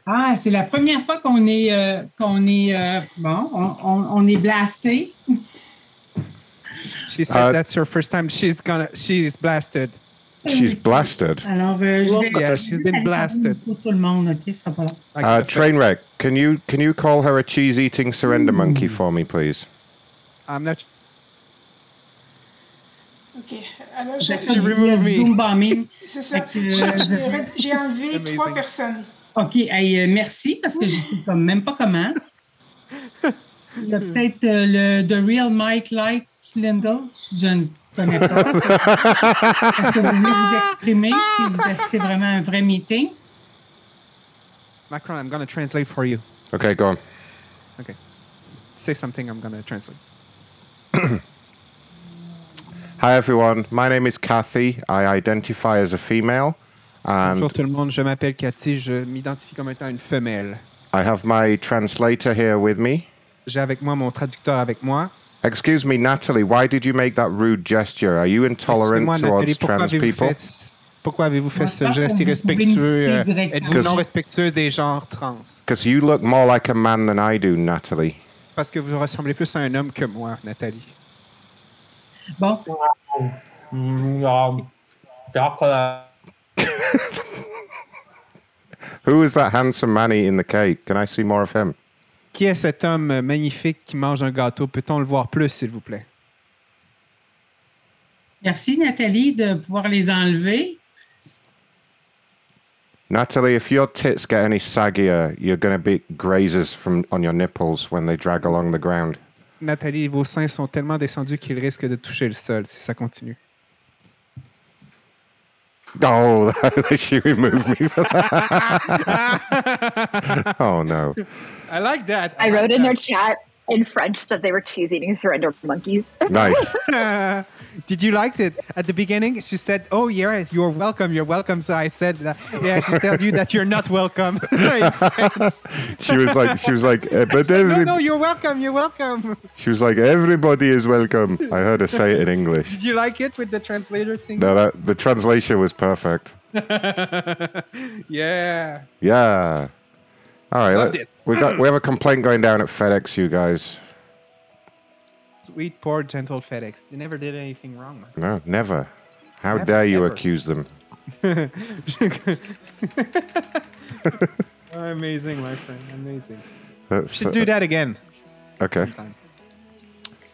Ah, c'est la première fois qu'on est, euh, qu'on est euh, bon, on, on- on est blasté.
She said that's her first time. She's gonna. She's blasted.
She's blasted.
Alors, euh, je vais...
Yeah, she's been blasted.
Pour tout le monde, OK? Ce sera pas long.
Uh, Trainwreck, can you can you call her a cheese eating
Hmm.
surrender monkey for me, please?
I'm not.
Ok, alors
J'ai
j'ai
fait du zoom bombing.
C'est ça.
Fait que,
J'ai-
euh,
J'ai j'ai enlevé trois personnes.
OK, hey, euh, merci parce que je sais comme même pas comment. Il y a peut-être euh, le The Real Mike Like Lindell. Je ne connais pas. Est-ce que vous voulez vous exprimer si vous assistez vraiment à un vrai meeting?
Macron, I'm gonna translate for you.
Okay, go on.
Okay. Say something. I'm gonna translate.
Hi everyone, my name is Kathy. I identify as a female, and
Bonjour tout le monde. Je m'appelle Cathy. Je m'identifie comme étant une femelle.
I have my translator here with me.
J'ai avec moi mon traducteur avec moi.
Excuse me, Natalie, why did you make that rude gesture? Are you intolerant
Excusez-moi, Nathalie,
towards
pourquoi
trans
avez-vous
people?
fait, ce- pourquoi avez-vous fait
Je
ce
pense
geste
que vous
irrespectueux?
pouvez
euh,
nous couper directement.
Êtes-vous non
Cause-
respectueux des genres trans?
Because you look more like a man than I do, Natalie.
Parce que vous ressemblez plus à un homme que moi, Nathalie.
Bon.
Who is that handsome man eating the cake? Can I see more of him?
Qui est cet homme magnifique qui mange un gâteau? Peut-on le voir plus, s'il vous plaît?
Merci, Nathalie, de pouvoir les enlever.
Natalie, if your tits get any saggier, you're going to be grazers from on your nipples when they drag along the ground.
Nathalie, vos seins sont tellement descendus qu'ils risquent de toucher le sol si ça continue.
Oh, she removed me. for that. oh no.
I like that.
I wrote in their chat in French that they were cheese eating surrender monkeys.
Nice.
Did you like it? At the beginning, she said, "Oh yeah, you're welcome. You're welcome." So I said, that, "Yeah, she told you that you're not welcome." In French.
She was like, she was like, eh, but
no,
every,
no, you're welcome. You're welcome.
she was like, everybody is welcome. I heard her say it in English.
Did you like it with the translator thing?
No, that the translation was perfect.
yeah.
Yeah. All right.
Loved
let-
it.
we got we have a complaint going down at FedEx, you guys.
Sweet, poor, gentle FedEx. They never did anything wrong.
No, never. How
Never,
dare you
never.
accuse them?
Amazing, my friend. Amazing.
That's,
Should do that again.
Okay.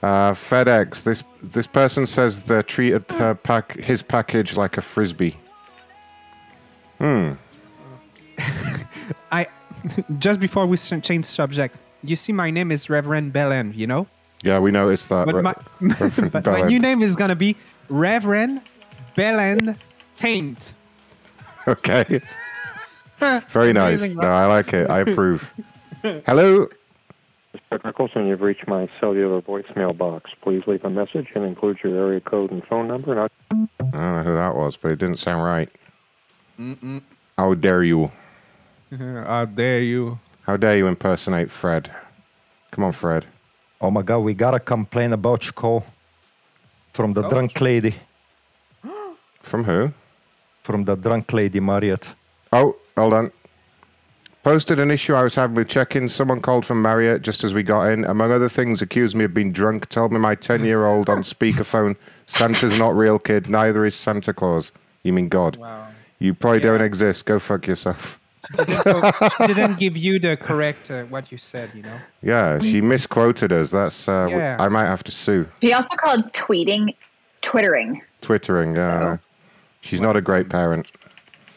Uh, FedEx. This this person says they treated her pack his package like a frisbee. Hmm.
I just before we s- change subject, you see, my name is Reverend Belen. You know,
Yeah, we noticed that.
But
Uh, Re-
my-
Reverend
but my
Ballard.
new name is gonna be Reverend Belen Taint.
okay. Very nice.
Amazing,
No,
right?
I like it. I approve. Hello.
Mr. Nicholson, you've reached my cellular voicemail box. Please leave a message and include your area code and phone number. And I-
I don't know who that was, but it didn't sound right.
Mm-mm.
How dare you?
How dare you?
How dare you impersonate Fred? Come on, Fred.
Oh my god, we gotta complain about you, Cole. From
Oh.
the drunk lady.
From who?
From the drunk lady, Marriott.
Oh, hold on. Posted an issue I was having with check-in. Someone called from Marriott just as we got in. Among other things, accused me of being drunk. Told me my ten-year-old on speakerphone. Santa's not real, kid. Neither is Santa Claus. You mean God?
Wow.
You probably don't exist. Go fuck yourself.
So she didn't give you the correct uh, what you said. You know.
Yeah, she misquoted us. That's uh, w-
Yeah.
I might have to sue.
He also called tweeting, twittering.
Twittering. Uh, she's not a great parent.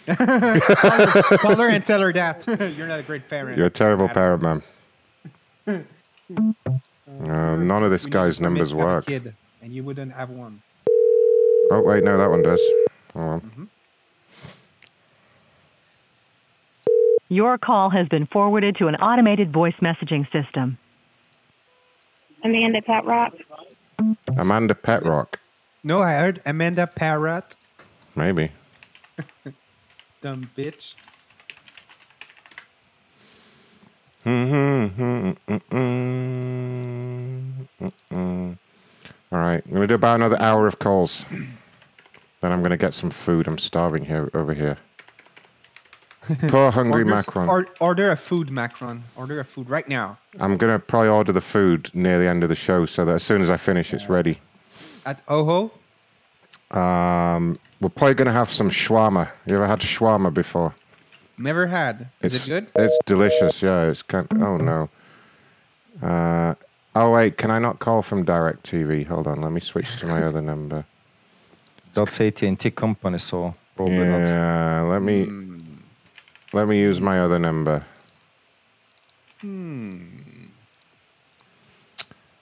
call, her, call her and tell her that you're not a great parent.
You're a terrible
Adam.
parent, man. Uh, none of this guy's numbers
Have a
work.
Kid, and you wouldn't have one.
Oh wait, no, that one does. Hold on.
Your call has been forwarded to an automated voice messaging system.
Amanda Pet Rock.
Amanda Petrock,
No, I heard Amanda Parrot.
maybe.
Dumb bitch.
Mm-hmm, mm-hmm, All right, I'm gonna do about another hour of calls. Then I'm gonna get some food. I'm starving here over here. Poor hungry
Order s-
Macron.
or- order a food, Macron. Order a food right now.
I'm gonna probably order the food near the end of the show so that as soon as I finish, it's ready.
At Oho,
Um, we're probably gonna have some shawarma. You ever had shawarma before?
never had. Is it good? Mm-hmm.
It's delicious. Yeah, it's kind. oh no. Uh, oh wait, can I not call from Direct TV? Hold on, let me switch to my other number.
That's AT&T company, so probably not.
yeah, let me let me use my other number.
Hmm.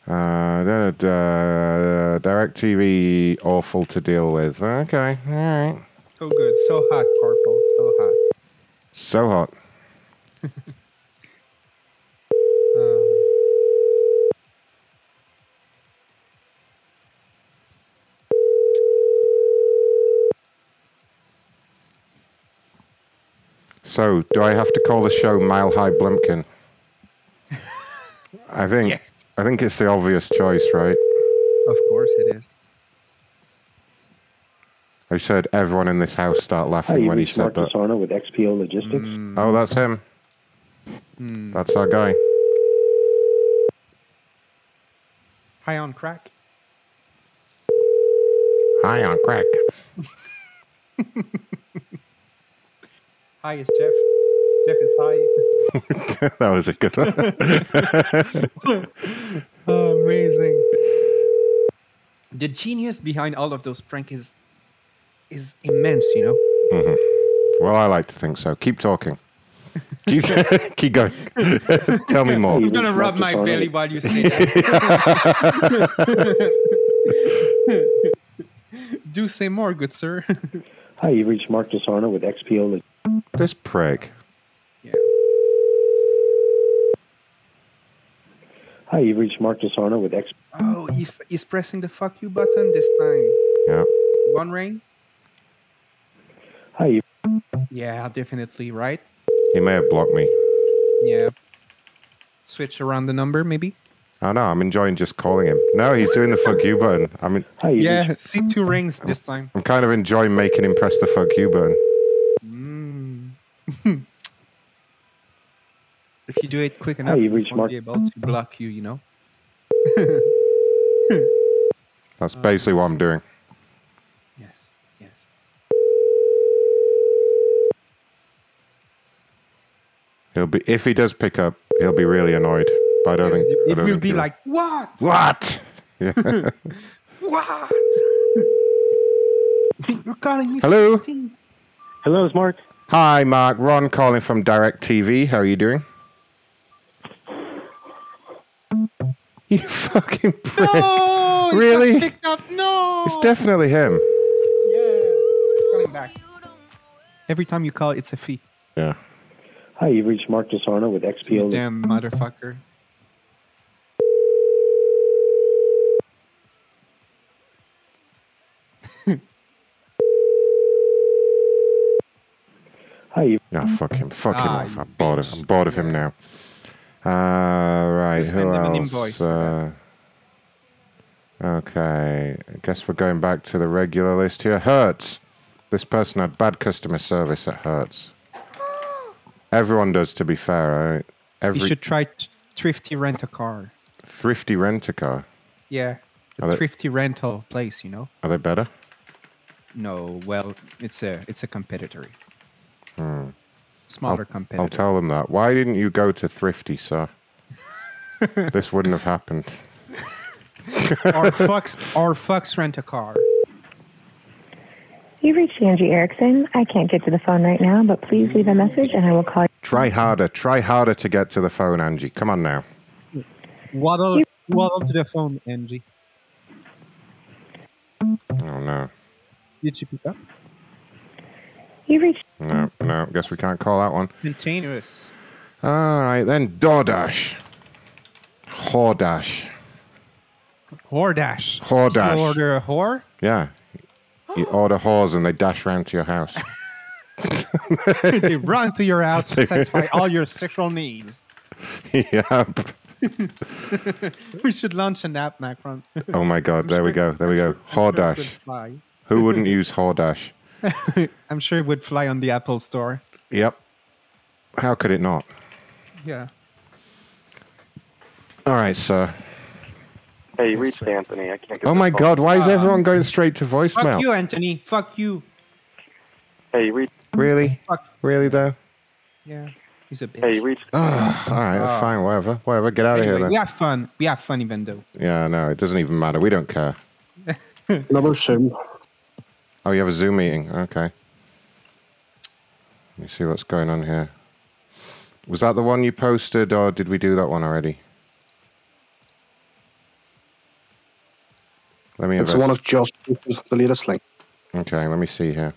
Uh, da, da, da, Direct TV, awful to deal with. Okay, all right.
So good. So hot, purple. So hot.
So hot.
Um,
So, do I have to call the show Mile High Blumpkin? I think I think it's the obvious choice, right?
Of course it is.
I said everyone in this house start laughing when he said that.
with XPO Logistics.
Mm.
Oh, that's him. That's our guy.
High on crack.
Hi on crack.
High is Jeff. Jeff is
that was a good one.
high. Oh, Amazing. The genius behind all of those pranks is is immense, you know.
hmm Well, I like to think so. Keep talking. Keep, keep going. Tell me more.
I'm gonna rub my belly while you say that. Do say more, good sir.
Hi, you've reached Mark DeSarno with XPO Logistics.
This prick.
Hi, you've reached Mark DeSarno with X.
oh, he's, he's pressing the fuck you button this time.
Yeah.
One ring?
Hi, you.
Yeah, definitely, right?
He may have blocked me.
Yeah. Switch around the number, maybe?
Oh no, I'm enjoying just calling him. No, he's doing the fuck you button. I mean,
yeah, see two rings this time.
I'm kind of enjoying making him press the fuck you button.
If you do it quick enough,
you
you
reached
won't
Mark-
be able to block you, you know?
That's basically what I'm doing.
Yes, yes.
He'll be if he does pick up, he'll be really annoyed. But I don't think I
It
don't
will
think
be
he
like, what?
what? Yeah.
What? You're calling me
Hello?
15?
Hello, it's Mark. Hi, Mark. Ron calling from Direct TV. How are you doing? You fucking prick.
No! he
Really?
just picked up- No!
It's definitely him.
Coming back. Every time you call, it's a fee.
Yeah.
Hi, you've reached Mark DeSarno with XPO
You damn motherfucker.
Hi, you.
No,
Mm.
fuck him. Fuck him
Ah,
off. I'm bored, of, I'm bored of him now. Uh, right.
Send
Who
him an
else?
invoice
Uh, okay. I guess we're going back to the regular list here. Hertz. This person had bad customer service at Hertz. Everyone does, to be fair. Right? Every
You should try t- Thrifty Rent a Car.
thrifty rent a car.
Yeah.
Are
A
they-
thrifty rental place, you know?
Are they better?
No, well, it's a it's a competitor,
Hmm.
smaller
I'll,
competitor.
I'll tell them that. Why didn't you go to Thrifty, sir? this wouldn't have happened.
or Fox or Fox Rent a Car.
You reached Angie Erickson. I can't get to the phone right now, but please leave a message and I will call you.
Try harder. Try harder to get to the phone, Angie. Come on now.
Waddle waddle to the phone, Angie.
Oh no.
Did she pick up?
You reached.
No, no. Guess we can't call that one.
Continuous.
All right then. DoorDash. Hordash.
Whore dash.
Whore dash.
You order a whore.
Yeah. You order whores and they dash round to your house.
they run to your house to satisfy all your sexual needs.
yep.
we should launch an app, Macron.
Oh my God. There we go. There we go. Whore dash.
Fly.
Who wouldn't use whore dash?
I'm sure it would fly on the Apple Store.
Yep. How could it not?
Yeah.
All right, sir.
Hey, you reached Anthony. I can't get
Oh
this
my
phone.
God. Why is everyone going straight to voicemail?
Um, Fuck you, Anthony. Fuck you.
Hey, you reached.
Really? Really, though?
Yeah. He's a bitch.
Hey, you reached.
Ugh, all right,
Oh.
fine, whatever, whatever. Get out of
Anyway,
here
we
then.
have fun. We have fun, even though.
Yeah, no, it doesn't even matter. We don't care.
Another sim.
Oh, you have a Zoom meeting. Okay. Let me see what's going on here. Was that the one you posted, or did we do that one already? Let me.
It's
invest-
one of Josh, the latest link.
okay, let me see here.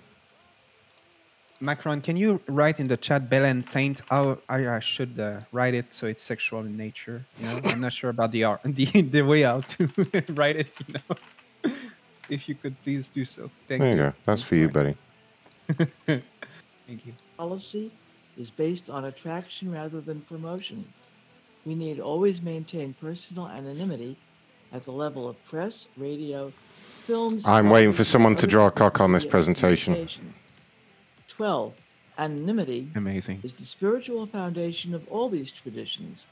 Macron, can you write in the chat Belen taint? How I, I should uh, write it so it's sexual in nature. You know, I'm not sure about the art, the, the way out to write it. You know, if you could please do so. Thank
there you go. That's for you, buddy.
Thank you.
Policy is based on attraction rather than promotion. We need always maintain personal anonymity at the level of press, radio, films.
I'm waiting for
television,
someone to
other
draw a cock on this
media
presentation.
communication. 12. Anonymity
Amazing.
is the spiritual foundation of all these traditions,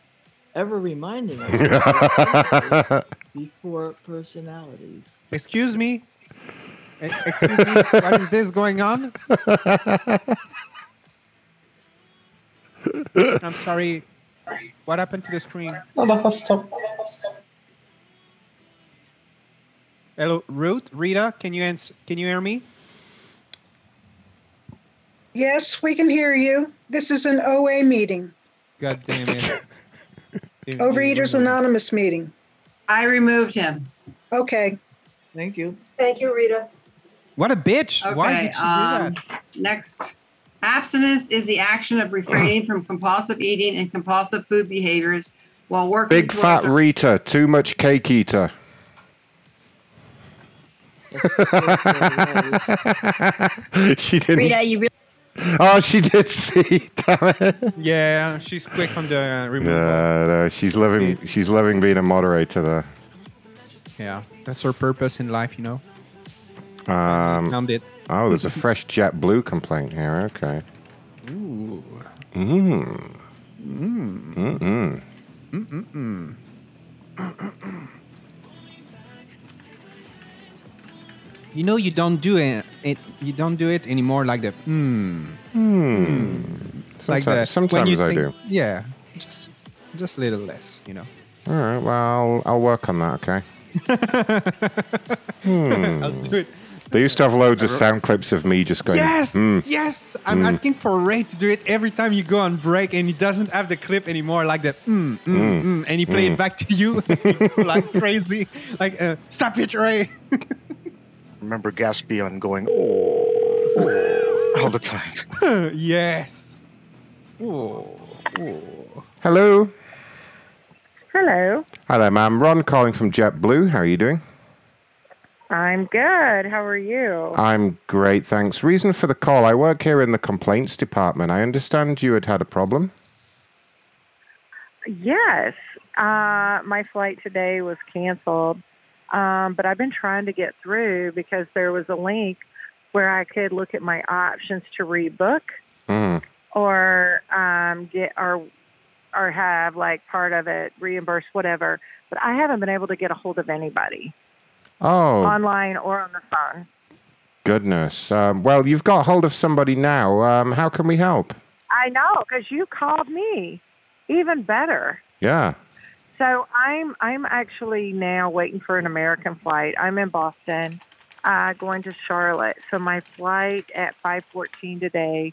ever reminding us that we are before personalities.
Excuse me. E- Excuse me. what is this going on? I'm sorry. What happened to the screen?
Oh, that was stop.
Hello, Ruth, Rita. Can you answer? Can you hear me?
Yes, we can hear you. This is an OA meeting,
God damn it.
Overeaters Anonymous meeting. I removed him. Okay.
Thank you.
Thank you, Rita.
What a bitch! Why did she
um,
do that?
um, Next. Abstinence is the action of refraining from compulsive eating and compulsive food behaviors while working.
Big
towards
fat
a-
Rita, too much cake eater. she didn't.
Rita, you really.
Oh, she did see. Damn it.
Yeah, she's quick on the remote.
No, no, she's loving. She's loving being a moderator there.
Yeah, that's her purpose in life, you know.
Um,
Found it.
Oh, there's a fresh jet blue complaint here. Okay.
Ooh.
Mm.
Mm.
Mm-mm.
Mm-mm-mm. You know you don't do it, it. You don't do it anymore like the hmm.
Hmm.
Like the,
Sometimes,
when you
sometimes I
think-
do.
Yeah, just just a little less, you know.
All right. Well, I'll, I'll work on that. Okay. Hmm.
I'll do it.
They used to have loads of sound clips of me just going.
Yes,
"Mm."
yes. I'm
Mm.
asking for Ray to do it every time you go on break, and he doesn't have the clip anymore, like the mm, mm, mm,
Mm.
and he play it
Mm.
back to you like crazy, like uh, stop it, Ray.
Remember Gaspion going oh all the time.
yes. Ooh. ooh.
Hello.
Hello.
Hi there, ma'am. Ron calling from JetBlue. How are you doing?
I'm good. How are you?
I'm great, thanks. Reason for the call I work here in the complaints department. I understand you had had a problem.
Yes. Uh, my flight today was canceled, um, but I've been trying to get through because there was a link where I could look at my options to rebook
Mm.
or um, get or or have like part of it reimbursed, whatever. But I haven't been able to get a hold of anybody
Oh,
online or on the phone.
goodness. Um, well, you've got hold of somebody now. Um, how can we help?
I know because you called me. Even better.
Yeah.
So I'm I'm actually now waiting for an American flight. I'm in Boston, uh, going to Charlotte. So my flight at 5:14 today,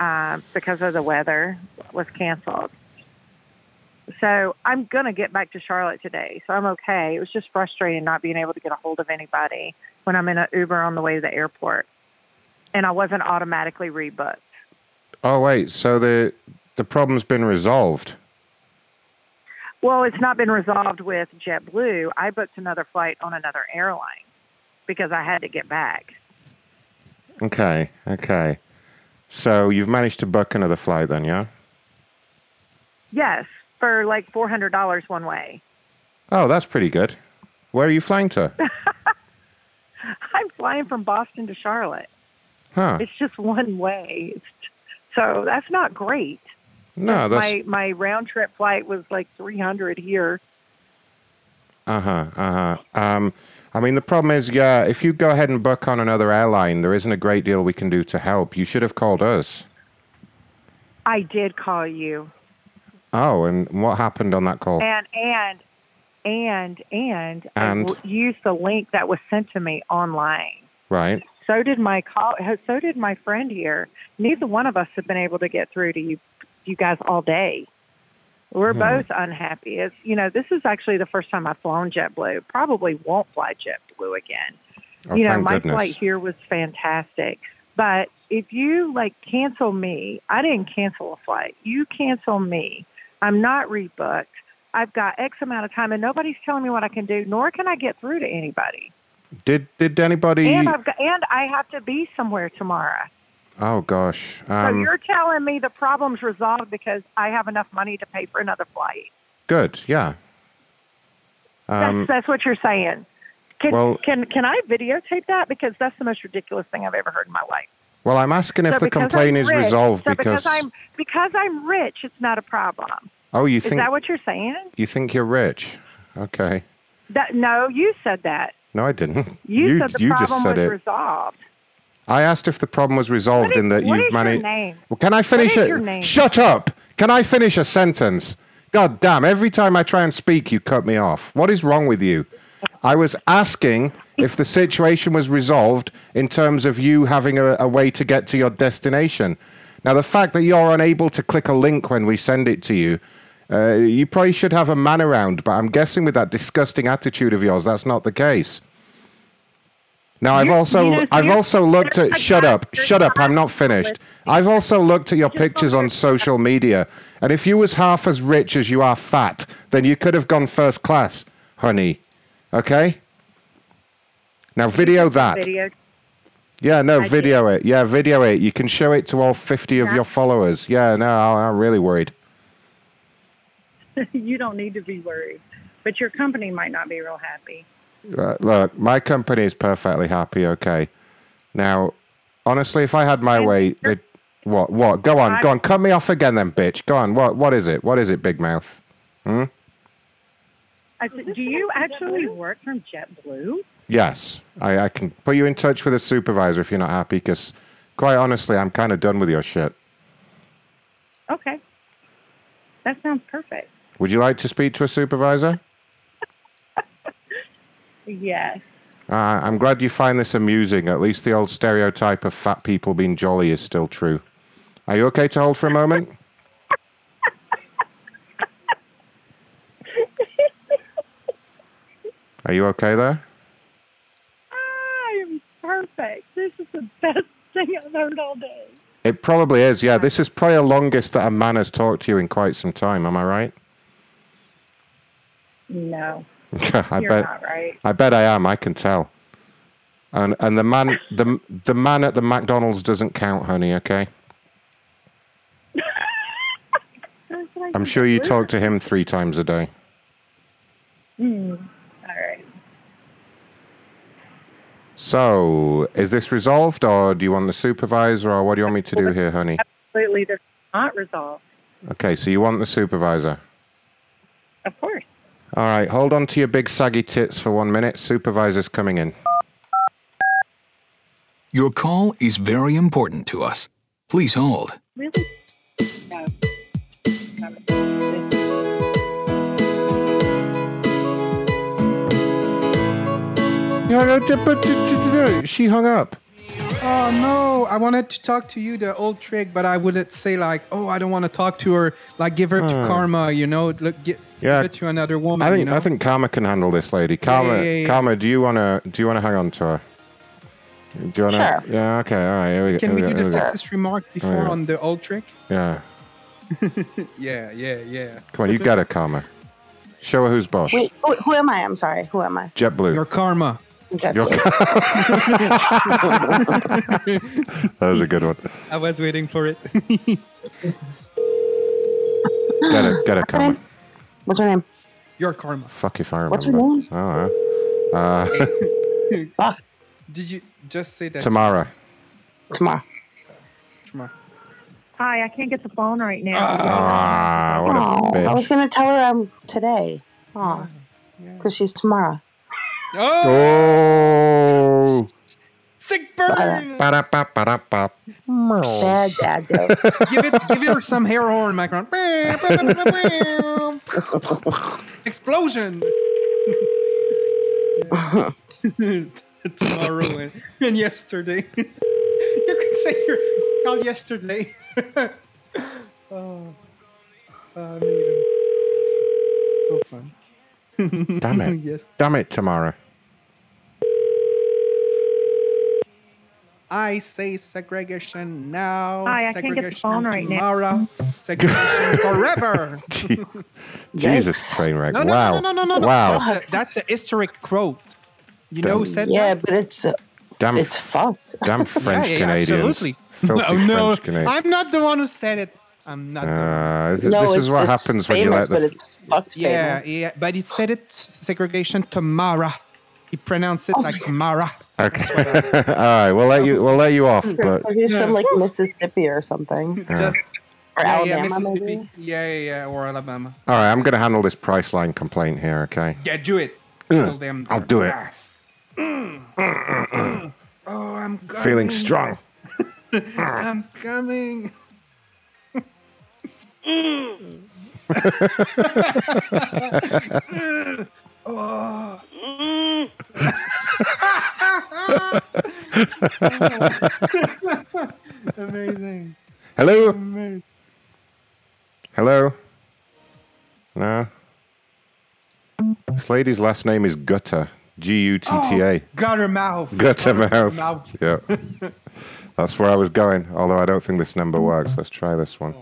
uh, because of the weather, was canceled. So I'm gonna get back to Charlotte today. So I'm okay. It was just frustrating not being able to get a hold of anybody when I'm in an Uber on the way to the airport, and I wasn't automatically rebooked.
Oh, wait. So the the problem's been resolved.
Well, it's not been resolved with JetBlue. I booked another flight on another airline because I had to get back.
Okay, okay. So you've managed to book another flight then, yeah?
Yes, for like four hundred dollars one way.
Oh, that's pretty good. Where are you flying to?
I'm flying from Boston to Charlotte.
Huh?
It's just one way, it's, so that's not great. my
No, that's
my round trip flight was like three hundred here.
uh huh, uh huh. Um, I mean, the problem is, yeah, if you go ahead and book on another airline, there isn't a great deal we can do to help. You should have called us.
I did call you,
Oh, and what happened on that call?
and and and and, I
And?
w- used the link that was sent to me online.
Right.
So did my call. So did my friend here. Neither one of us have been able to get through to you, you guys all day. We're
Hmm.
both unhappy. It's you know this is actually the first time I've flown JetBlue. Probably won't fly JetBlue again.
Oh,
you know
thank
my
goodness.
flight here was fantastic, but if you like cancel me, I didn't cancel a flight. You cancel me. I'm not rebooked. I've got X amount of time, and nobody's telling me what I can do, nor can I get through to anybody.
Did did anybody?
And I've got, and I have to be somewhere tomorrow.
oh gosh.
so
Um,
you're telling me the problem's resolved because I have enough money to pay for another flight.
good. Yeah. Um,
that's, that's what you're saying. Can,
Well-
can can I videotape that because that's the most ridiculous thing I've ever heard in my life.
well, I'm asking if
So
the
because
complaint
I'm
is
rich-
resolved
so
because.
I'm because I'm rich, it's not a problem.
oh, you
is
think
that what you're saying?
you think you're rich? Okay.
That no, you said that.
No, I didn't.
You, said the
you
problem
just said
was
it.
resolved.
I asked if the problem was resolved
What
in
is-
that
what
you've
is your
managed.
name?
Well, can I finish
is
it?
your name?
Shut up! Can I finish a sentence? God damn! Every time I try and speak, you cut me off. What is wrong with you? I was asking if the situation was resolved in terms of you having a, a way to get to your destination. Now, the fact that you're unable to click a link when we send it to you, uh, you probably should have a man around. But I'm guessing with that disgusting attitude of yours, that's not the case. Now I've also
you know,
I've
you-
also looked at shut up shut up I'm not finished. I've also looked at your pictures on social media, and if you was half as rich as you are fat, then you could have gone first class, honey. Okay. Now video that.
Video.
Yeah, no,
I
video it. Yeah, video it. You can show it to all fifty of
Yeah.
your followers. Yeah, no, I- I'm really worried.
you don't need to be worried, but your company might not be real happy.
Uh, look, my company is perfectly happy. Okay. Now, honestly, if I had my way, they what what? Go on, go on. Cut me off again, then, bitch. Go on. What what is it? What is it, big mouth? Hmm.
I said, do you actually work from JetBlue?
Yes, I, I can put you in touch with a supervisor if you're not happy. Because, quite honestly, I'm kind of done with your shit.
Okay. That sounds perfect.
Would you like to speak to a supervisor?
Yes.
Uh, I'm glad you find this amusing. At least the old stereotype of fat people being jolly is still true. Are you okay to hold for a moment? Are you okay there?
I am Ah, perfect. This is the best thing I've heard all day.
It probably is. Yeah, this is probably the longest that a man has talked to you in quite some time. Am I right?
No.
I
You're
bet.
not right.
I bet I am. I can tell. And and the man the the man at the McDonald's doesn't count, honey. Okay. I'm sure you talk to him three times a day.
Hmm. All right.
So, is this resolved, or do you want the supervisor, or what do you want me to do here, honey?
Absolutely, they're not resolved.
Okay, so you want the supervisor.
Of course.
All right, hold on to your big saggy tits for one minute. Supervisor's coming in.
Your call is very important to us. Please hold.
Really? No.
She hung up.
Oh no, I wanted to talk to you, the old trick, but I wouldn't say like, oh, I don't want to talk to her. Like, give her
Hmm.
to karma, you know. Look, get,
Yeah.
give it to another woman.
I think
you know?
I think Karma can handle this lady. Karma,
yeah, yeah.
Karma, do you wanna do you wanna hang on to her? Do you wanna?
Sure.
Yeah. Okay. All right. Here we go.
Can
here
we
go,
do the
here go.
sexist remark before
Yeah.
on the old trick?
Yeah.
yeah, yeah, yeah.
Come on, you got it, Karma. Show her who's boss.
Wait, who, who am I? I'm sorry. Who am I?
JetBlue. Your
karma.
Your that was a good one.
I was waiting for it.
Get it, get it, Karma.
What's her name?
Your karma.
Fuck if I remember.
What's her name?
Oh, uh,
Did you just say that?
Tamara.
Tamara.
Hi, I can't get the phone right now.
Ah, what
Oh,
a bitch.
I was going to tell her I'm today. Oh, because she's tomorrow.
Oh.
Sick burn.
Ba-da-ba-ba-da-ba.
Bad dad joke.
give it, give her some hair horn, Macron. Explosion. Tomorrow and, and yesterday. you could say your call yesterday. oh, amazing. So fun.
Damn it.
Yes.
Damn it, Tamara.
I say segregation now.
Hi, I can't
segregation
get the phone right now.
tomorrow. Segregation forever.
Gee. Jesus train wreck. wow.
No, no, no, no, no.
Wow.
That's a, that's a historic quote. You know who said
yeah,
that?
but it's uh,
Damn,
it's fucked.
damn French Canadians.
absolutely.
Filthy
No, no,
French Canadians.
I'm not the one who said it. I'm not.
Uh, this is, this is what happens when you let the.
yeah, yeah, but it said it s- segregation tomorrow. He pronounced it
Oh,
like tomorrow.
okay. All right, we'll let you. We'll let you off. But
Because he's from like Mississippi or something.
Yeah. Just-
or
yeah, yeah,
Alabama,
Mississippi.
maybe.
Yeah, yeah, yeah, or Alabama.
all right, I'm going to handle this Priceline complaint here. Okay.
Yeah, do it.
Ugh,
Kill them.
Mm. I'll do it.
Yes. Mm. Mm. oh, I'm coming.
Feeling strong.
I'm coming. Mm. oh. Amazing.
Hello.
Amazing.
Hello. No. This lady's last name is Gutter. G U T T A.
Got her mouth.
Oh, Gutter
Got her
mouth. Yeah. That's where I was going. Although I don't think this number works. Let's try this one.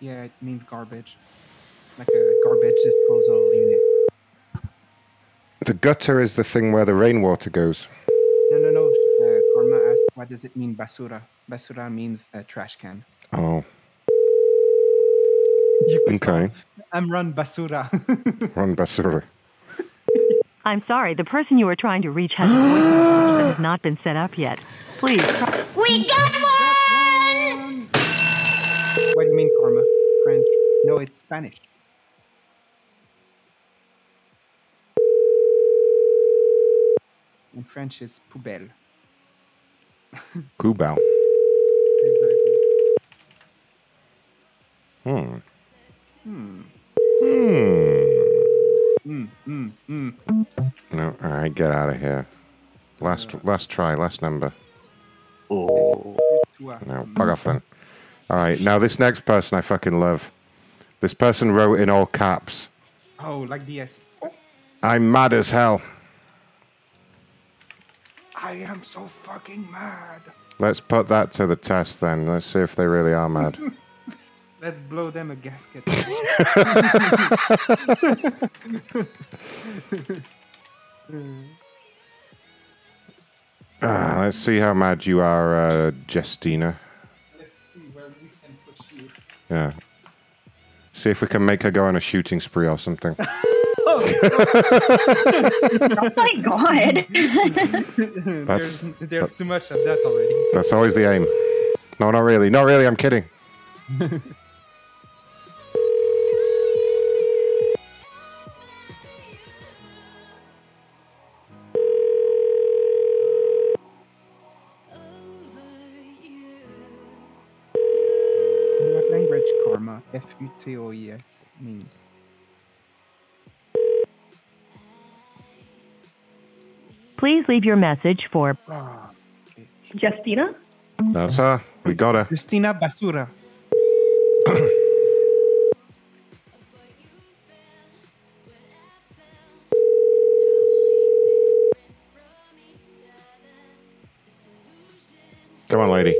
Yeah, it means garbage. Like a garbage disposal unit.
The gutter is the thing where the rainwater goes.
No, no, no. Uh, Karma asked, what does it mean, basura? Basura means uh, trash can.
Oh.
You
Okay.
I'm run basura.
Ron Basura.
I'm sorry, the person you are trying to reach has a voicemail function that has not been set up yet. Please. try-
We got one!
what do you mean, Karma? French? No, it's Spanish. In French, is poubelle.
Kubal.
Exactly.
Hmm.
Hmm.
Hmm.
Mm, mm, mm.
No, all right, get out of here. Last, last try, last number. Oh.
Mm.
No, bug off then. All right, now this next person I fucking love. This person wrote in all caps,
Oh, like DS.
"I'm mad as hell.
I am so fucking mad.
Let's put that to the test then. Let's see if they really are mad."
Let's blow them a gasket.
Ah, let's see how mad you are, uh, Justina. Yeah. See if we can make her go on a shooting spree or something.
oh my god.
there's, there's too much of that already.
That's always the aim. No, not really. Not really. I'm kidding.
In what language karma? F U T O E S means.
Please leave your message for
Justina?
That's her. We got her.
Justina Basura.
Come on, lady.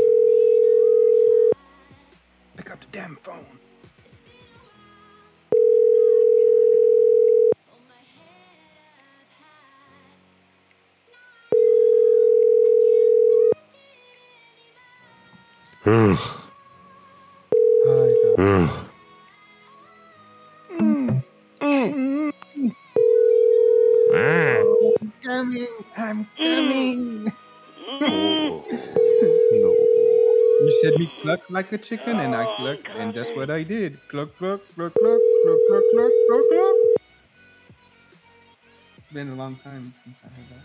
Pick up the damn phone.
Ugh. Ugh. Mm.
coming. I'm coming. You said me cluck like a chicken, and I clucked, and that's what I did. Cluck, cluck, cluck, cluck, cluck, cluck, cluck, cluck, cluck. It's been a long time since I heard that.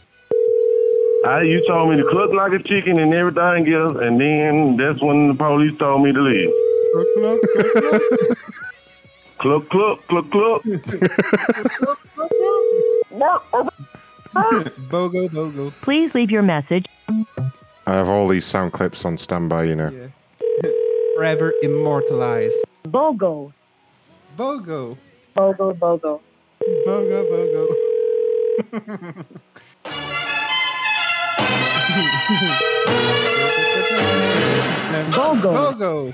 I, you told me to cook like a chicken and everything else, and then that's when the police told me to leave.
Cluck, cluck, cluck, cluck.
Cluck, cluck, cluck, cluck.
bogo, bogo.
Please leave your message.
I have all these sound clips on standby, you know.
Forever immortalized.
Bogo.
Bogo.
Bogo, bogo.
Bogo, bogo. Bogo. Bogo.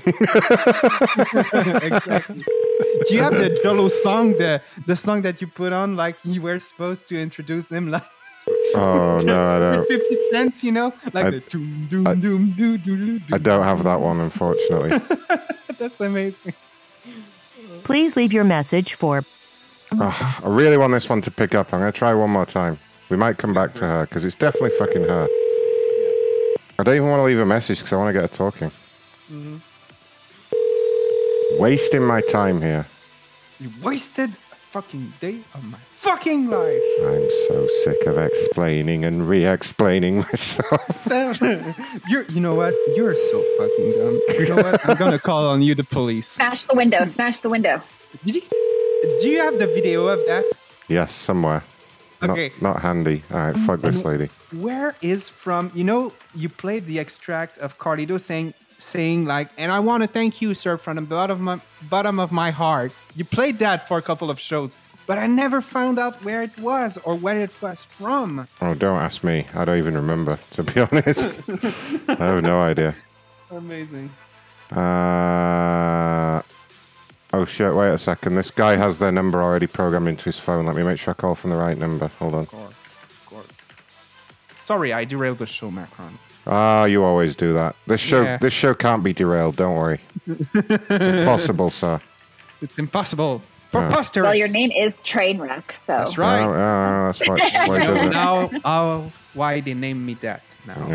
exactly. Do you have the Jolo song, the the song that you put on, like you were supposed to introduce him, like
Oh, no, I
with
don't.
fifty cents, you know, like
I-
the doom doom doom doo doo doo.
I don't have that one, unfortunately.
That's amazing.
Please leave your message for
Ah, I really want this one to pick up. I'm going to try one more time. We might come back to her because it's definitely fucking her. I don't even want to leave a message because I want to get her talking.
Mhm.
Wasting my time here.
You wasted a fucking day of my fucking life.
I'm so sick of explaining and re explaining myself.
You're, you know what? You're so fucking dumb. You know what? I'm gonna call on you, the police.
Smash the window. Smash the window.
Did you, do you have the video of that?
yes, somewhere.
Okay.
Not, not handy. All right, fuck this lady.
Where is from? You know, you played the extract of Carlito saying, saying like, and I want to thank you, sir, from the bottom of my, bottom of my heart. You played that for a couple of shows, but I never found out where it was or where it was from.
Oh, don't ask me. I don't even remember, to be honest. I have no idea.
Amazing.
Uh, oh shit! Wait a second. This guy has their number already programmed into his phone. Let me make sure I call from the right number. Hold on.
Of course. Sorry, I derailed the show, Macron.
Ah, you always do that. This show,
Yeah.
this show can't be derailed. Don't worry. It's impossible, sir.
It's impossible.
Well,
Preposterous.
your name is Trainwreck, so.
That's right.
Ah, ah, that's why. that's why it does it.
now, now, Oh, why they named me that? Now.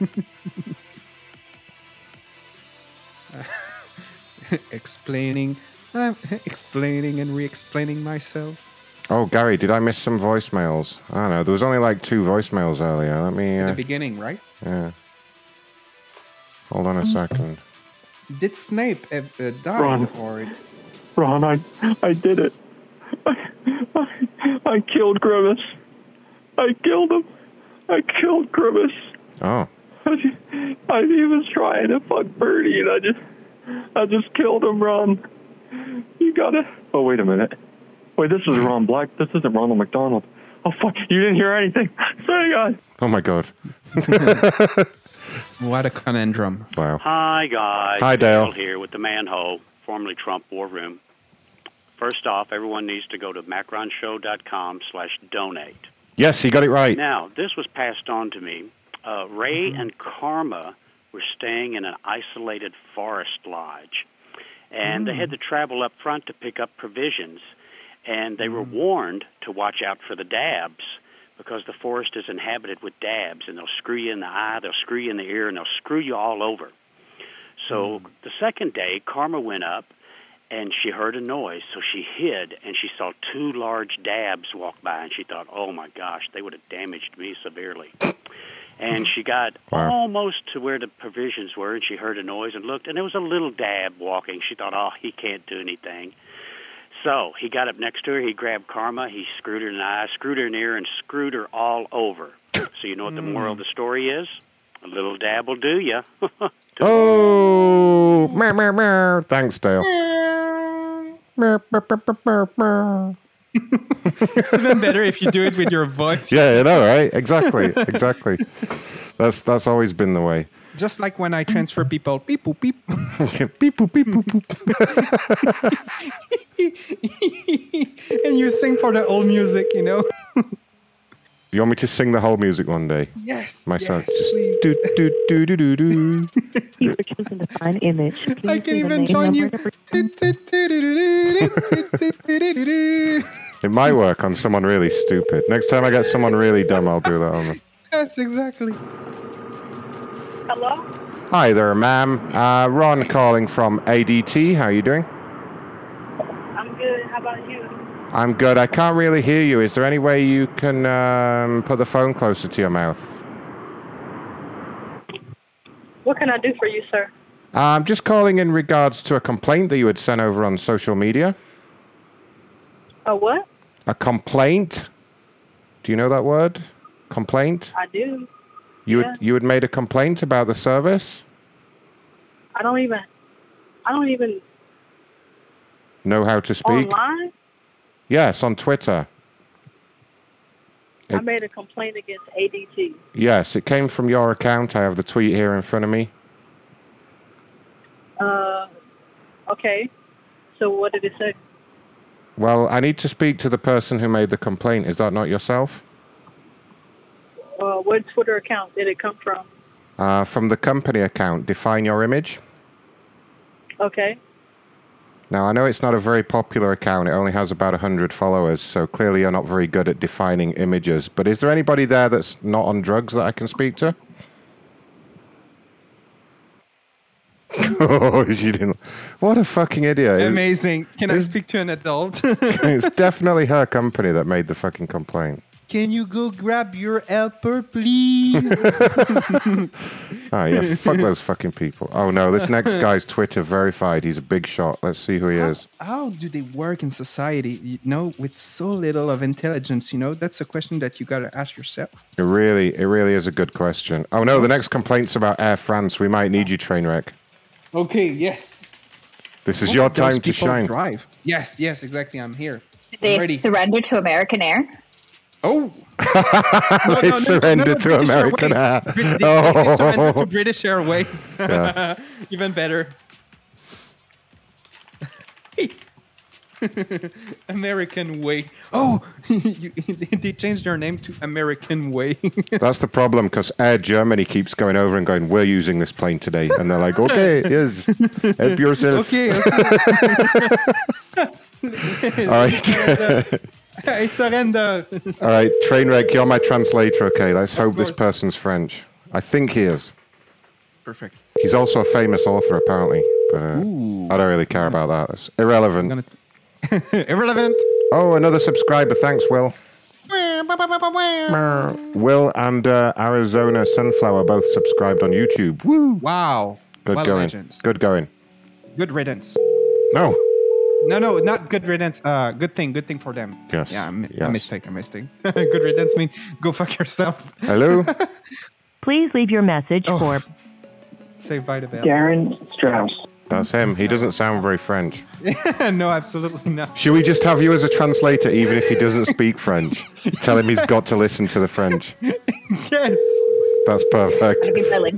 Yeah.
explaining, I'm explaining and re-explaining myself.
Oh, Gary, did I miss some voicemails? I don't know. There was only like two voicemails earlier. Let me.
At the
Uh,
beginning, right?
yeah. Hold on a second.
Did Snape uh, uh, die
Ron.
or?
Oh
Ron, I, I did it. I, I, I killed Grimace. I killed him. I killed Grimace.
Oh.
I, I, he was trying to fuck Birdie, and I just, I just killed him, Ron. You gotta. Oh wait a minute. Wait, this is Ron Black. This isn't Ronald McDonald. Oh fuck! You didn't hear anything. Sorry, guys.
Oh my god.
what a conundrum!
Wow.
Hi, guys.
Hi, Dale.
here with the manhole, formerly Trump War Room. First off, everyone needs to go to macronshow.com slash donate.
Yes, he got it right.
Now, this was passed on to me. Uh, Ray and Karma were staying in an isolated forest lodge, and they had to travel up front to pick up provisions. And they were warned to watch out for the dabs because the forest is inhabited with dabs, and they'll screw you in the eye, they'll screw you in the ear, and they'll screw you all over. So the second day, Karma went up and she heard a noise, so she hid and she saw two large dabs walk by and she thought, oh my gosh, they would have damaged me severely. And she got
Wow.
almost to where the provisions were and she heard a noise and looked and there was a little dab walking. She thought, oh, he can't do anything. So he got up next to her, he grabbed Karma, he screwed her in the eye, screwed her in the ear, and screwed her all over. So you know what the moral of the story is? A little dab will do ya.
Oh, meow, meow, meow. thanks, Dale.
it's even better if you do it with your voice.
Yeah, you know, right? Exactly, exactly. That's that's always been the way.
Just like when I transfer people, beep boop beep.
beep boop beep boop
boop. and you sing for the old music, you know.
You want me to sing the whole music one day?
Yes.
My son
yes,
just
please.
do do do do do do.
you for choosing the fine image.
I
Please
can
leave a
even
name,
join you.
number,
It might work on someone really stupid. Next time I get someone really dumb, I'll do that on them.
Yes, exactly.
Hello?
Hi there, ma'am. Uh, Ron calling from ADT. How are you doing?
I'm good. How about you?
I'm good. I can't really hear you. Is there any way you can um, put the phone closer to your mouth?
What can I do for you, sir?
I'm just calling in regards to a complaint that you had sent over on social media.
A what?
A complaint? Do you know that word? Complaint?
I do.
You
Yeah.
had, you had made a complaint about the service?
I don't even. I don't even
Know how to speak?
online.
Yes, on Twitter.
I
It-
made a complaint against ADT.
Yes, it came from your account. I have the tweet here in front of me.
Uh, okay. So what did it say?
Well, I need to speak to the person who made the complaint. Is that not yourself?
Uh, what Twitter account did it come from?
Uh, from the company account, define your image.
Okay.
Now, I know it's not a very popular account. It only has about 100 followers, so clearly you're not very good at defining images. But is there anybody there that's not on drugs that I can speak to? oh, she didn't. What a fucking idiot. It-
Amazing. Can I speak to an adult?
it's definitely her company that made the fucking complaint.
Can you go grab your helper, please?
Ah, yeah, fuck those fucking people. Oh no, this next guy's Twitter verified. He's a big shot. Let's see who he is.
How do they work in society? You know, with so little of intelligence. You know, that's a question that you gotta ask yourself.
It really, it really is a good question. Oh no, the next complaint's about Air France. We might need you, Trainwreck.
Okay. Yes.
This is
What
your
do Oh, those
time to
people
shine.
Drive. Yes. Yes. Exactly. I'm here.
Did they
I'm ready.
surrender to American Air?
Oh.
they
no, no,
surrender
no,
to
British
American
Airways.
Air.
Brit- they- they- they surrender
Oh.
to British Airways.
Yeah.
Even better. American Way. Oh, you, they changed their name to American Way.
That's the problem because Air Germany keeps going over and going, "We're using this plane today," and they're like, "Okay, yes, help yourself."
okay, okay.
All
I
right.
surrender. I surrender.
All right, Trainwreck, you're my translator. Okay, let's hope this person's French. I think he is.
Perfect.
He's also a famous author, apparently. But uh, I don't really care about that. It's irrelevant.
irrelevant.
Oh, another subscriber. Thanks, Will. Mer. Will and uh, Arizona Sunflower both subscribed on YouTube. Woo!
Wow.
Good
What
going.
legends.
Good going.
Good riddance.
No.
No, no, not good riddance. Uh, good thing, good thing for them.
Yes.
Yeah, I'm, a
Yes.
mistake, a mistake. good riddance mean go fuck yourself.
Hello?
Please leave your message
Oh,
for
Saved by the bell.
Strauss. That's him. He doesn't sound very French.
no, absolutely not.
Should we just have you as a translator, even if he doesn't speak French? Tell him he's got to listen to the French.
Yes.
That's perfect.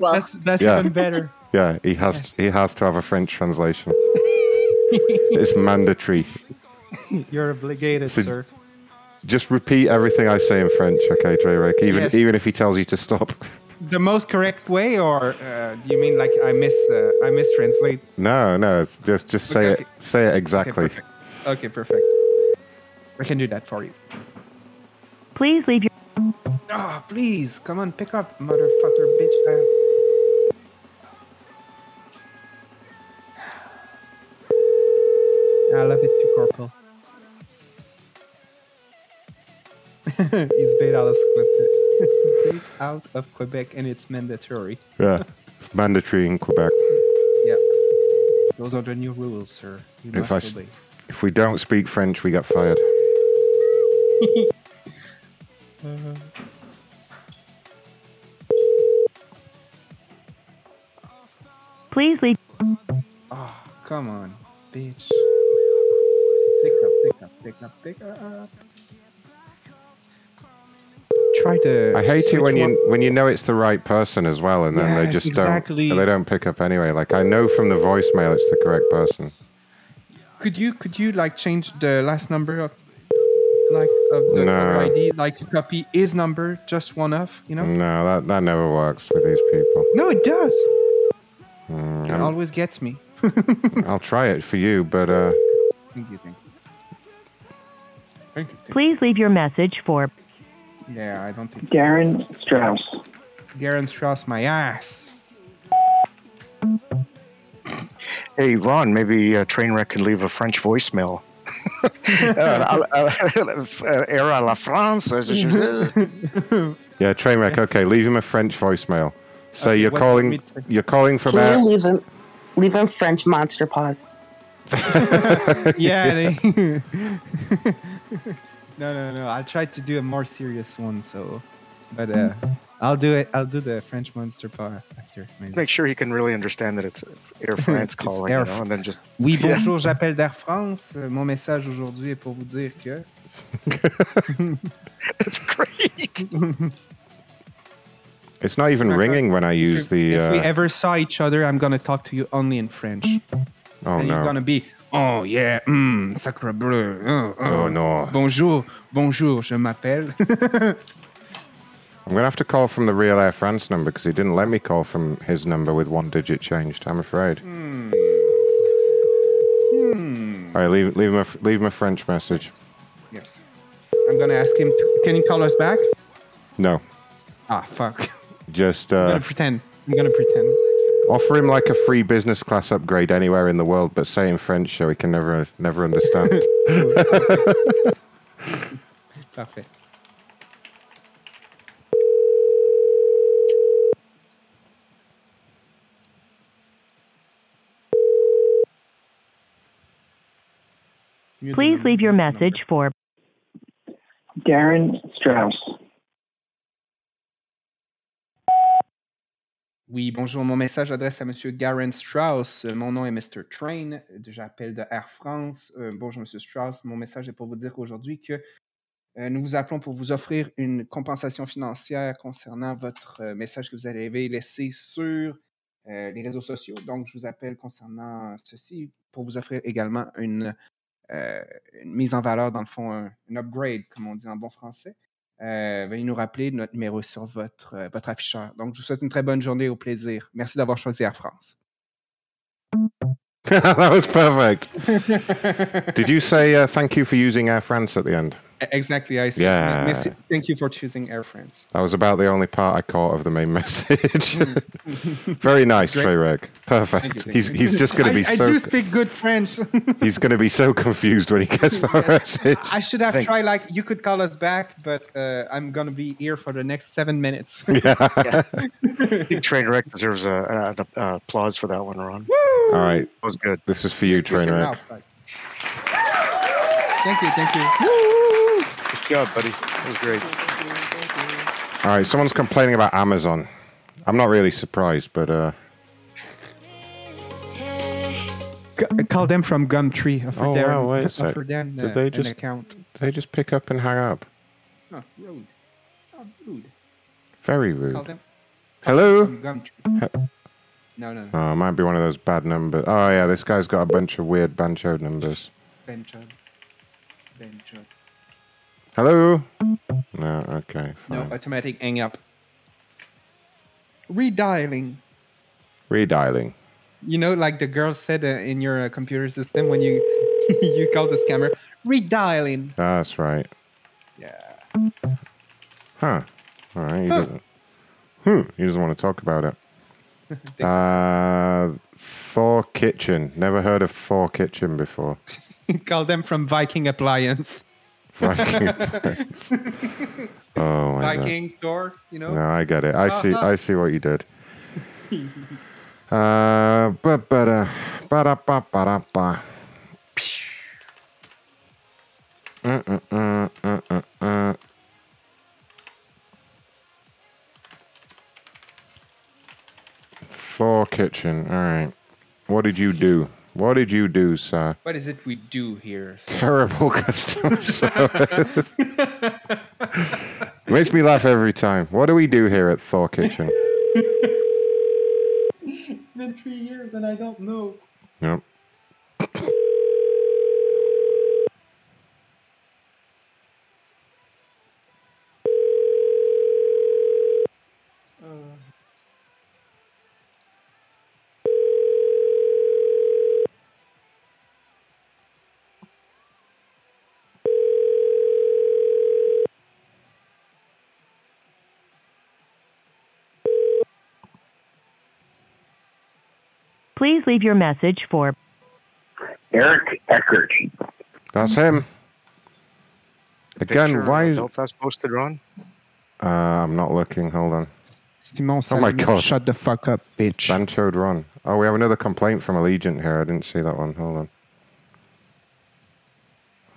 That's, that's
Yeah.
even better.
Yeah, he has he has to have a French translation. it's mandatory.
You're obligated,
So-
sir.
Just repeat everything I say in French, okay, Dre Rick? Even
Yes.
even if he tells you to stop.
The most correct way, or uh, do you mean like I miss uh, I mistranslate?
No, no, it's just just say
Okay,
it say it exactly.
perfect. Okay, perfect. I can do that for you.
Please leave your
Ah, please, come on, pick up, motherfucker, bitch ass. Ah, I love it too, Corporal. it's based out of Quebec. it's based out of Quebec, and it's mandatory.
Yeah. It's mandatory in Quebec.
Yeah. Those are the new rules, sir. You
If I, s-
must obey.
if we don't speak French, we get fired.
Uh,
please leave
oh, come on, bitch. Pick up, pick up, pick up, pick up. try to.
I hate it when
switch
you when you know it's the right person as well, and then they
Yes,
just
exactly.
don't they don't pick up anyway. Like I know from the voicemail it's the correct person.
Could you could you like change the last number of like of the
No.
caller ID, like to copy his number just one off, you know?
No, that that never works with these people.
No, it does.
Mm,
It
I'm-
always gets me.
I'll try it for you, but uh,
Thank you, thank you.
Please leave your message for
Yeah, I don't think.
Darren Strauss.
Garen Strauss, my ass.
Hey, Ron, maybe uh, Trainwreck could leave a French voicemail. Uh, uh, Era la France. as it should-
yeah, train wreck. Okay, leave him a French voicemail. Say
Okay,
you're
what do you want me
calling
to-
you're calling from
Can
a
you leave him, leave him French monster paws?
yeah. They, no, no, no. I tried to do a more serious one, so. But uh, I'll do it. I'll do the French monster paw after. Maybe.
Make sure he can really understand that it's Air France
Mm-hmm. It's
calling,
Air
you know, and then just
Oui,
Yeah.
bonjour, j'appelle d'Air France. Euh, Mon message aujourd'hui est pour vous dire que.
That's great.
It's not even ringing when I use the.
If we
Uh,
ever saw each other, I'm gonna talk to you only in French.
oh
and you're
no!
gonna be, oh yeah, mm, sacre bleu. uh, uh,
Oh no!
Bonjour, bonjour, je m'appelle.
I'm gonna have to call from the real Air France number because he didn't let me call from his number with one digit changed. I'm afraid.
hmm.
All right, leave leave him a f- leave him a French message.
Yes. I'm gonna ask him, to, can you call us back?
No,
Ah, fuck.
just
I'm
uh,
gonna pretend. I'm gonna pretend.
offer him like a free business class upgrade anywhere in the world, but say in French so he can never never understand.
Parfait.
Please leave your message for
Darren Strauss.
Oui, bonjour. Mon message adresse à Monsieur Garen Strauss. Euh, Mon nom est Mr. Train. Euh, J'appelle de Air France. Euh, bonjour, Monsieur Strauss. Mon message est pour vous dire aujourd'hui que euh, nous vous appelons pour vous offrir une compensation financière concernant votre euh, message que vous avez laissé sur euh, les réseaux sociaux. Donc, je vous appelle concernant ceci pour vous offrir également une, euh, une mise en valeur, dans le fond, un, un upgrade, comme on dit en bon français. Euh, veuillez nous rappeler notre numéro sur votre, euh, votre afficheur. Donc, je vous souhaite une très bonne journée au plaisir. Merci d'avoir choisi Air France.
that was perfect. Did you say uh, thank you for using Air France at the end?
E-, Exactly, I see.
Yeah.
Merci. Thank you for choosing Air France.
That was about the only part I caught of the main message. Very nice,
Hmm. Great.
Treyarch. Perfect.
Thank you, thank
he's
you.
he's just going to
I-
be
I
so
do speak good French.
he's going to be so confused when he gets that message.
I should have tried like you could call us back, but uh, I'm gonna be here for the next seven minutes.
Yeah.
I think Trainwreck deserves a, a, a applause for that one, Ron.
All right.
That was good.
This is for you, Trainwreck.
Thank you, thank you.
Good job, buddy. That was great.
All right. Someone's complaining about Amazon. I'm not really surprised, but uh,
C- call them from Gumtree. Offer
Oh,
them,
wow, wait a
offer
sec.
them,
Did
uh,
they
an
just-
account.
they just pick up and hang up.
Oh, rude. Oh, rude.
Very
Call
rude.
them.
Hello.
From Gumtree.
He-
No, no, no.
Oh, it might be one of those bad numbers. Oh yeah, this guy's got a bunch of weird banjo numbers.
Bench up. Bench up.
Hello. No. Okay.
No,
Fine.
automatic hang up. Redialing.
Redialing.
You know, like the girl said uh, in your uh, computer system when you you call the scammer. Redialing.
That's right.
Yeah.
Huh. All right. He doesn't. Hmm. He doesn't want to talk about it. uh, Thor Kitchen. Never heard of Thor Kitchen before.
call them from Viking Appliance.
Viking Appliance. Oh my
Viking Thor. You know. Uh, Ah,
god. No, I get it. I see. I see what you did. Uh, but but uh, ba ba ba ba. Uh, uh, uh, uh, uh, uh. Thor Kitchen. All right. What did you do? What did you do, sir?
What is it we do here?
Terrible customer service. Makes me laugh every time. What do we do here at Thor Kitchen?
It's been three years and I don't know.
Yep.
Please leave your message for
Eric Eckert.
That's him. Again,
Picture
why
of
is.
uh, Belfast posted on?
Uh, I'm not looking. Hold on.
Simon
Oh my
Salomon,
god.
shut the fuck up, bitch.
Sancho'd run. Oh, we have another complaint from Allegiant here. I didn't see that one. Hold on.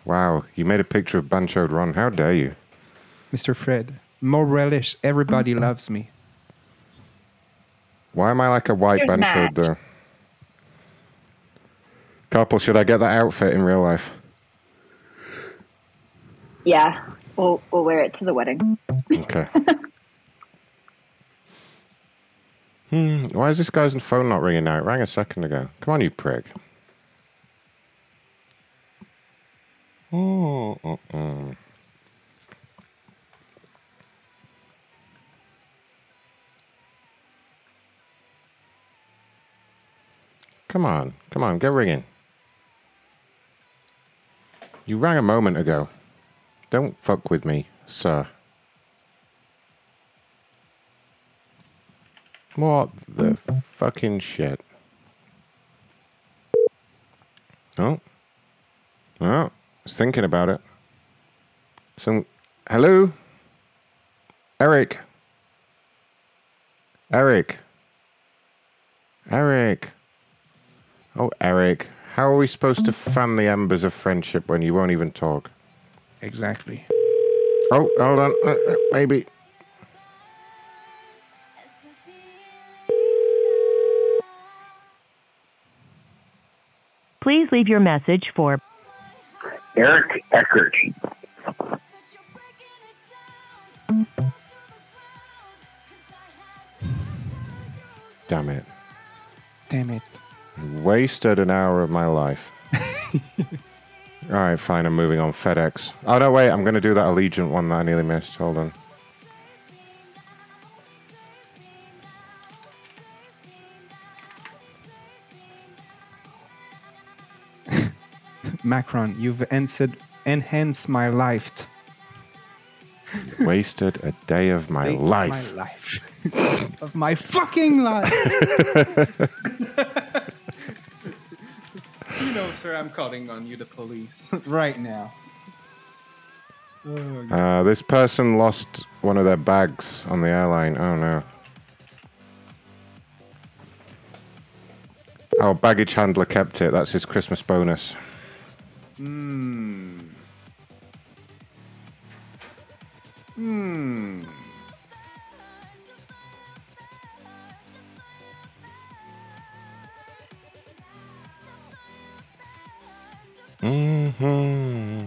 Wow, you made a picture of Bancho'd Run. How dare you?
Mr. Fred. More relish. Everybody loves me.
Why am I like a white
You're
Bancho'd though? Couple, should I get that outfit in real life?
Yeah, we'll, we'll wear it to the wedding.
Okay. hmm, why is this guy's phone not ringing now? It rang a second ago. Come on, you prick. Oh, oh, oh. Come on, come on, get ringing. You rang a moment ago. Don't fuck with me, sir. What the fucking shit? Oh. Oh, I was thinking about it. Some. Hello? Eric? Eric? Eric? Oh, Eric. How are we supposed to fan the embers of friendship when you won't even talk?
Exactly.
Oh, hold on. Uh, uh, maybe.
Please leave your message for
Eric Eckert.
Damn it.
Damn it.
Wasted an hour of my life. All right, fine. I'm moving on. FedEx. Oh, no, wait. I'm going to do that Allegiant one that I nearly missed. Hold on.
Macron, you've answered, enhanced my life.
Wasted a day of my
Take
life.
My life. of my fucking life. you know, sir, I'm calling on you, the police, right now. Oh,
Uh, this person lost one of their bags on the airline. Oh, no. Our Oh, baggage handler kept it. That's his Christmas bonus.
Hmm. Hmm.
hmm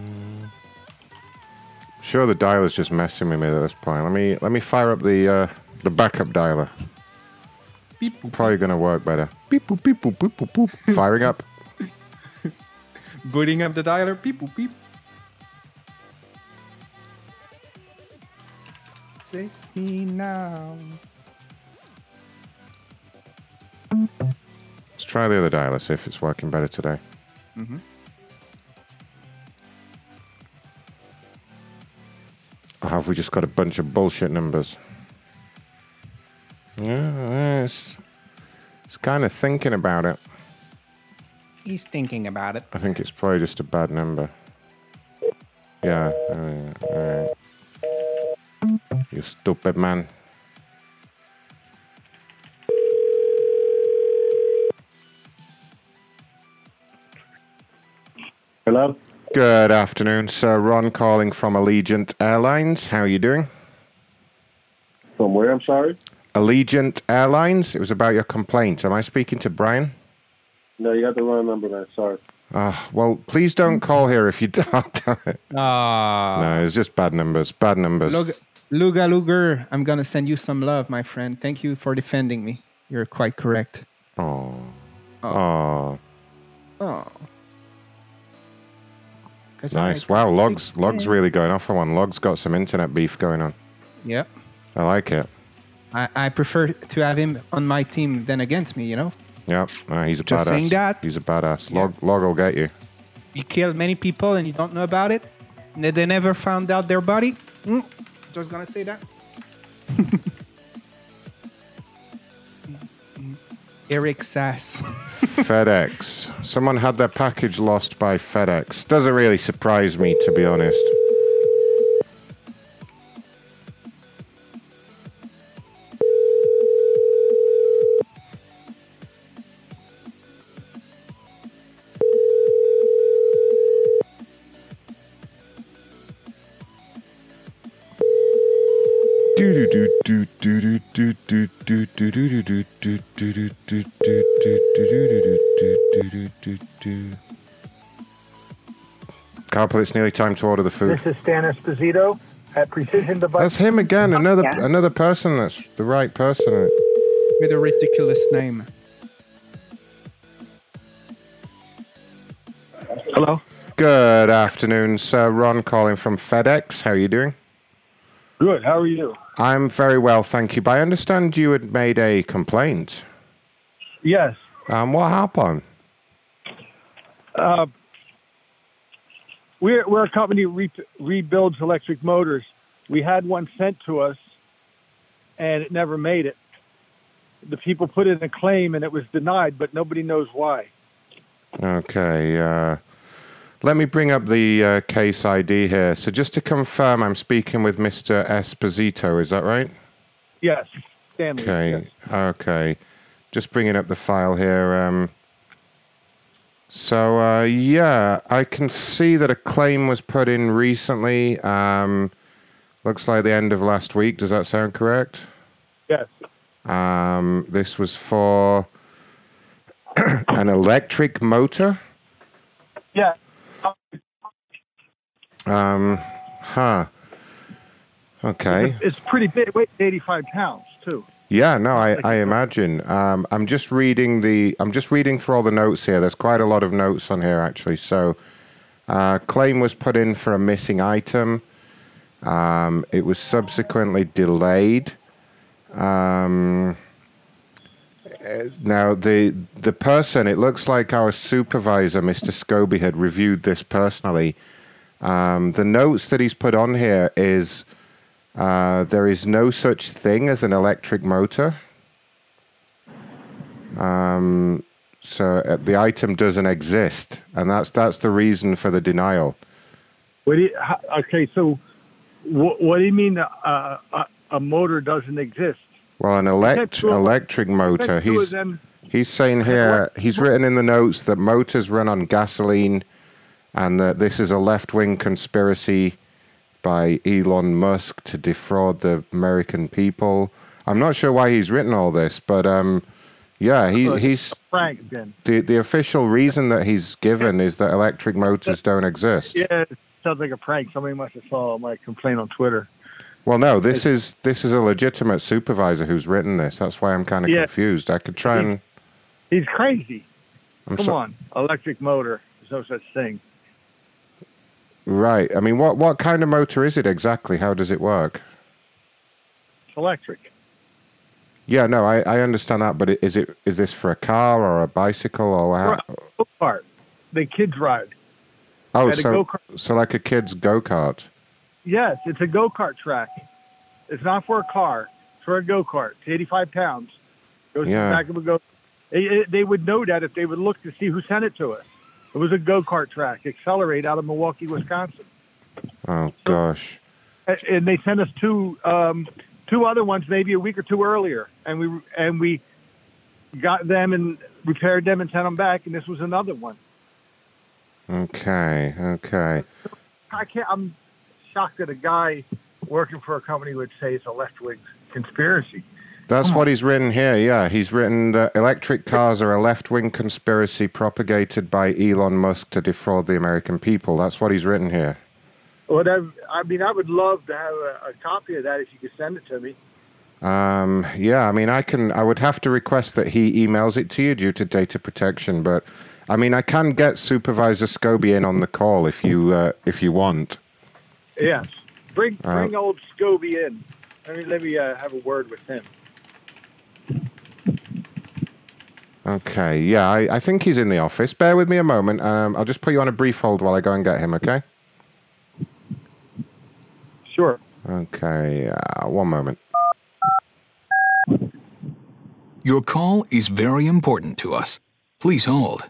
Sure, the dialer's just messing with me at this point. Let me let me fire up the uh, the backup dialer. It's probably going to work better. Beep boop beep boop boop boop boop. Firing up.
Booting up the dialer. Beep, boop, beep. Save me now.
Let's try the other dialer. See if it's working better today.
Mm-hmm.
Or have we just got a bunch of bullshit numbers? Yeah, it's, it's kind of thinking about it.
He's thinking about it.
I think it's probably just a bad number. Yeah, alright, alright. You stupid man.
Hello?
Good afternoon, sir. Ron calling from Allegiant Airlines. How are you doing?
From where, I'm sorry?
Allegiant Airlines. It was about your complaint. Am I speaking to Brian?
No, you got the wrong number, man. Sorry.
Ah, well, please don't call here if you don't.
Ah.
no, it's just bad numbers. Bad numbers.
Log, Luga Luger, I'm gonna send you some love, my friend. Thank you for defending me. You're quite correct.
Oh. Oh.
Oh. 'Cause I-
Nice. Wow, Log's, Log's really going off on one. Log's got some internet beef going on.
Yep.
I like it.
I, I prefer to have him on my team than against me, you know?
Yep. Ah, he's a
Just
badass.
saying that.
He's a badass. Log, Log will get you.
You kill many people and you don't know about it. and They never found out their body. Mm, Just gonna say that. Eric Sass.
FedEx. Someone had their package lost by FedEx. Doesn't really surprise me, to be honest. Carpal, it's nearly time to order the food.
This is Stan Esposito at Precision Device.
That's him again. Another another person. That's the right person.
With a ridiculous name.
Hello. Good afternoon, sir. Ron calling from FedEx. How are you doing?
Good. How are you?
I'm very well, thank you. But I understand you had made a complaint.
Yes.
Um, what happened?
Uh, we're, we're a company re- rebuilds electric motors. We had one sent to us, and it never made it. The people put in a claim, and it was denied, but nobody knows why.
Okay. Uh, let me bring up the uh, case ID here. So just to confirm, I'm speaking with Mr. Esposito. Is that right?
Yes, Stanley.
Okay. Okay. Just bringing up the file here. Um, so uh, yeah, I can see that a claim was put in recently. Um, looks like the end of last week. Does that sound correct?
Yes.
Um, this was for an electric motor.
Yeah.
Um, huh. Okay.
It's pretty big. It weighs 85 pounds, too.
Yeah, no, I, I imagine. Um, I'm just reading the I'm just reading through all the notes here. There's quite a lot of notes on here actually. So, uh, claim was put in for a missing item. Um, it was subsequently delayed. Um, eh, now the the person it looks like our supervisor, Mr. Scobie, had reviewed this personally. Um, the notes that he's put on here is. Uh, there is no such thing as an electric motor. Um, so uh, the item doesn't exist, and that's that's the reason for the denial.
What do you, ho- okay, so what, what do you mean uh, a, a motor doesn't exist?
Well, an elect,
Next one.
electric motor.
Next two of
He's
them.
he's saying here he's written in the notes that motors run on gasoline, and that this is a left wing conspiracy by Elon Musk to defraud the American people. I'm not sure why he's written all this, but um, yeah, he, he's
Frank, then.
the the official reason that he's given is that electric motors don't exist.
Yeah, it sounds like a prank. Somebody must have saw my complaint on Twitter.
Well, no, this is this is a legitimate supervisor who's written this. That's why I'm kind of
Yeah.
confused. I could try and
He's crazy.
I'm
Come
so-
on, electric motor. There's no such thing.
right. I mean, what what kind of motor is it exactly? How does it work?
It's electric.
Yeah, no, I, I understand that, but i- is it is this for a car or a bicycle or how?
Go kart. The kids ride.
Oh,
At a
so
go-kart.
so like a kid's go kart.
Yes, it's a go kart track. It's not for a car. It's for a go kart. It's 85 pounds. Goes
Yeah.
to the back of a go. It- it- They would know that if they would look to see who sent it to us. It was a go kart track, Accelerate, out of Milwaukee, Wisconsin.
Oh gosh.
A- And they sent us two um, two other ones maybe a week or two earlier, and we and we got them and repaired them and sent them back. And this was another one.
Okay, okay.
I can't. I'm shocked that a guy working for a company would say it's a left wing conspiracy.
That's what he's written here. Yeah, he's written that electric cars are a left-wing conspiracy propagated by Elon Musk to defraud the American people. That's what he's written here.
What I, I mean, I would love to have a, a copy of that if you could send it to me.
Um, yeah, I mean, I can. I would have to request that he emails it to you due to data protection, but I mean, I can get Supervisor Scobie in on the call if you uh, if you want.
Yes, bring
All right.
bring old Scobie in. Let me let me uh, have a word with him.
Okay. Yeah, I, I think he's in the office. Bear with me a moment. Um, I'll just put you on a brief hold while I go and get him. Okay.
Sure.
Okay. Uh, one moment.
Your call is very important to us. Please hold.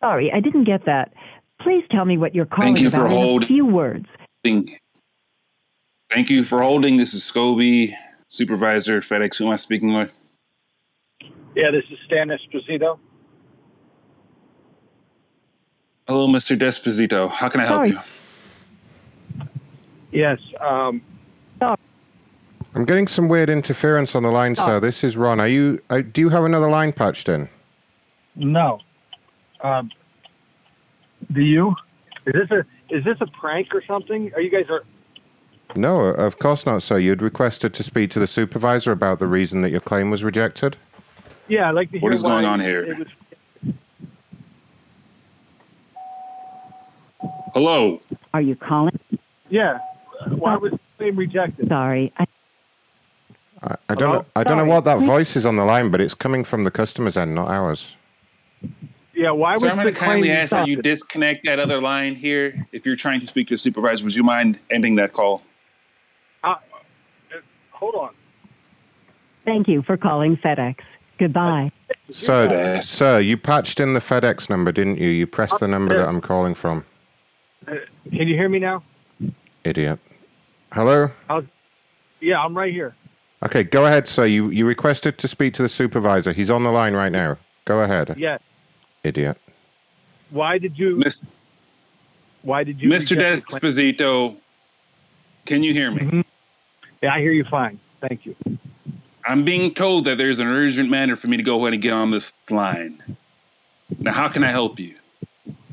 Sorry, I didn't get that. Please tell me what you're calling
Thank you for
about in a
holding.
few words.
Thank you for holding. This is Scobie, Supervisor FedEx. Who am I speaking with?
Yeah, this is Stan Esposito.
Hello, Mr. Desposito. How can I help you?
Yes. Um,
I'm getting some weird interference on the line, sir. This is Ron. Are you? Uh, do you have another line patched in?
no. Um, do you? Is this a is this a prank or something? Are you guys are?
No, of course not, sir. You'd requested to speak to the supervisor about the reason that your claim was rejected.
Yeah, I'd like to hear
What is going
why
on here?
it was-
Hello.
Are you calling?
yeah, why was the claim rejected?
Sorry. I,
I, I don't. Know, I don't know what that voice is on the line, but it's coming from the customer's end, not ours.
Yeah, why
so
was
I'm going
the
to kindly
claim
ask that you
rejected?
disconnect that other line here. If you're trying to speak to a supervisor, would you mind ending that call?
Hold on.
Thank you for calling FedEx. Goodbye.
Sir, sir, you patched in the FedEx number, didn't you? You pressed the number that I'm calling from.
Uh, Can you hear me now?
Idiot. Hello.
How's, yeah, I'm right here.
Okay, go ahead, sir. You you requested to speak to the supervisor. He's on the line right now. Go ahead.
Yeah.
Idiot.
Why did you? Why did you? reject
Mr.
the claim?
Desposito, can you hear me?
Mm-hmm. Yeah, I hear you fine. Thank you.
I'm being told that there's an urgent matter for me to go ahead and get on this line. Now, how can I help you?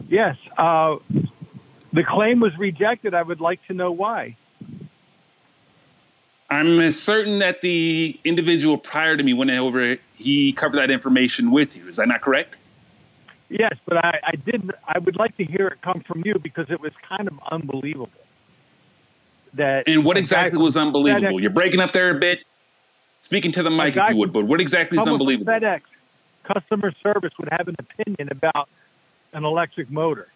Yes, uh, the claim was rejected. I would like to know why.
I'm certain that the individual prior to me went over, he covered that information with you. Is that not correct?
Yes, but I, I did. I would like to hear it come from you because it was kind of unbelievable. That
And what
a guy
exactly
from
was unbelievable?
FedEx-
You're breaking up there a bit. Speaking to the mic if
guy
you would, but what exactly is
someone from
unbelievable?
FedEx customer service would have an opinion about an electric motor.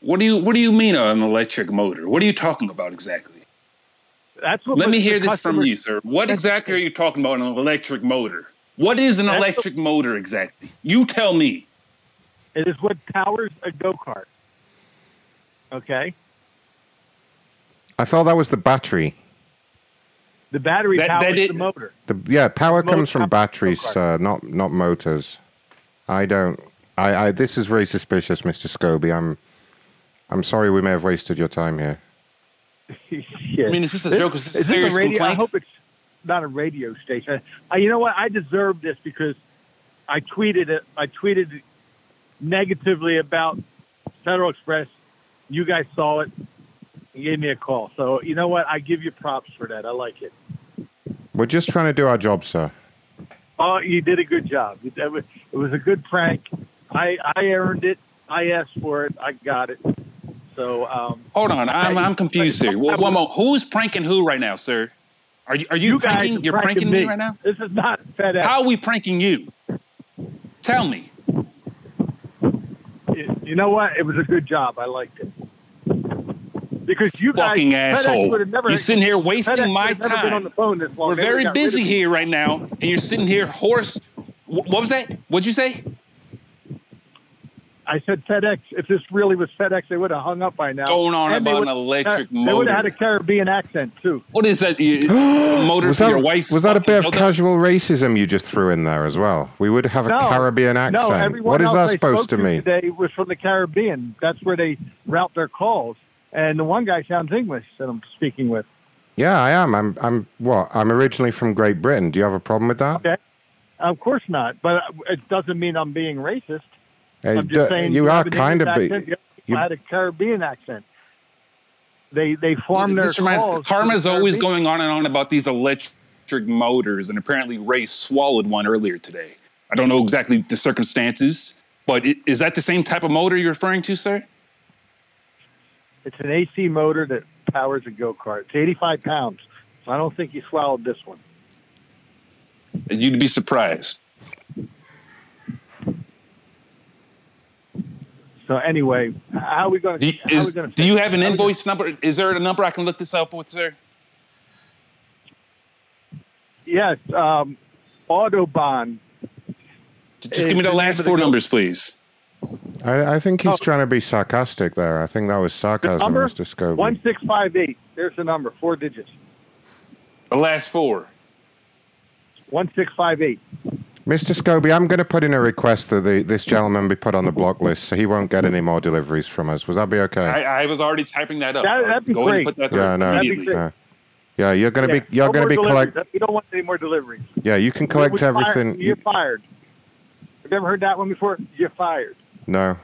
What do you What do you mean an electric motor? What are you talking about exactly?
That's what
Let me
puts
hear
the
this from
customer-
you, sir. What exactly are you talking about an electric motor? What is an
That's the-
electric motor exactly? You tell me.
It is what powers a go kart. Okay,
I thought that was the battery.
the battery
That-
powers
that it-
the motor.
The, yeah, power
Motor
comes from batteries, sir, not not motors. I don't. I, I. This is very suspicious, Mister Scobie. I'm. I'm sorry. We may have wasted your time here.
Shit.
I mean, is this a joke? Is this a serious
radio? I
complaint?
hope it's not a radio station. I, you know what? I deserve this because I tweeted it. I tweeted negatively about Federal Express. You guys saw it. You gave me a call. So you know what? I give you props for that. I like it.
We're just trying to do our job, sir.
Oh, you did a good job. It, that was, it was a good prank. I I earned it. I asked for it. I got it. So um,
Hold on, I'm, I'm confused here. One, one moment. Who is pranking who right now, sir? Are you Are you,
guys
pranking?
are
You're pranking, me right now.
This is not FedEx.
How are we pranking you? Tell me.
you, you know what? It was a good job. I liked it. Because you guys-
fucking
FedEx
asshole.
would've never-
you're sitting here
FedEx
wasting my
would've never been
time.
on the phone this long.
We're
They would've
very
got rid of
busy
you.
here right now, and you're sitting here horse. wh- What was that? What'd you say?
I said FedEx. If this really was FedEx, they would have hung up by now.
Going on
they
about
would-
an electric
They would have had
motor.
a Caribbean accent too.
What is that? You, motor
was
for
that,
your wife's?
was that a bit of
fucking dildo?
casual racism you just threw in there as well? We would have a
No,
Caribbean accent.
No, everyone
what is
else
that
I
supposed
spoke
to mean?
Today was from the Caribbean. That's where they route their calls. And the one guy sounds English that I'm speaking with.
Yeah, I am. I'm. I'm. What? I'm originally from Great Britain. Do you have a problem with that?
Okay. Of course not, but it doesn't mean I'm being racist.
Hey,
I'm just
d-
saying
you
have
are
an
kind of.
English
be-
accent,
you-
I had a Caribbean accent. They they farm their
This reminds
calls.
Karma
to
is
the
always
Caribbean.
going on and on about these electric motors, and apparently Ray swallowed one earlier today. I don't know exactly the circumstances, but i- is that the same type of motor you're referring to, sir?
It's an AC motor that powers a go kart. It's 85 pounds. So I don't think he swallowed this one.
You'd be surprised.
So anyway, how are we going
Do,
to?
you- is- do you have an invoice number? Is there a number I can look this up with, sir?
Yes, um, Autobahn.
Just give me the last four numbers, please.
I, I think
Oh.
he's trying to be sarcastic there. I think that was sarcasm,
number?
Mr. Scobie.
One six five eight. There's the number, four digits.
The last four.
One six five eight.
Mr. Scobie, I'm going to put in a request that the, this gentleman be put on the block list so he won't get any more deliveries from us. Would that be okay?
I, I was already typing that up.
That- that'd be
Go ahead and
great.
put that through
yeah, no,
immediately.
no. Yeah, you're going to
Yeah,
be you're
no
going to
more
be collect.
deliveries. We don't want any more deliveries.
Yeah, you can
We
collect
fired-
everything.
you're
You,
fired. Have you ever heard that one before? You're fired.
no,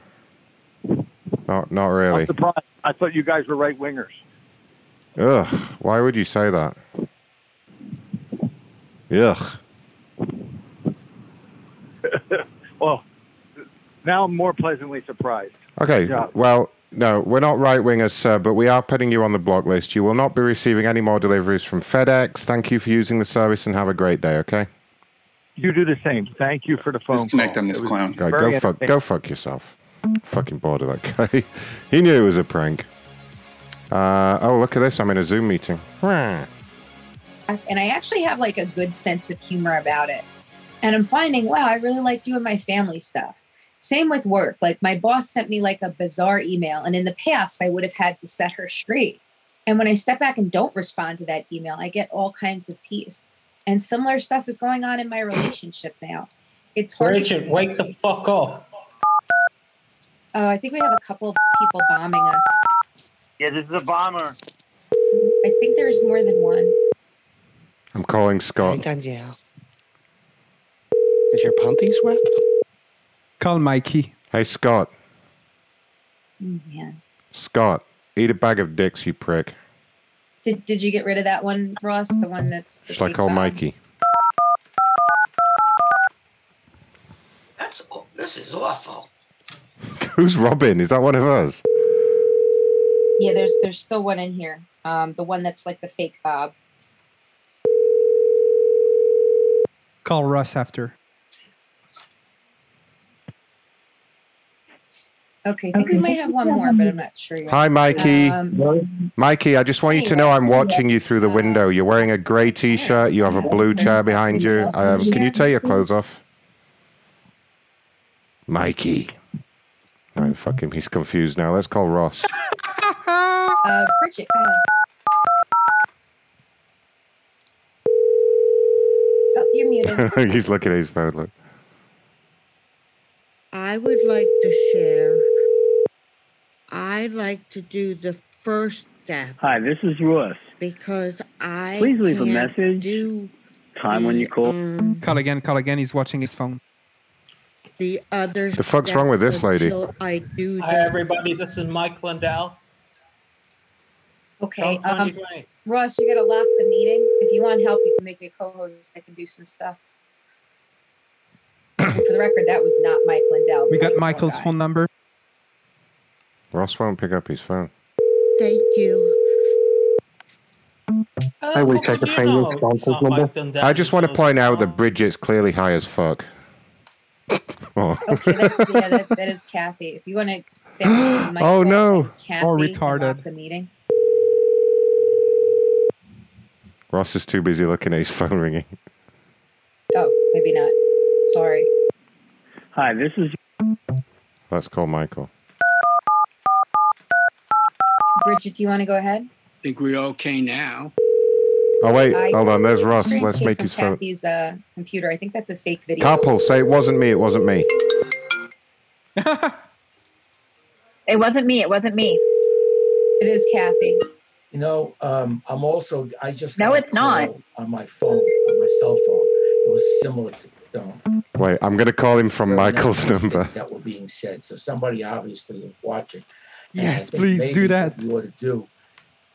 not not really.
Surprise! I thought you guys were right wingers.
Ugh, why would you say that? Ugh.
well, now I'm more pleasantly surprised.
Okay.
Yeah.
Well, no, we're not right wingers, sir, but we are putting you on the block list. You will not be receiving any more deliveries from FedEx. Thank you for using the service and have a great day. Okay.
You do the same. Thank you for the phone.
Disconnect
call.
on this
It was
clown.
Right,
very
go fuck.
entertaining.
Go fuck yourself. Fucking bored of that guy. he knew it was a prank. Uh, oh, look at this. I'm in a Zoom meeting. Hmm.
And I actually have like a good sense of humor about it. And I'm finding, wow, I really like doing my family stuff. Same with work. Like my boss sent me like a bizarre email. And in the past, I would have had to set her straight. And when I step back and don't respond to that email, I get all kinds of peace. And similar stuff is going on in my relationship now. It's hard. to-
Richard, wake the fuck up.
Oh, I think we have a couple of people bombing us.
Yeah, this is a bomber.
I think there's more than one.
I'm calling Scott.
yeah.
Is your panties wet? Call Mikey.
Hey, Scott.
Oh, man.
Scott. Eat a bag of dicks, you prick.
Did, did you get rid of that one, Ross? The one that's. the
Should I
big
call
bomb?
Mikey?
That's this is awful.
Who's Robin? Is that one of us?
Yeah, there's there's still one in here. Um, the one that's like the fake Bob.
Call Russ after.
Okay, I think we might have one more, but I'm not sure. yet.
Hi, Mikey.
Um,
Mikey, I just want you
hey,
to know I'm
welcome.
watching you through the window. You're wearing a grey T-shirt. You have a blue chair behind you. Um, can you take your clothes off, Mikey? No, fuck him. He's confused now. Let's call Ross.
uh, Bridget, go ahead. Oh, you're muted.
He's looking at his phone. Look.
I would like to share. I like to do the first step
Hi, this is Russ.
because I
Please leave a
can't
message.
Do
Time when you call.
Call again, call again. He's watching his phone.
the other.
The fuck's wrong with this
steps
lady?
until I do.
Hi, everybody. This is Mike Lindell.
Okay,
Don't
um,
punch me.
Russ, you gotta lock the meeting. If you want help, you can make me a co-host. I can do some stuff. And For the record, that was not Mike Lindell.
We
but
got
you know
Michael's
that.
phone number.
Ross won't pick up his phone.
Thank you.
I will check the family contact number.
I just want to point out that Bridget's clearly high as fuck. oh.
Okay, that's, yeah, that, that is Kathy. If you want to,
Oh, no.
Kathy,
Or
and lock
retarded.
The meeting.
Ross is too busy looking at his phone ringing.
Oh, maybe not. Sorry.
Hi, this is
Let's call Michael.
Bridget, do you want to go ahead?
think we're okay now.
Oh wait,
I-
hold on. There's Ross.
Screen
Let's
came
make
from
his phone.
Kathy's uh, computer. I think that's a fake video.
Carpool, say it wasn't me. It wasn't me.
It wasn't me. It wasn't me.
It is Kathy.
You know, um, I'm also, I just.
No,
got a
it's not.
call On my phone, on my cell phone. It was similar to, you know,
Wait, I'm gonna call him from Michael's
things
number.
that were being said. So somebody obviously is watching. And I
Yes,
think
please do
maybe
that.
What you ought to do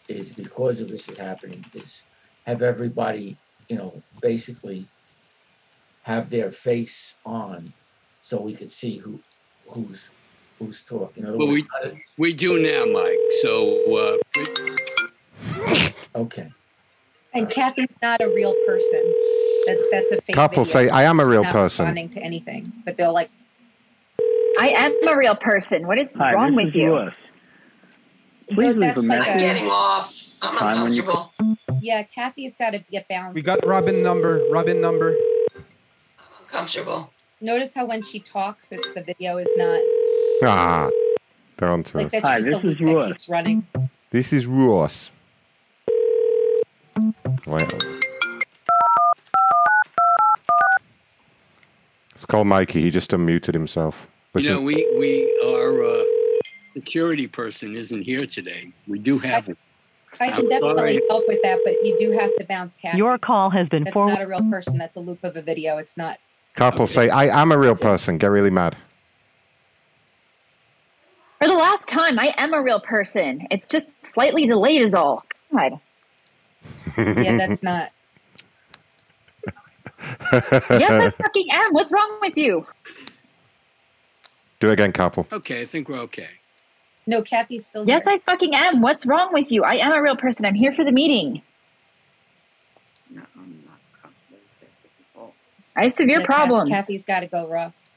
is because of this is happening is have everybody, you know, basically have their face on so we could see who, who's, who's talking. In other
Well,
words,
we we do now, Mike. So uh, we-
okay.
And Kathy's not a real person. That's that's a fake.
Carpool
video.
say, "I am a
She's
real
not
person."
Responding to anything, but they'll like.
I am a real person. What is wrong with you?
Please leave a message.
Getting off. I'm
Time when you-
uncomfortable.
Yeah, Kathy's got to get balanced.
We got Robin number. Robin number.
Uncomfortable.
Notice how when she talks, it's the video is not
Ah, they're on to
like
us.
that's just the loop that keeps running.
This is Ross. Wait. Let's call Mikey. He just unmuted himself.
you
Listen,
know, we we our uh, security person isn't here today. We do have.
I can
I'm
definitely
sorry.
help with that, but you do have to bounce Kathy.
Your call has been
that's
forwarded.
not a real person. That's a loop of a video. It's not.
Carpool say, I am a real person. Get really mad.
For the last time, I am a real person. It's just slightly delayed, is all. God.
Yeah, that's not.
Yes, I fucking am. What's wrong with you?
Do it again, Carpool.
Okay, I think we're okay.
No, Kathy's still.
Yes, I fucking am. What's wrong with you? I am a real person. I'm here for the meeting. I have severe
Yeah, Kath-
problems.
Kathy's got to go, Ross.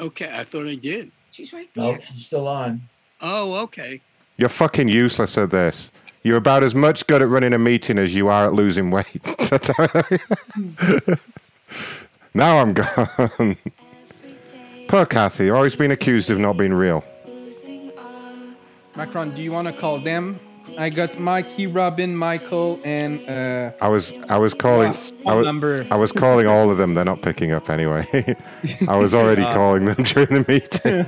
Okay, I thought I did. She's right
No, she's still on.
Oh, okay.
You're fucking useless at this. You're about as much good at running a meeting as you are at losing weight. now I'm gone. Poor Kathy, always been accused of not being real.
Macron, do you want to call them? I got Mikey, Robin, Michael, and uh,
I was I was calling I
phone
was,
number.
I was calling all of them. They're not picking up anyway. I was already
Ah.
calling them during the meeting.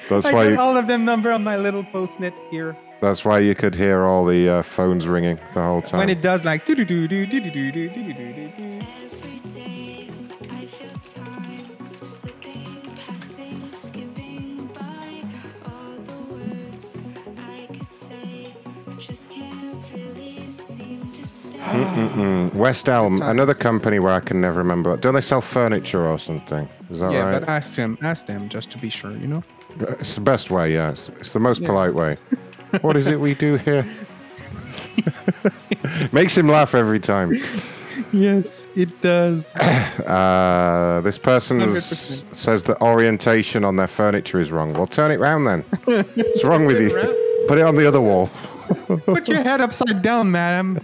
that's
I
why
got
you,
all of them number on my little post-it here.
that's why you could hear all the uh, phones ringing the whole time.
When it does like do do do do do do do do do do do.
Mm-mm-mm. West Elm, another company where I can never remember. Don't they sell furniture or something? Is that
Yeah,
right?
but ask them, ask them just to be sure, you know.
It's the best way, yeah. It's, it's the most
Yeah.
polite way. what is it we do here? Makes him laugh every time.
Yes, it does.
Uh, this person s-
100%.
says that orientation on their furniture is wrong. Well, turn it round then. What's wrong with you? Put it on the other wall.
Put your head upside down, madam.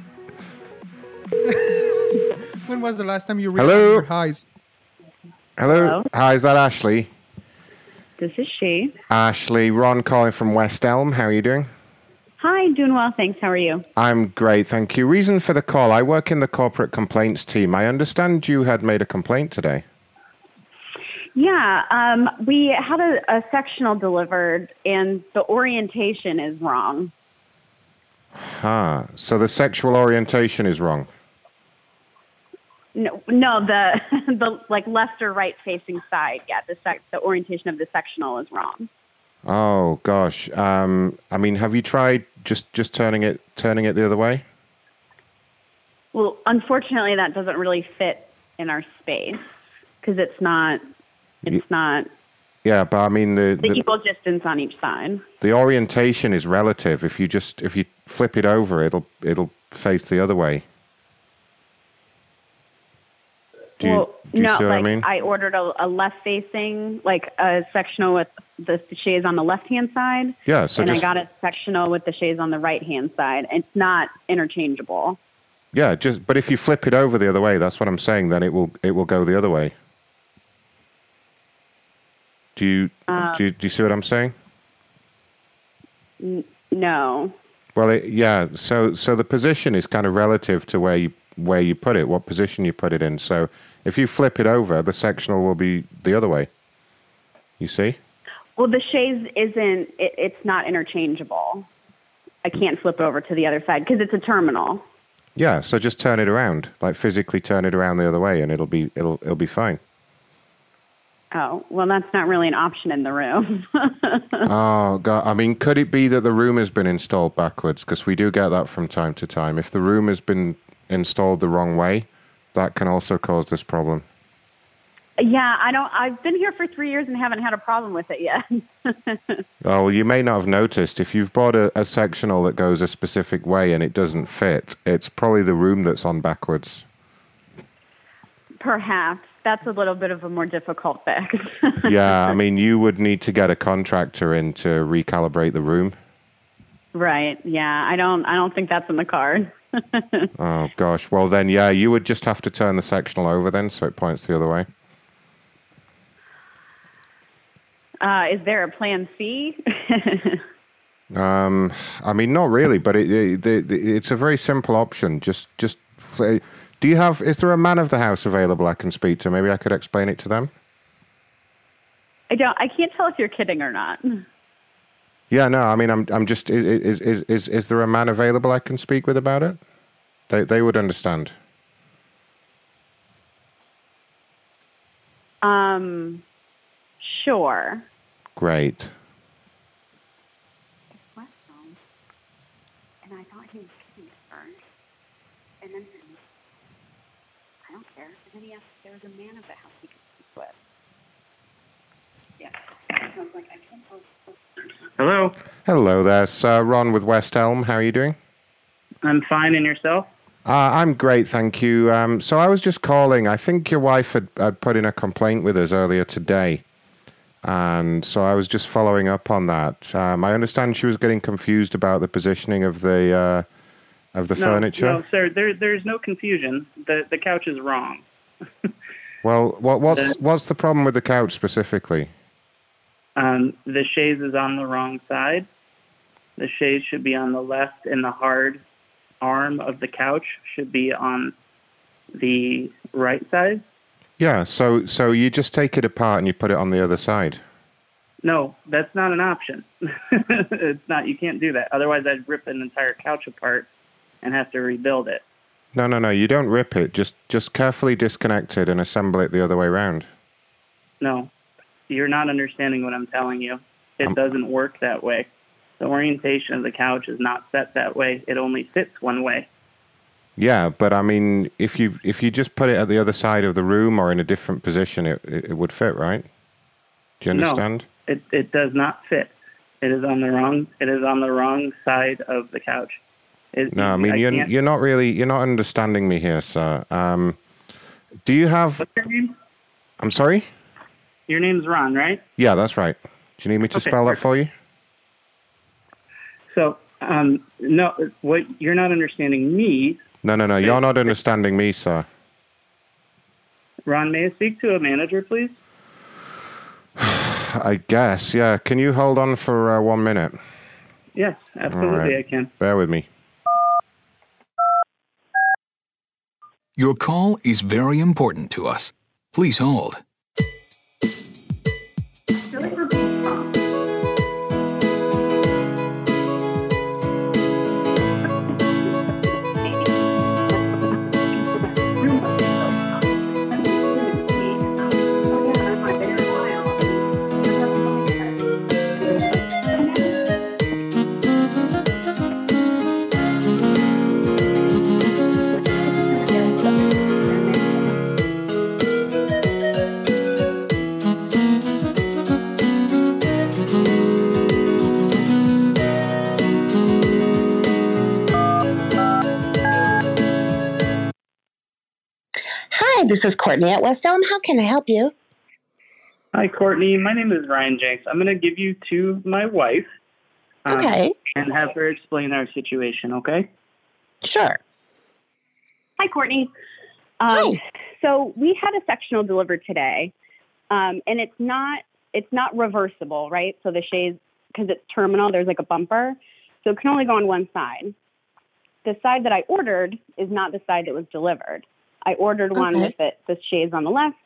when was the last time you read
Hello?
your highs?
Hello?
Hello?
Hi, is that Ashley?
This is she.
Ashley, Ron calling from West Elm. How are you doing?
Hi, doing well, thanks. How are you?
I'm great, thank you. Reason for the call I work in the corporate complaints team. I understand you had made a complaint today.
Yeah, um, we had a, a sectional delivered, and the orientation is wrong.
Huh. So the sexual orientation is wrong.
No, no, the the like left or right facing side. Yeah, the sec- the orientation of the sectional is wrong.
Oh gosh. Um, I mean, have you tried just just turning it turning it the other way?
Well, unfortunately, that doesn't really fit in our space because it's not
Ye-
it's not
Yeah, but I mean the,
the
the
equal distance on each side.
the orientation is relative. If you just if you flip it over, it'll it'll face the other way. Do you,
well,
do you
no,
see what
like
I mean?
ordered a, a left facing, like a sectional with the shays on the left hand side.
Yeah, so
and
just-
I got a sectional with the shays on the right hand side. It's not interchangeable.
yeah, just but if you flip it over the other way, that's what I'm saying. Then it will it will go the other way. Do you
Uh,
do you, do you see what I'm saying?
N- no.
Well, it, yeah. So, so the position is kind of relative to where you where you put it, what position you put it in. So, if you flip it over, the sectional will be the other way. You see?
Well, the chaise isn't. It, it's not interchangeable. I can't flip over to the other side because it's a terminal.
Yeah. So just turn it around, like physically turn it around the other way, and it'll be it'll it'll be fine.
Oh, well, that's not really an option in the room.
oh God! I mean, could it be that the room has been installed backwards? Because we do get that from time to time. If the room has been installed the wrong way, that can also cause this problem.
yeah, I don't. I've been here for three years and haven't had a problem with it yet.
Oh, well, you may not have noticed. If you've bought a, a sectional that goes a specific way and it doesn't fit, it's probably the room that's on backwards.
Perhaps that's a little bit of a more difficult fix.
yeah, I mean, you would need to get a contractor in to recalibrate the room.
Right. Yeah. I don't. I don't think that's in the card.
Oh, gosh. Well, then, yeah, you would just have to turn the sectional over then so it points the other way.
Uh, is there a plan C?
Um, I mean, not really, but it, it, the- the it's a very simple option. Just, just. uh, Do you have? Is there a man of the house available I can speak to? Maybe I could explain it to them.
I don't. I can't tell if you're kidding or not.
Yeah, no, I mean, I'm, I'm just, is, is, is, is there a man available I can speak with about it? They, they would understand.
Um, sure.
Great.
And I thought he was kidding at first, and then I don't care. And then he asked if there was a man of the house he could speak with. Yeah. I was like, I can't tell.
Hello.
Hello there, it's uh, Ron with West Elm. How are you doing?
I'm fine. And yourself?
Uh, I'm great, thank you. Um, so I was just calling. I think your wife had, had put in a complaint with us earlier today. And so I was just following up on that. Um, I understand she was getting confused about the positioning of the uh, of the
no,
furniture.
No, sir. There, there's no confusion. The the couch is wrong.
Well,
Yeah.
what, what's what's the problem with the couch specifically?
Um, the chaise is on the wrong side. The chaise should be on the left, and the hard arm of the couch should be on the right side.
Yeah, so so you just take it apart and you put it on the other side.
No, that's not an option. it's not. You can't do that. Otherwise, I'd rip an entire couch apart and have to rebuild it.
No, no, no, you don't rip it. Just just carefully disconnect it and assemble it the other way round.
No, you're not understanding what I'm telling you.
Um,
It doesn't work that way. The orientation of the couch is not set that way. It only fits one way.
Yeah, but I mean, if you if you just put it at the other side of the room or in a different position, it it, it would fit, right? Do you understand?
No, it it does not fit. It is on the wrong. It is on the wrong side of the couch. It-
No, I mean you're
Mm, can't-
you're not really you're not understanding me here, sir. Um, do you have?
What's your name?
I'm sorry.
Your name's Ron, right?
Yeah, that's right. Do you need me to
Okay,
spell that for you?
So, um, no, what you're not understanding me,
No, no, no. You're not understanding me, sir.
Ron. May I speak to a manager, please?
I guess. Yeah. Can you hold on for uh, one minute?
Yes,
All
absolutely,
right.
I can.
Bear with me.
Your call is very important to us. Please hold.
Hi, this is Courtney at West Elm. How can I help you?
Hi, Courtney. My name is Ryan Jenks. I'm going to give you to my wife. um,
Okay.
And have her explain our situation, okay?
Sure.
Hi, Courtney. Um, So we had a sectional delivered today, um, and it's not it's not reversible, right? So the shades because it's terminal, there's like a bumper, so it can only go on one side. The side that I ordered is not the side that was delivered. I ordered one with it, the shades on the left.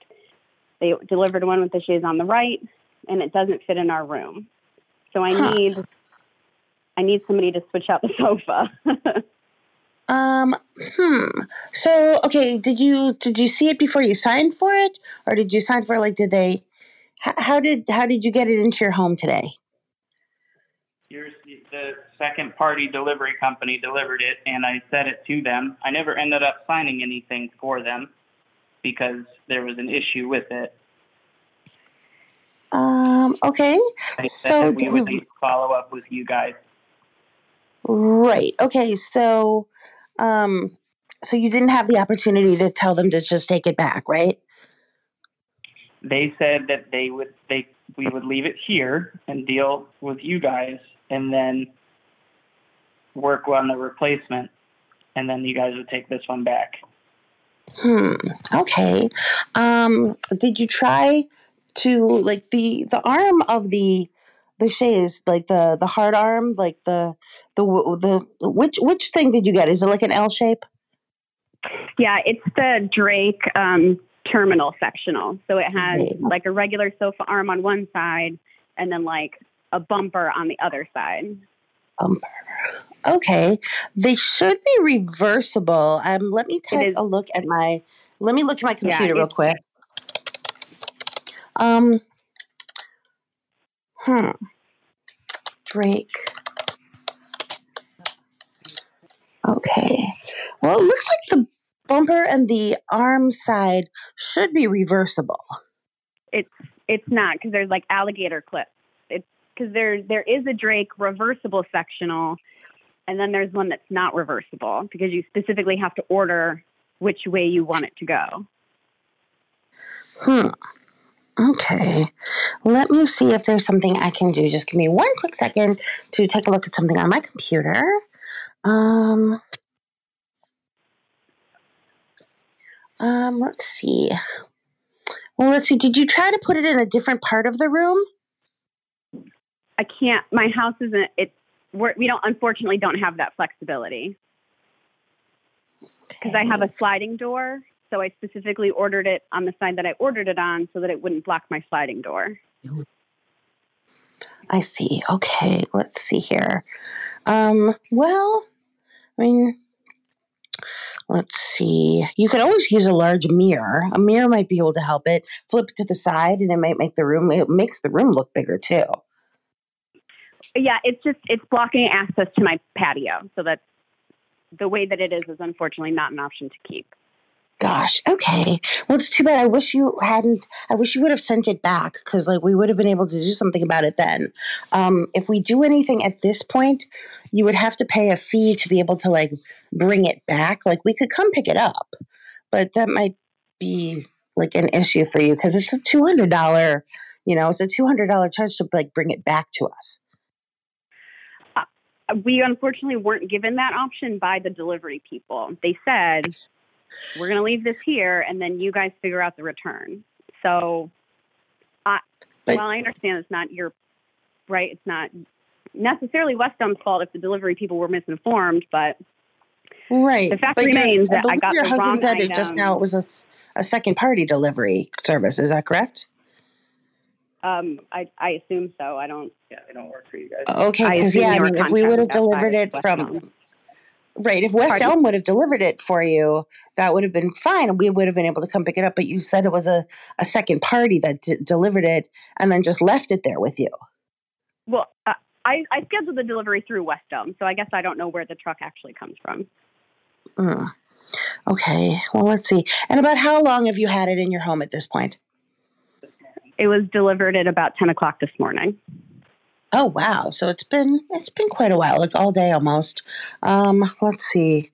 They delivered one with the shades on the right, and it doesn't fit in our room. So I need I need somebody to switch out the sofa.
Um, hmm. So, okay, did you did you see it before you signed for it, or did you sign for like did they? How, how did how did you get it into your home today?
Here's the, the second party delivery company delivered it, and I sent it to them. I never ended up signing anything for them because there was an issue with it.
Um, okay,
I said
So
that we
do
would
we-
need to follow up with you guys.
right. Okay, so, um, so you didn't have the opportunity to tell them to just take it back, right?
They said that they would they we would leave it here and deal with you guys, and then work on the replacement, and then you guys would take this one back.
Hmm. Okay. Um. Did you try to like the the arm of the the chaise, like the the hard arm, like the the w- the which which thing did you get? Is it like an L shape?
Yeah, it's the Drake um, terminal sectional. So it has like a regular sofa arm on one side and then like a bumper on the other side.
Um. Okay. They should be reversible. Um. Let me take
is-
a look at my. Let me look at my
Yeah,
computer real
it's-
quick. Um. Hmm. Drake. Okay. Well, it looks like the bumper and the arm side should be reversible.
It's it's not because there's like alligator clips. It's because there there is a Drake reversible sectional, and then there's one that's not reversible because you specifically have to order which way you want it to go.
Hmm. Okay. Let me see if there's something I can do. Just give me one quick second to take a look at something on my computer. Um. Um. Let's see. Well, let's see. Did you try to put it in a different part of the room?
I can't. My house isn't. It's we're, we don't unfortunately don't have that flexibility because I have a sliding door. So I specifically ordered it on the side that I ordered it on so that it wouldn't block my sliding door.
I see. Okay, let's see here. Um, well, I mean, let's see. You could always use a large mirror. A mirror might be able to help it. Flip it to the side, and it might make the room. It makes the room look bigger too.
Yeah, it's just it's blocking access to my patio. So that's the way that it is is unfortunately not an option to keep.
Gosh. Okay. Well, it's too bad. I wish you hadn't. I wish you would have sent it back because, like, we would have been able to do something about it then. Um, if we do anything at this point, you would have to pay a fee to be able to like bring it back. Like, we could come pick it up, but that might be like an issue for you because it's a two hundred dollar. You know, it's a two hundred dollar charge to like bring it back to us.
we unfortunately weren't given that option by the delivery people. They said, "We're going to leave this here, and then you guys figure out the return." So, I,
But-
well, I understand it's not your right. It's not necessarily Westdome's fault if the delivery people were misinformed, but
Right.
The fact
but your-
remains that I
believe
got
your
the
husband
wrong
said it just
item.
now. It was a, s- a second party delivery service. Is that correct?
um, I, I assume so. I don't. Yeah, they don't work for you guys.
Okay, because yeah, I mean, if we would have delivered it from, right, if West
Pardon?
Elm would have delivered it for you, that would have been fine. We would have been able to come pick it up. But you said it was a, a second party that d- delivered it and then just left it there with you.
Well, uh, I, I scheduled the delivery through Westdome, so I guess I don't know where the truck actually comes from.
Mm. Okay, well, let's see. And about how long have you had it in your home at this point?
It was delivered at about ten o'clock this morning.
Oh wow! So it's been it's been quite a while, like all day almost. Um, let's see.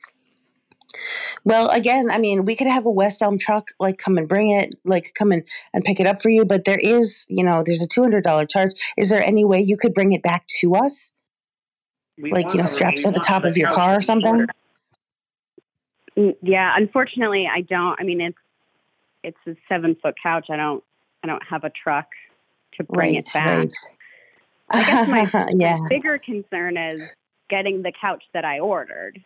Well, again, I mean, we could have a West Elm truck like come and bring it, like come and and pick it up for you. But there is, you know, there's a two hundred dollar charge. Is there any way you could bring it back to us, like you know, strapped to the top of your car or something?
Mm, Yeah, unfortunately, I don't. I mean, it's it's a seven foot couch. I don't I don't have a truck to bring
Right,
it back.
right.
I guess my
yeah,
bigger concern is getting the couch that I ordered.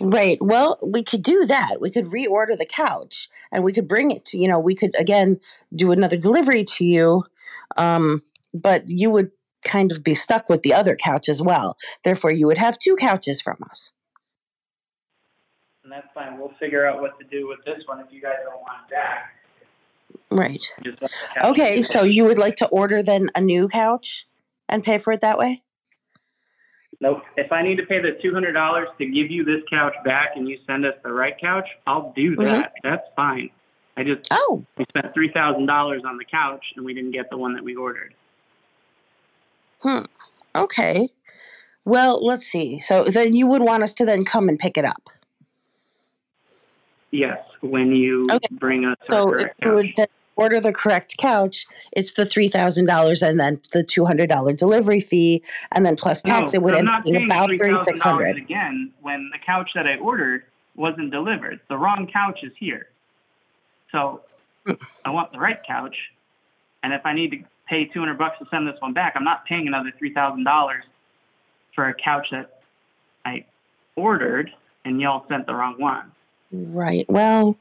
right. Well, we could do that. We could reorder the couch, and we could bring it. To, you know, we could again do another delivery to you, um, but you would kind of be stuck with the other couch as well. Therefore, you would have two couches from us.
And that's fine. We'll figure out what to do with this one if you guys don't want it back.
Right.
Just want the couch.
Okay, so you would like to order then a new couch and pay for it that way?
Nope. If I need to pay the two hundred dollars to give you this couch back and you send us the right couch, I'll do that. That's fine. I just
Mm-hmm. oh
we spent three thousand dollars on the couch and we didn't get the one that we ordered.
Hmm. Okay. Well, let's see. So then you would want us to then come and pick it up.
Yes, when you bring us our
So if
correct
you
couch.
would then order the correct couch, it's the three thousand dollars and then the two hundred dollar delivery fee, and then plus tax,
no,
it would
I'm
end
not
up being
paying
about
three
thirty
thousand
six
dollars
hundred.
again when the couch that I ordered wasn't delivered. The wrong couch is here. So I want the right couch. And if I need to pay two hundred bucks to send this one back, I'm not paying another three thousand dollars for a couch that I ordered and y'all sent the wrong one.
Right. Well,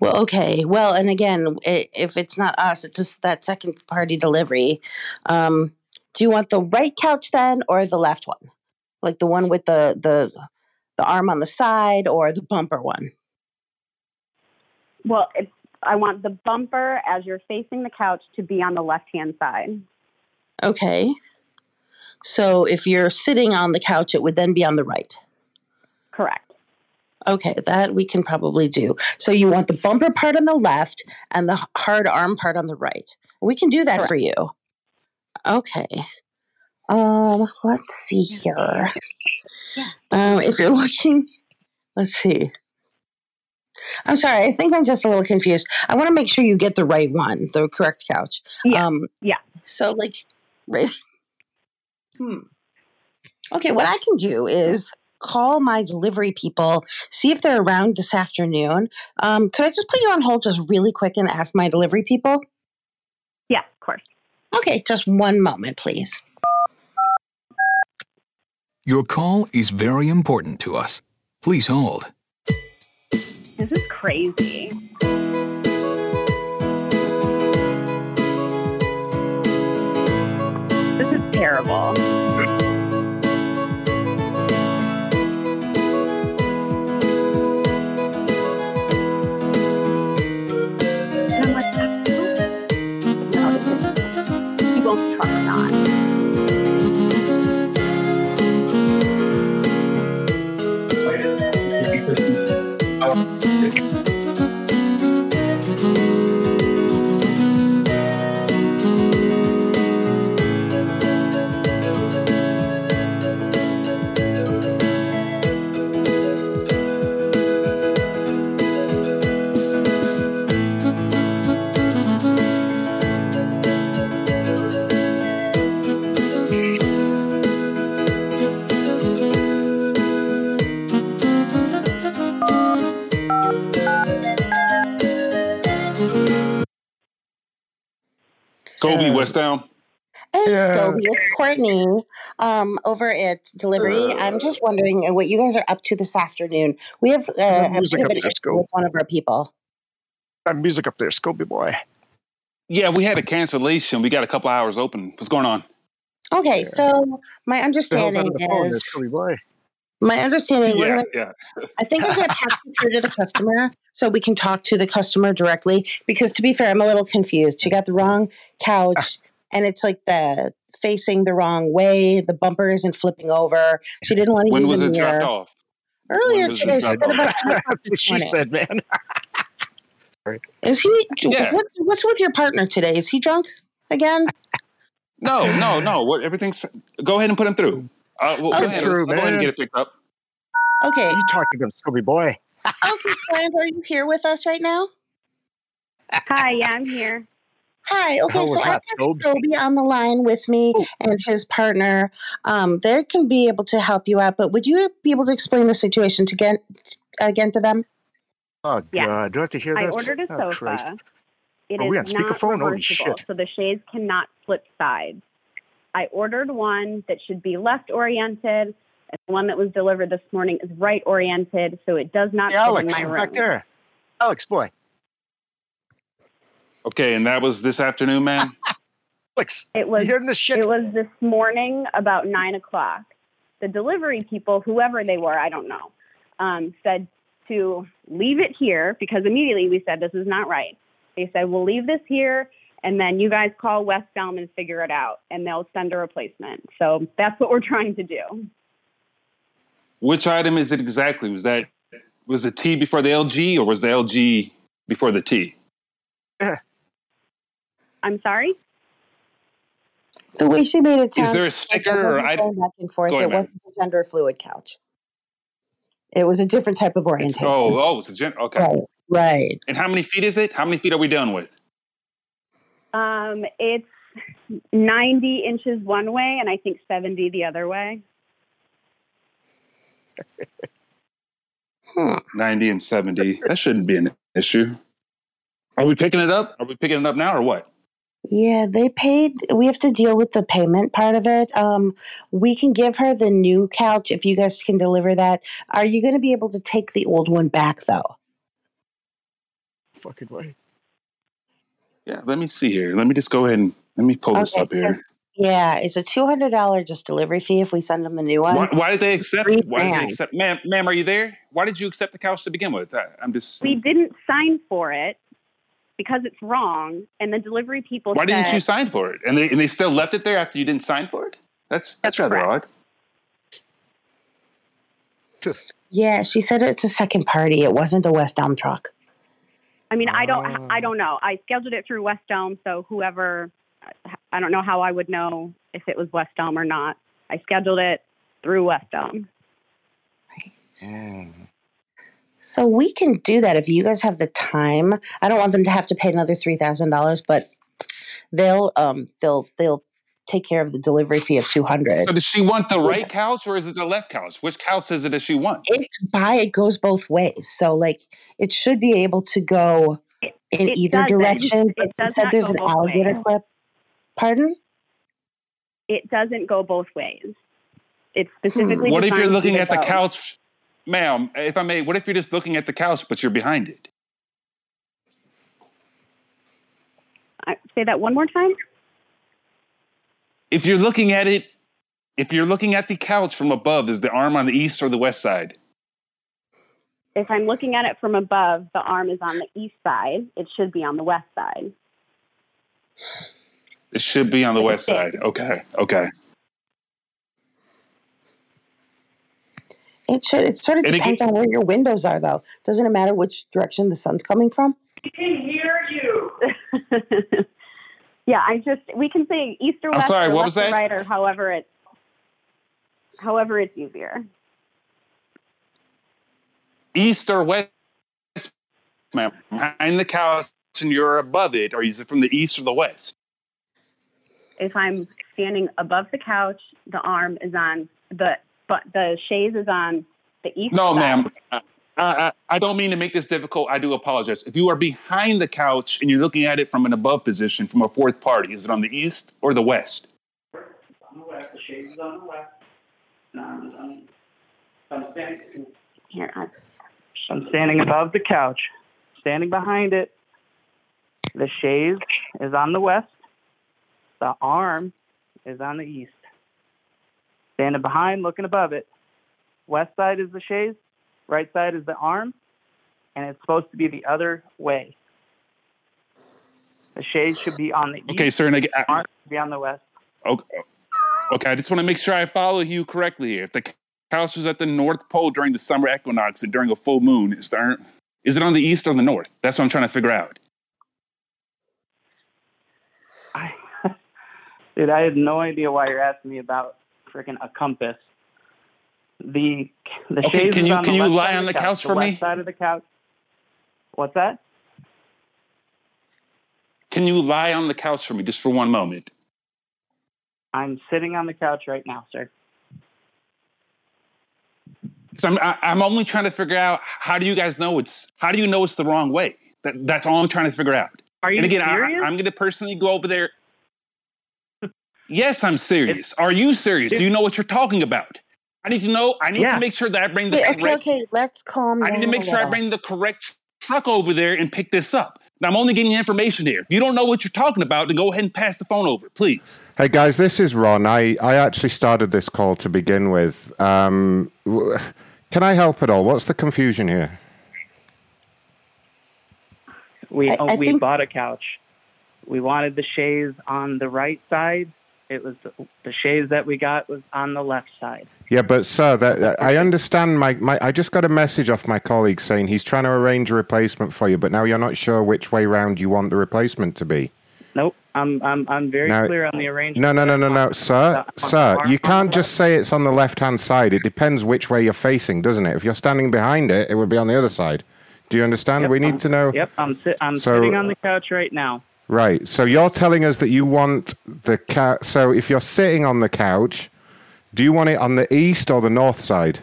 well, okay. Well, and again, i- if it's not us, it's just that second party delivery. Um, do you want the right couch then, or the left one, like the one with the the the arm on the side, or the bumper one?
Well, it's, I want the bumper as you're facing the couch to be on the left hand side.
Okay. So if you're sitting on the couch, it would then be on the right.
Correct.
Okay, that we can probably do. So you want the bumper part on the left and the h- hard arm part on the right. We can do that for you. Okay. Um, let's see here. Um, if you're looking, let's see. I'm sorry, I think I'm just a little confused. I want to make sure you get the right one, the correct couch. Yeah. Um,
yeah.
So, like, right. Hmm. Okay, what I can do is call my delivery people, see if they're around this afternoon. Um, could I just put you on hold just really quick and ask my delivery people?
Yeah, of course.
Okay, just one moment, please.
Your call is very important to us. Please hold.
This is crazy. This is terrible. And I'm like, no, this is, you won't truck on.
Wait,
Kobe, West Down.
It's Toby. It's Courtney um, over at Delivery.
Uh.
I'm just wondering what you guys are up to this afternoon. We have uh, a
music
bit of
up
an
there,
issue with one of our people.
That music up there, Scobie boy.
Yeah, we had a cancellation. We got a couple hours open. What's going on?
Okay, so my understanding
the phone there,
is
Scobie boy.
my understanding. we're
Yeah,
gonna-
yeah.
I think I'm going to pass you through to the customer so we can talk to the customer directly. Because to be fair, I'm a little confused. She got the wrong couch, and it's like the facing the wrong way. The bumper isn't flipping over. She didn't want to
When
use
was
a
it
mirror.
dropped off?
Earlier
When was it
today, she
dropped
said about
off?
That's
what she said, man.
Is he?
Yeah.
What, what's with your partner today? Is he drunk again?
No, no, no. What everything's. Go ahead and put him through. Uh, well,
Okay.
go ahead. Let's- I'll go ahead and get it picked up.
Okay.
You talk to them, Scobie boy.
Okay, friend, are you here with us right now?
Hi, yeah, I'm here.
Hi. Okay,
Oh,
so
we're
I have
not
Toby. on the line with me
Oh.
and his partner. Um, they can be able to help you out, but would you be able to explain the situation to get again to them?
Oh,
Yeah.
God. Do I have to hear
I
this?
ordered a
Oh,
sofa.
Christ.
It
Are we
is
on Oh, speakerphone?
not
Holy
reversible,
shit.
so the shades cannot flip sides. I ordered one that should be left oriented, and the one that was delivered this morning is right oriented, so it does not
Hey,
fit
Alex,
in my room.
back there. Alex, boy.
Okay, and that was this afternoon, man.
It was It was this morning about nine o'clock. The delivery people, whoever they were, I don't know, um, said to leave it here because immediately we said this is not right. They said we'll leave this here, and then you guys call Westbound and figure it out, and they'll send a replacement. So that's what we're trying to do.
Which item is it exactly? Was that was the T before the LG, or was the LG before the T?
I'm sorry.
The way she made it sound.
Is there a
like
sticker
Um, I wasn't
or I-
going back and forth?
Go ahead,
it
ma'am.
wasn't a gender fluid couch. It was a different type of
It's,
orientation.
oh, oh, it's a gen. Okay.
Right. Right.
And how many feet is it? How many feet are we done with?
Um, it's 90 inches one way, and I think 70 the other way.
Ninety and seventy. That shouldn't be an issue. Are we picking it up? Are we picking it up now or what?
Yeah, they paid. We have to deal with the payment part of it. Um, we can give her the new couch if you guys can deliver that. Are you going to be able to take the old one back though?
Fucking way.
Yeah, let me see here. Let me just go ahead and let me pull this
Okay,
up here.
Yeah, it's a two hundred dollar just delivery fee if we send them the new one.
Why, why did they accept?
Three
Why did they
grand.
accept? Ma'am, ma'am, are you there? Why did you accept the couch to begin with? I, I'm just.
we didn't sign for it because it's wrong and the delivery people
Why didn't
said-
you sign for it? And they and they still left it there after you didn't sign for it. That's that's, rather
Yeah, she said it's a second party. It wasn't a West Elm truck.
i mean i don't
Oh.
i don't know i scheduled it through west elm so whoever i don't know how i would know if it was west elm or not i scheduled it through west elm
So we can do that if you guys have the time. I don't want them to have to pay another three thousand dollars, but they'll um they'll they'll take care of the delivery fee of two
odd.
hundred.
So does she want the right couch or is it the left couch? Which couch is it that she wants?
It's by it goes both ways. So like it should be able to go in
it
either
doesn't.
direction.
It
But you
does
said
not
there's
go
an
both
alligator
ways.
clip. Pardon?
it doesn't go both ways it's specifically
Hmm. What if you're
designed
looking
either
at the
both.
couch, ma'am? If I may, what if you're just looking at the couch but you're behind it?
I, say that one more time
If you're looking at it, if you're looking at the couch from above, is the arm on the east or the west side?
if i'm looking at it from above the arm is on the east side it should be on the west side
It should be on the west side. Okay. Okay.
It should. It sort of
And it
depends on where your windows are, though. Doesn't it matter which direction the sun's coming from?
We can hear you.
Yeah, I just we can say east or
I'm
west
sorry,
or
what
left
was
or
that?
right or however it's however it's easier.
East or west, ma'am? Behind the couch and you're above it, or is it from the east or the west?
If I'm standing above the couch, the arm is on the but the chaise is on the east.
No,
side.
ma'am. I, I, I don't mean to make this difficult. I do apologize. If you are behind the couch and you're looking at it from an above position, from a fourth party, is it on the east or the west?
On the west, the shades is on the west. And I'm, I'm, I'm standing,
Here, I-
I'm standing above the couch, standing behind it. The chaise is on the west. The arm is on the east. Standing behind, looking above it. West side is the chaise, right side is the arm, and it's supposed to be the other way. The chaise should be on the east.
Okay, sir. And again, I,
Arm should be on the west.
okay, okay, I just want to make sure I follow you correctly here. If the couch was at the North Pole during the summer equinox and during a full moon, is, there, is it on the east or the north? That's what I'm trying to figure out.
Dude, I have no idea why you're asking me about freaking a compass. The the
Okay,
chaise
can
is
you-
on
can
the
you
left
lie
side of
on the couch
the
for
left
me?
Side of the couch. What's that?
Can you lie on the couch for me just for one moment?
I'm sitting on the couch right now, sir.
So I'm, I, I'm only trying to figure out how do you guys know it's how do you know it's the wrong way? That, that's all I'm trying to figure out.
Are you
and again,
serious?
I, I'm going to personally go over there. yes, I'm serious. Are you serious? Do you know what you're talking about? I need to know. I need
Yeah.
to make sure that I bring the
Okay, okay,
correct.
okay, let's calm
I
down.
need to make
a
sure I
little.
bring the correct truck over there and pick this up. Now I'm only getting you information here. If you don't know what you're talking about, then go ahead and pass the phone over, please.
Hey guys, this is Ron. I, I actually started this call to begin with. Um, w- can I help at all? What's the confusion here?
We
I-
oh,
I
we
think-
bought a couch. We wanted the chaise on the right side. It was the, the chaise that we got was on the left side.
Yeah, but sir, that, that- I understand. My, my I just got a message off my colleague saying he's trying to arrange a replacement for you, but now you're not sure which way round you want the replacement to be.
Nope. I'm I'm I'm very
Now-
clear on the arrangement.
No, no, no, no, no, sir, sir. You can't just say it's on the left-hand side. It depends which way you're facing, doesn't it? If you're standing behind it, it would be on the other side. Do you understand?
Yep,
we need
I'm-
to know.
Yep, I'm si- I'm
So-
sitting on the couch right now.
Right. So you're telling us that you want the couch. So if you're sitting on the couch, do you want it on the east or the north side?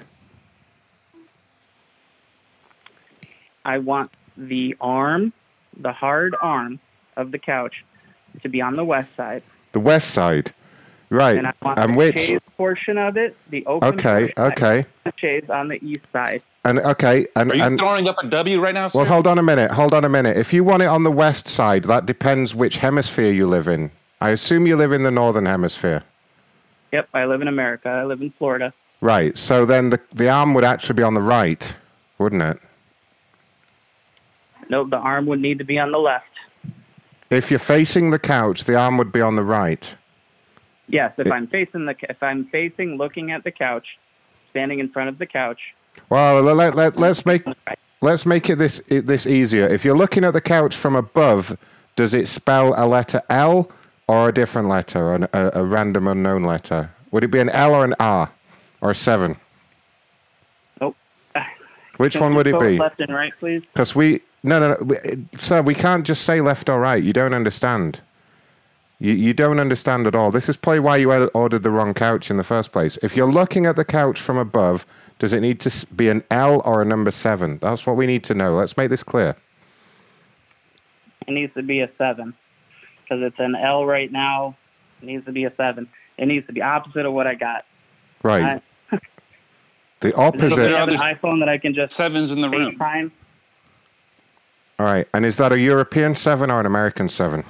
I want the arm, the hard arm of the couch, to be on the west side,
The west side. Right.
and I want
and
the
which?
chaise portion of it, the open
Okay.
portion,
Okay.
the chaise on the east side.
And okay. And
Are you
and.
throwing up a W right now, sir?
Well, hold on a minute. Hold on a minute. If you want it on the west side, that depends which hemisphere you live in. I assume you live in the northern hemisphere.
Yep, I live in America. I live in Florida.
Right. So then the, the arm would actually be on the right, wouldn't it?
Nope, the arm would need to be on the left.
If you're facing the couch, the arm would be on the right.
Yes, if
It-
I'm facing the ca- if I'm facing looking at the couch, standing in front of the couch,
Well, let, let, let, let's make let's make it this it, this easier. If you're looking at the couch from above, does it spell a letter L or a different letter, an, a, a random unknown letter? Would it be an L or an R or a seven?
Nope.
Which
Can
one
you
would it
go
be?
Left and right, please.
Because we no no, no we, sir, we can't just say left or right. You don't understand. You you don't understand at all. This is probably why you had ordered the wrong couch in the first place. If you're looking at the couch from above, does it need to s- be an L or a number seven? That's what we need to know. Let's make this clear.
It needs to be a seven because it's an L right now. It needs to be a seven. It needs to be opposite of what I got.
Right.
I-
the
Do you have an
opposite.
iPhone that I can just
sevens in the room.
FaceTime?
All right. And is that a European seven or an American seven?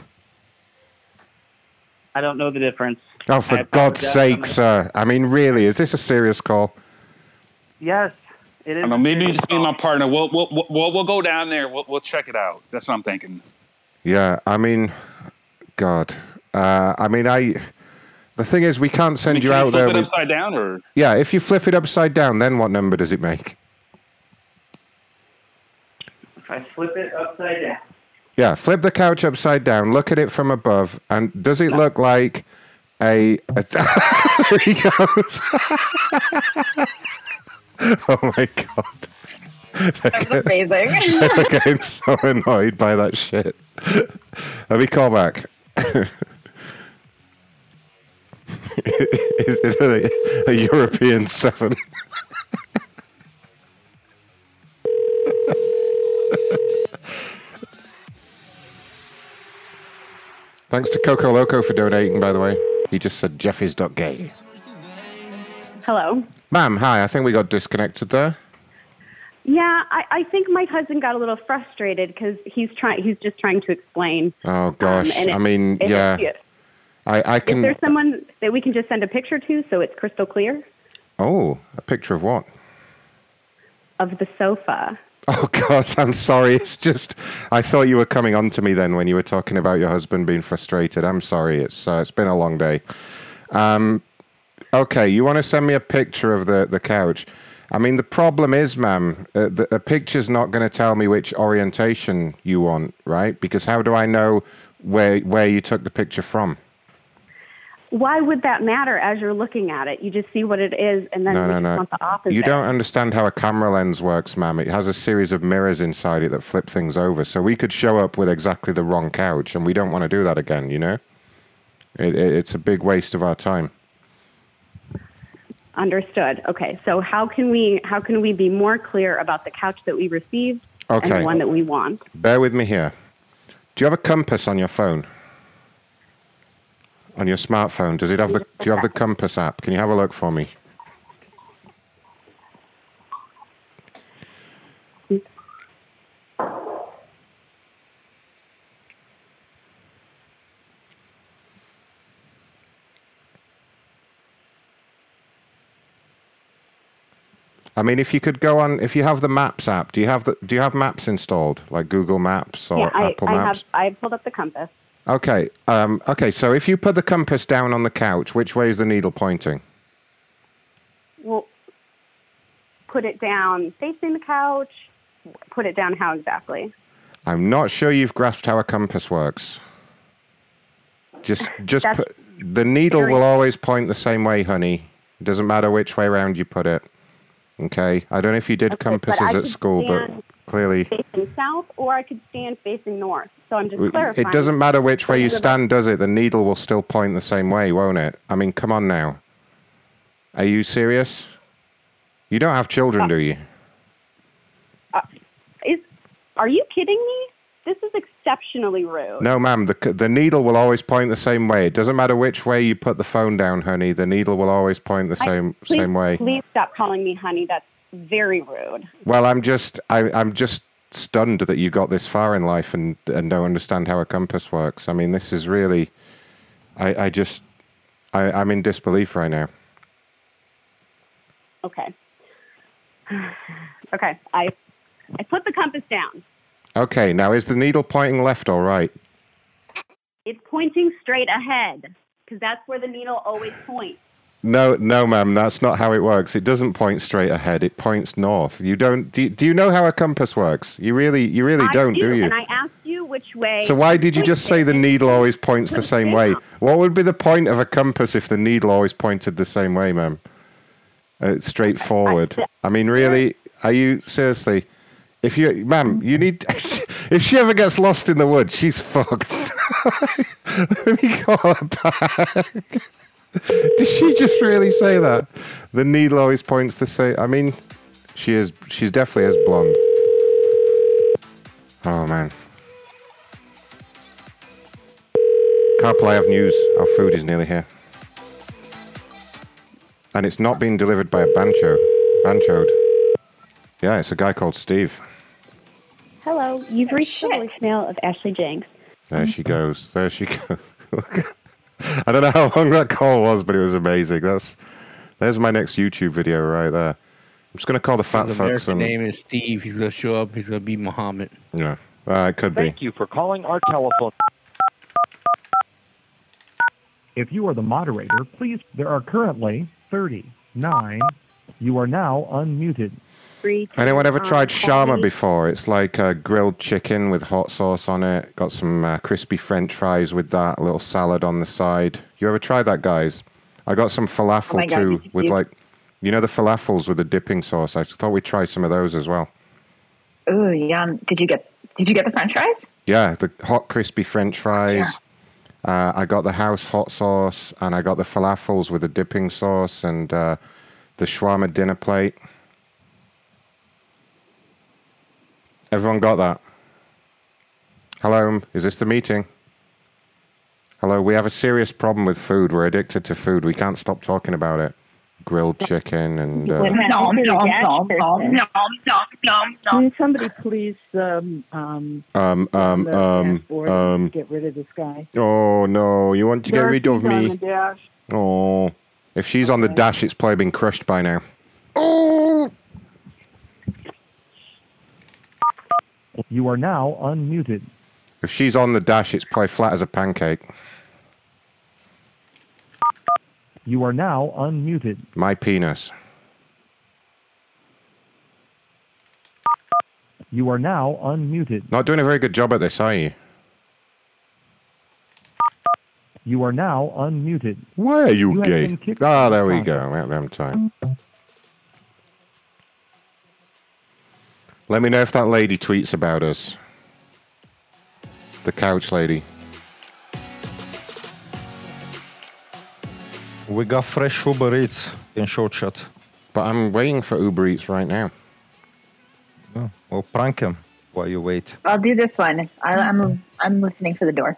I don't know the difference.
Oh, for
I
God's
apologize.
sake, sir. I mean, really, is this a serious call?
Yes, it
I
is.
don't know. Maybe just me and my partner. We'll we'll we'll- we'll, we'll go down there. We'll, we'll check it out. That's what I'm thinking.
Yeah, I mean, God. Uh, I mean, I. The thing is, we can't
I
send
mean,
you
can
out
you flip
there.
it
with-
upside down, or
yeah, if you flip it upside down, then what number does it make?
If I flip it upside down,
Yeah, flip the couch upside down, look at it from above, and does it look like a. a there he goes. oh my god.
That was amazing.
I'm getting so annoyed by that shit. Let me call back. Is it a, a European seven? Thanks to Coco Loco for donating, by the way. He just said Jeff is dot gay.
Hello.
Ma'am, hi. I think we got disconnected there.
Yeah, I, I think my husband got a little frustrated because he's trying. He's just trying to explain.
Oh gosh.
Um, and
I
it-
mean,
it-
yeah.
it-
I, I
Is
can.
there someone that we can just send a picture to so it's crystal clear
Oh, a picture of what?
of the sofa?
Oh God, I'm sorry. It's just I thought you were coming on to me then when you were talking about your husband being frustrated. I'm sorry. It's uh, it's been a long day. Um, okay, you want to send me a picture of the the couch? I mean, the problem is, ma'am, uh, the, a picture's not going to tell me which orientation you want, right? Because how do I know where where you took the picture from?
Why would that matter as you're looking at it? You just see what it is, and then
no,
you
no,
just
no.
want the opposite.
You don't understand how a camera lens works, ma'am. It has a series of mirrors inside it that flip things over. So we could show up with exactly the wrong couch, and we don't want to do that again, you know? It, it, it's a big waste of our time.
Understood. Okay, so how can we how can we be more clear about the couch that we received and
Okay.
the one that we want?
Bear with me here. Do you have a compass on your phone? On your smartphone? Does it have the do you have the compass app? Can you have a look for me? I mean if you could go on if you have the maps app, do you have the do you have maps installed? Like Google Maps or
yeah, I,
Apple
I
Maps?
have I pulled up the compass.
Okay. Um, okay. So if you put the compass down on the couch, which way is the needle pointing?
Well, put it down facing the couch. Put it down how exactly?
I'm not sure you've grasped how a compass works. Just, just
That's
put, the needle
very-
will always point the same way, honey. It doesn't matter which way around you put it. Okay. I don't know if you did
Okay, but I
compasses at
could
school,
stand-
but clearly
Facing south, or I could stand facing north. So I'm just clarifying.
it doesn't matter which way you
Because of-
stand, does it? The needle will still point the same way, won't it? I mean, come on now. Are you serious? You don't have children, do you?
Is are you kidding me? This is exceptionally rude.
No, ma'am. The, c- the needle will always point the same way. It doesn't matter which way you put the phone down, honey. The needle will always point the
I-
same
please,
same way.
Please stop calling me honey. That's very rude.
Well, I'm just I, I'm just stunned that you got this far in life and and don't understand how a compass works. I mean, this is really, I I just I, I'm in disbelief right now.
Okay. okay. I I put the compass down.
Okay, now is the needle pointing left or right?
It's pointing straight ahead because that's where the needle always points.
No, no, ma'am. That's not how it works. It doesn't point straight ahead. It points north. You don't. Do you, do you know how a compass works? You really, you really
I
don't,
do,
do you?
And I asked you which way.
So why did you
Wait,
just say the needle always points the same way? What would be the point of a compass if the needle always pointed the same way, ma'am? Uh, It's straightforward. I mean, really, are you seriously? If you, ma'am, you need. if she ever gets lost in the woods, she's fucked. Let me call her back. Did she just really say that? The needle always points the same. I mean, she is. She's definitely as blonde. Oh man. CarPlay, I have news. Our food is nearly here. And it's not being delivered by a bancho. Banchoed. Yeah, it's a guy called Steve.
Hello, you've reached the voicemail of Ashley Jenks.
There she goes. There she goes. I don't know how long that call was, but it was amazing. That's there's my next YouTube video right there. I'm just gonna call the fat
His
fuck
American
some.
name is Steve. He's gonna show up. He's gonna be Muhammad.
Yeah, uh, it could be.
Thank you for calling our telephone. If you are the moderator, please. There are currently 39. You are now unmuted.
free. to,
Anyone ever
um,
tried
call
Sharma
me.
before? It's like uh, grilled chicken with hot sauce on it. Got some uh, crispy French fries with that. A little salad on the side. You ever tried that, guys? I got some falafel
Oh my God,
too,
did
with
you?
like, you know, the falafels with the dipping sauce. I thought we'd try some of those as well.
Ooh, yum! Did you get Did you get the French fries?
Yeah, the hot crispy French fries. Uh, I got the house hot sauce, and I got the falafels with the dipping sauce and uh, the shawarma dinner plate. Everyone got that? Hello, is this the meeting? Hello, we have a serious problem with food. We're addicted to food. We can't stop talking about it. Grilled chicken and. Uh,
nom, nom, nom, nom, nom, nom, nom, nom.
Can somebody please um, um,
um, um,
on the
um,
dashboard
um,
get rid of this guy?
oh no, you want to get
Sir,
rid of
he's on
me?
the dash.
Oh, if she's on the dash, it's probably been crushed by now. Oh.
You are now unmuted.
If she's on the dash, it's probably flat as a pancake.
You are now unmuted.
My penis.
You are now unmuted.
Not doing a very good job at this, are you?
You are now unmuted.
Why are you,
You have
gay?
been kicked
Ah,
from
there we
the
go. Well, I'm time. Let me know if that lady tweets about us. The couch lady.
We got fresh Uber Eats in short shot.
But I'm waiting for Uber Eats right now.
Oh, well, prank him while you wait.
I'll do this one. I, I'm I'm listening for the door.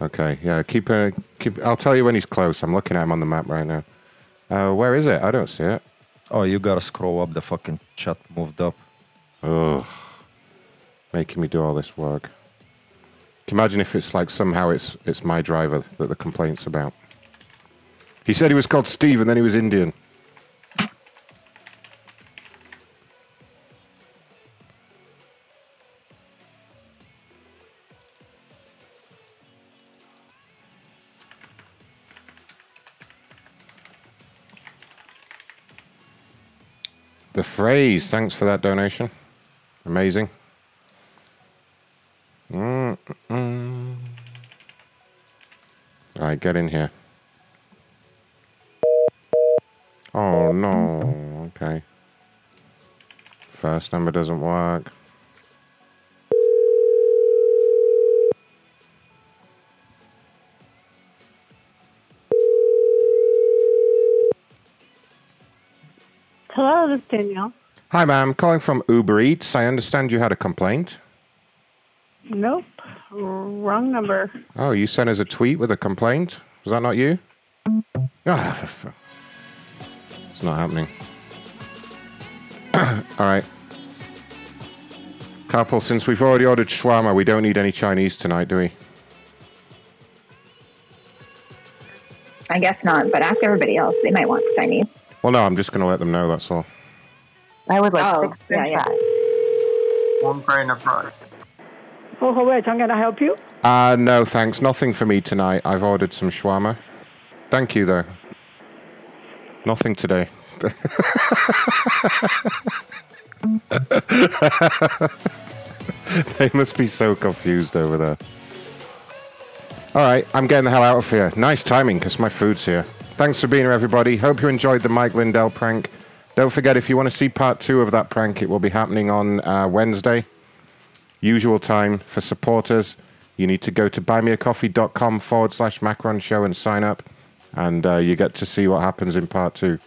Okay, yeah. Keep a keep. I'll tell you when he's close. I'm looking at him on the map right now. Uh, where is it? I don't see it.
Oh, you gotta scroll up. The fucking chat moved up.
Ugh, making me do all this work. Can you Imagine if it's like somehow it's it's my driver that the complaint's about. He said he was called Steve and then he was Indian. The phrase. Thanks for that donation. Amazing. Mm, mm, mm. All right, get in here. Oh no. Okay. First number doesn't work.
Hello, this is Danielle.
Hi, ma'am. Calling from Uber Eats. I understand you had a complaint.
Nope, wrong number.
Oh, you sent us a tweet with a complaint. Was that not you? Ah, for fu- it's not happening. All right. Couple, since we've already ordered shawarma, we don't need any Chinese tonight, do we?
I guess not, but ask everybody else. They might want Chinese.
Well, no, I'm just going to let them know, that's all.
I would like
Oh,
six
yeah, yeah.
One grain of rice.
Oh, oh, wait, I'm gonna help you.
Uh, no, thanks. Nothing for me tonight. I've ordered some shawarma. Thank you, though. Nothing today. they must be so confused over there. All right, I'm getting the hell out of here. Nice timing, because my food's here. Thanks for being here, everybody. Hope you enjoyed the Mike Lindell prank. Don't forget, if you want to see part two of that prank, it will be happening on uh, Wednesday usual time for supporters. You need to go to buymeacoffee.com forward slash Macron Show and sign up, and uh, you get to see what happens in part two.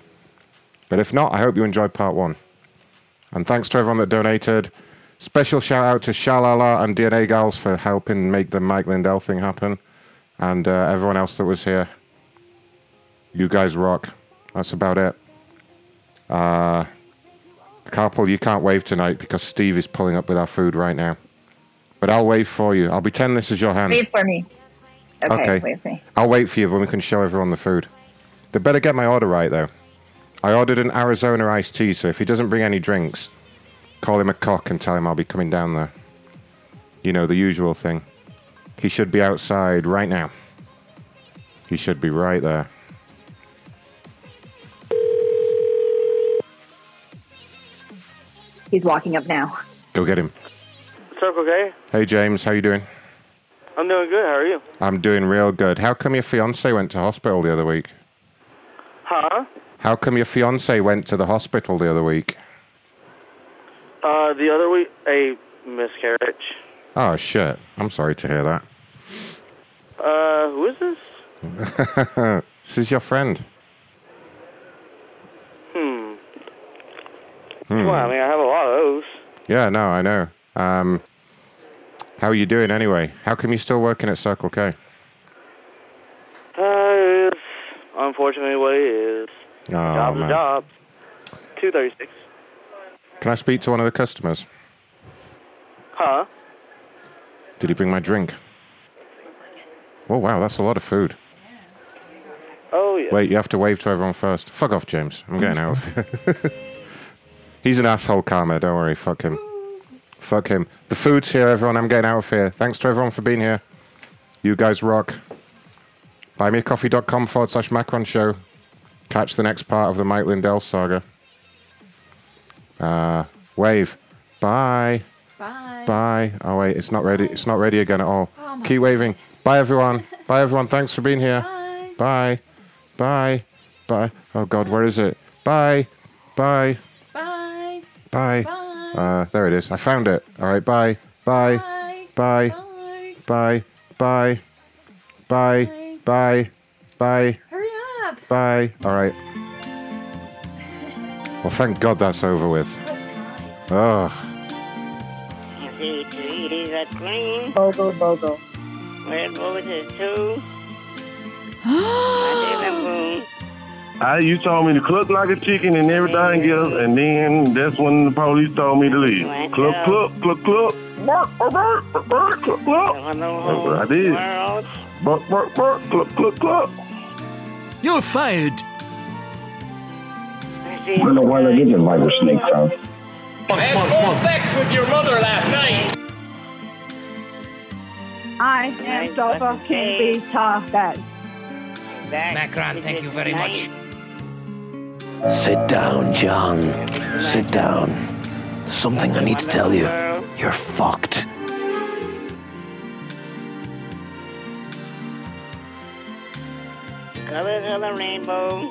But if not, I hope you enjoyed part one. And thanks to everyone that donated. Special shout out to Shalala and DNA Gals for helping make the Mike Lindell thing happen, and uh, everyone else that was here. You guys rock. That's about it. Uh, Carpal, you can't wave tonight because Steve is pulling up with our food right now. But I'll wave for you. I'll pretend this is your hand.
Wait for me. Okay,
Okay.
wait for me.
I'll wait for you when we can show everyone the food. They better get my order right, though. I ordered an Arizona iced tea, so if he doesn't bring any drinks, call him a cock and tell him I'll be coming down there. You know, the usual thing. He should be outside right now. He should be right there.
He's walking up now.
Go get him.
What's up, okay?
Hey James, how you doing?
I'm doing good. How are you?
I'm doing real good. How come your fiance went to hospital the other week?
Huh?
How come your fiance went to the hospital the other week?
Uh, the other week, a miscarriage.
Oh shit! I'm sorry to hear
Uh, who is this?
that. this is your friend.
Hmm.
Hmm.
Well, I mean, I have a lot of those.
Yeah, no, I know. Um, how are you doing anyway? How come you're still working at Circle K?
Uh, it's unfortunately what it is.
Oh,
Job's a
man.
job. 236.
Can I speak to one of the customers?
Huh?
Did he bring my drink? Oh wow, that's a lot of food.
Oh, yeah.
Wait, you have to wave to everyone first. Fuck off, James. I'm getting out of here. He's an asshole, Karma. Don't worry. Fuck him. Fuck him. The food's here, everyone. I'm getting out of here. Thanks to everyone for being here. You guys rock. Buymeacoffee.com forward slash Macron Show. Catch the next part of the Mike Lindell saga. Uh, wave. Bye.
Bye.
Bye. Oh wait, it's not ready. It's not ready again at all.
Oh, my
Keep waving. Bye everyone. Bye everyone. Thanks for being here. Bye. Bye. Bye. Oh god, where is it? Bye. Bye.
Bye.
Bye. Uh, there it is. I found it. All right. Bye. Bye. Bye. Bye. Bye. Bye. Bye. Bye.
Hurry up.
Bye. All right. Well, thank God that's over with. Oh,
It is a green.
Bogo, bogo.
Red roses too. My living room.
I, you told me to cook like a chicken and everything else, and then that's when the police told me to leave. Cluck, cluck, cluck, cluck. Bark, bark, bark, bark, bark, cluck, cluck. That's what I did. Bark, bark, bark, cluck, cluck, cluck.
You're fired.
Wonder why they give you rattlesnake tongue.
Had full sex with your mother last night.
I am Dogo King Beta.
Macron, thank you very much.
Sit down, John. Sit down. Something I need to tell you. You're fucked.
Colors of the rainbow.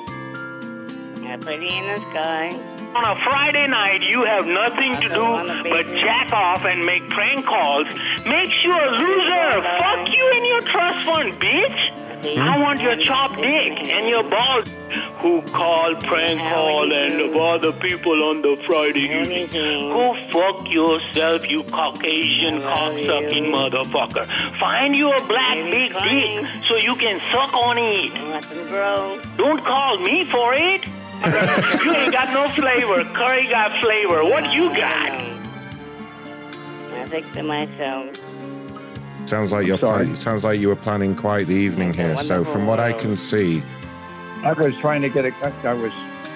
I put it in the sky.
On a Friday night, you have nothing to do but jack off and make prank calls. Makes you a loser. Fuck you and your trust fund, bitch. I want your chopped dick and your balls. Who call prank call and bother people on the Friday evening? Go fuck yourself, you Caucasian cocksucking motherfucker. Find you a black big dick so you can suck on it. Don't call me for it. you ain't got no flavor. Curry got flavor. What you got?
I think to myself.
sounds like you're plan- sounds like you were planning quite the evening here. So from what I can see,
I was trying to get a, I was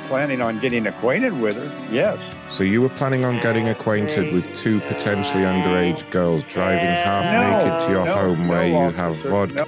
planning on getting acquainted with her. Yes.
so you were planning on getting acquainted with two potentially underage girls driving half
No,
naked to your
no,
home where
no,
you have
officer,
vodka.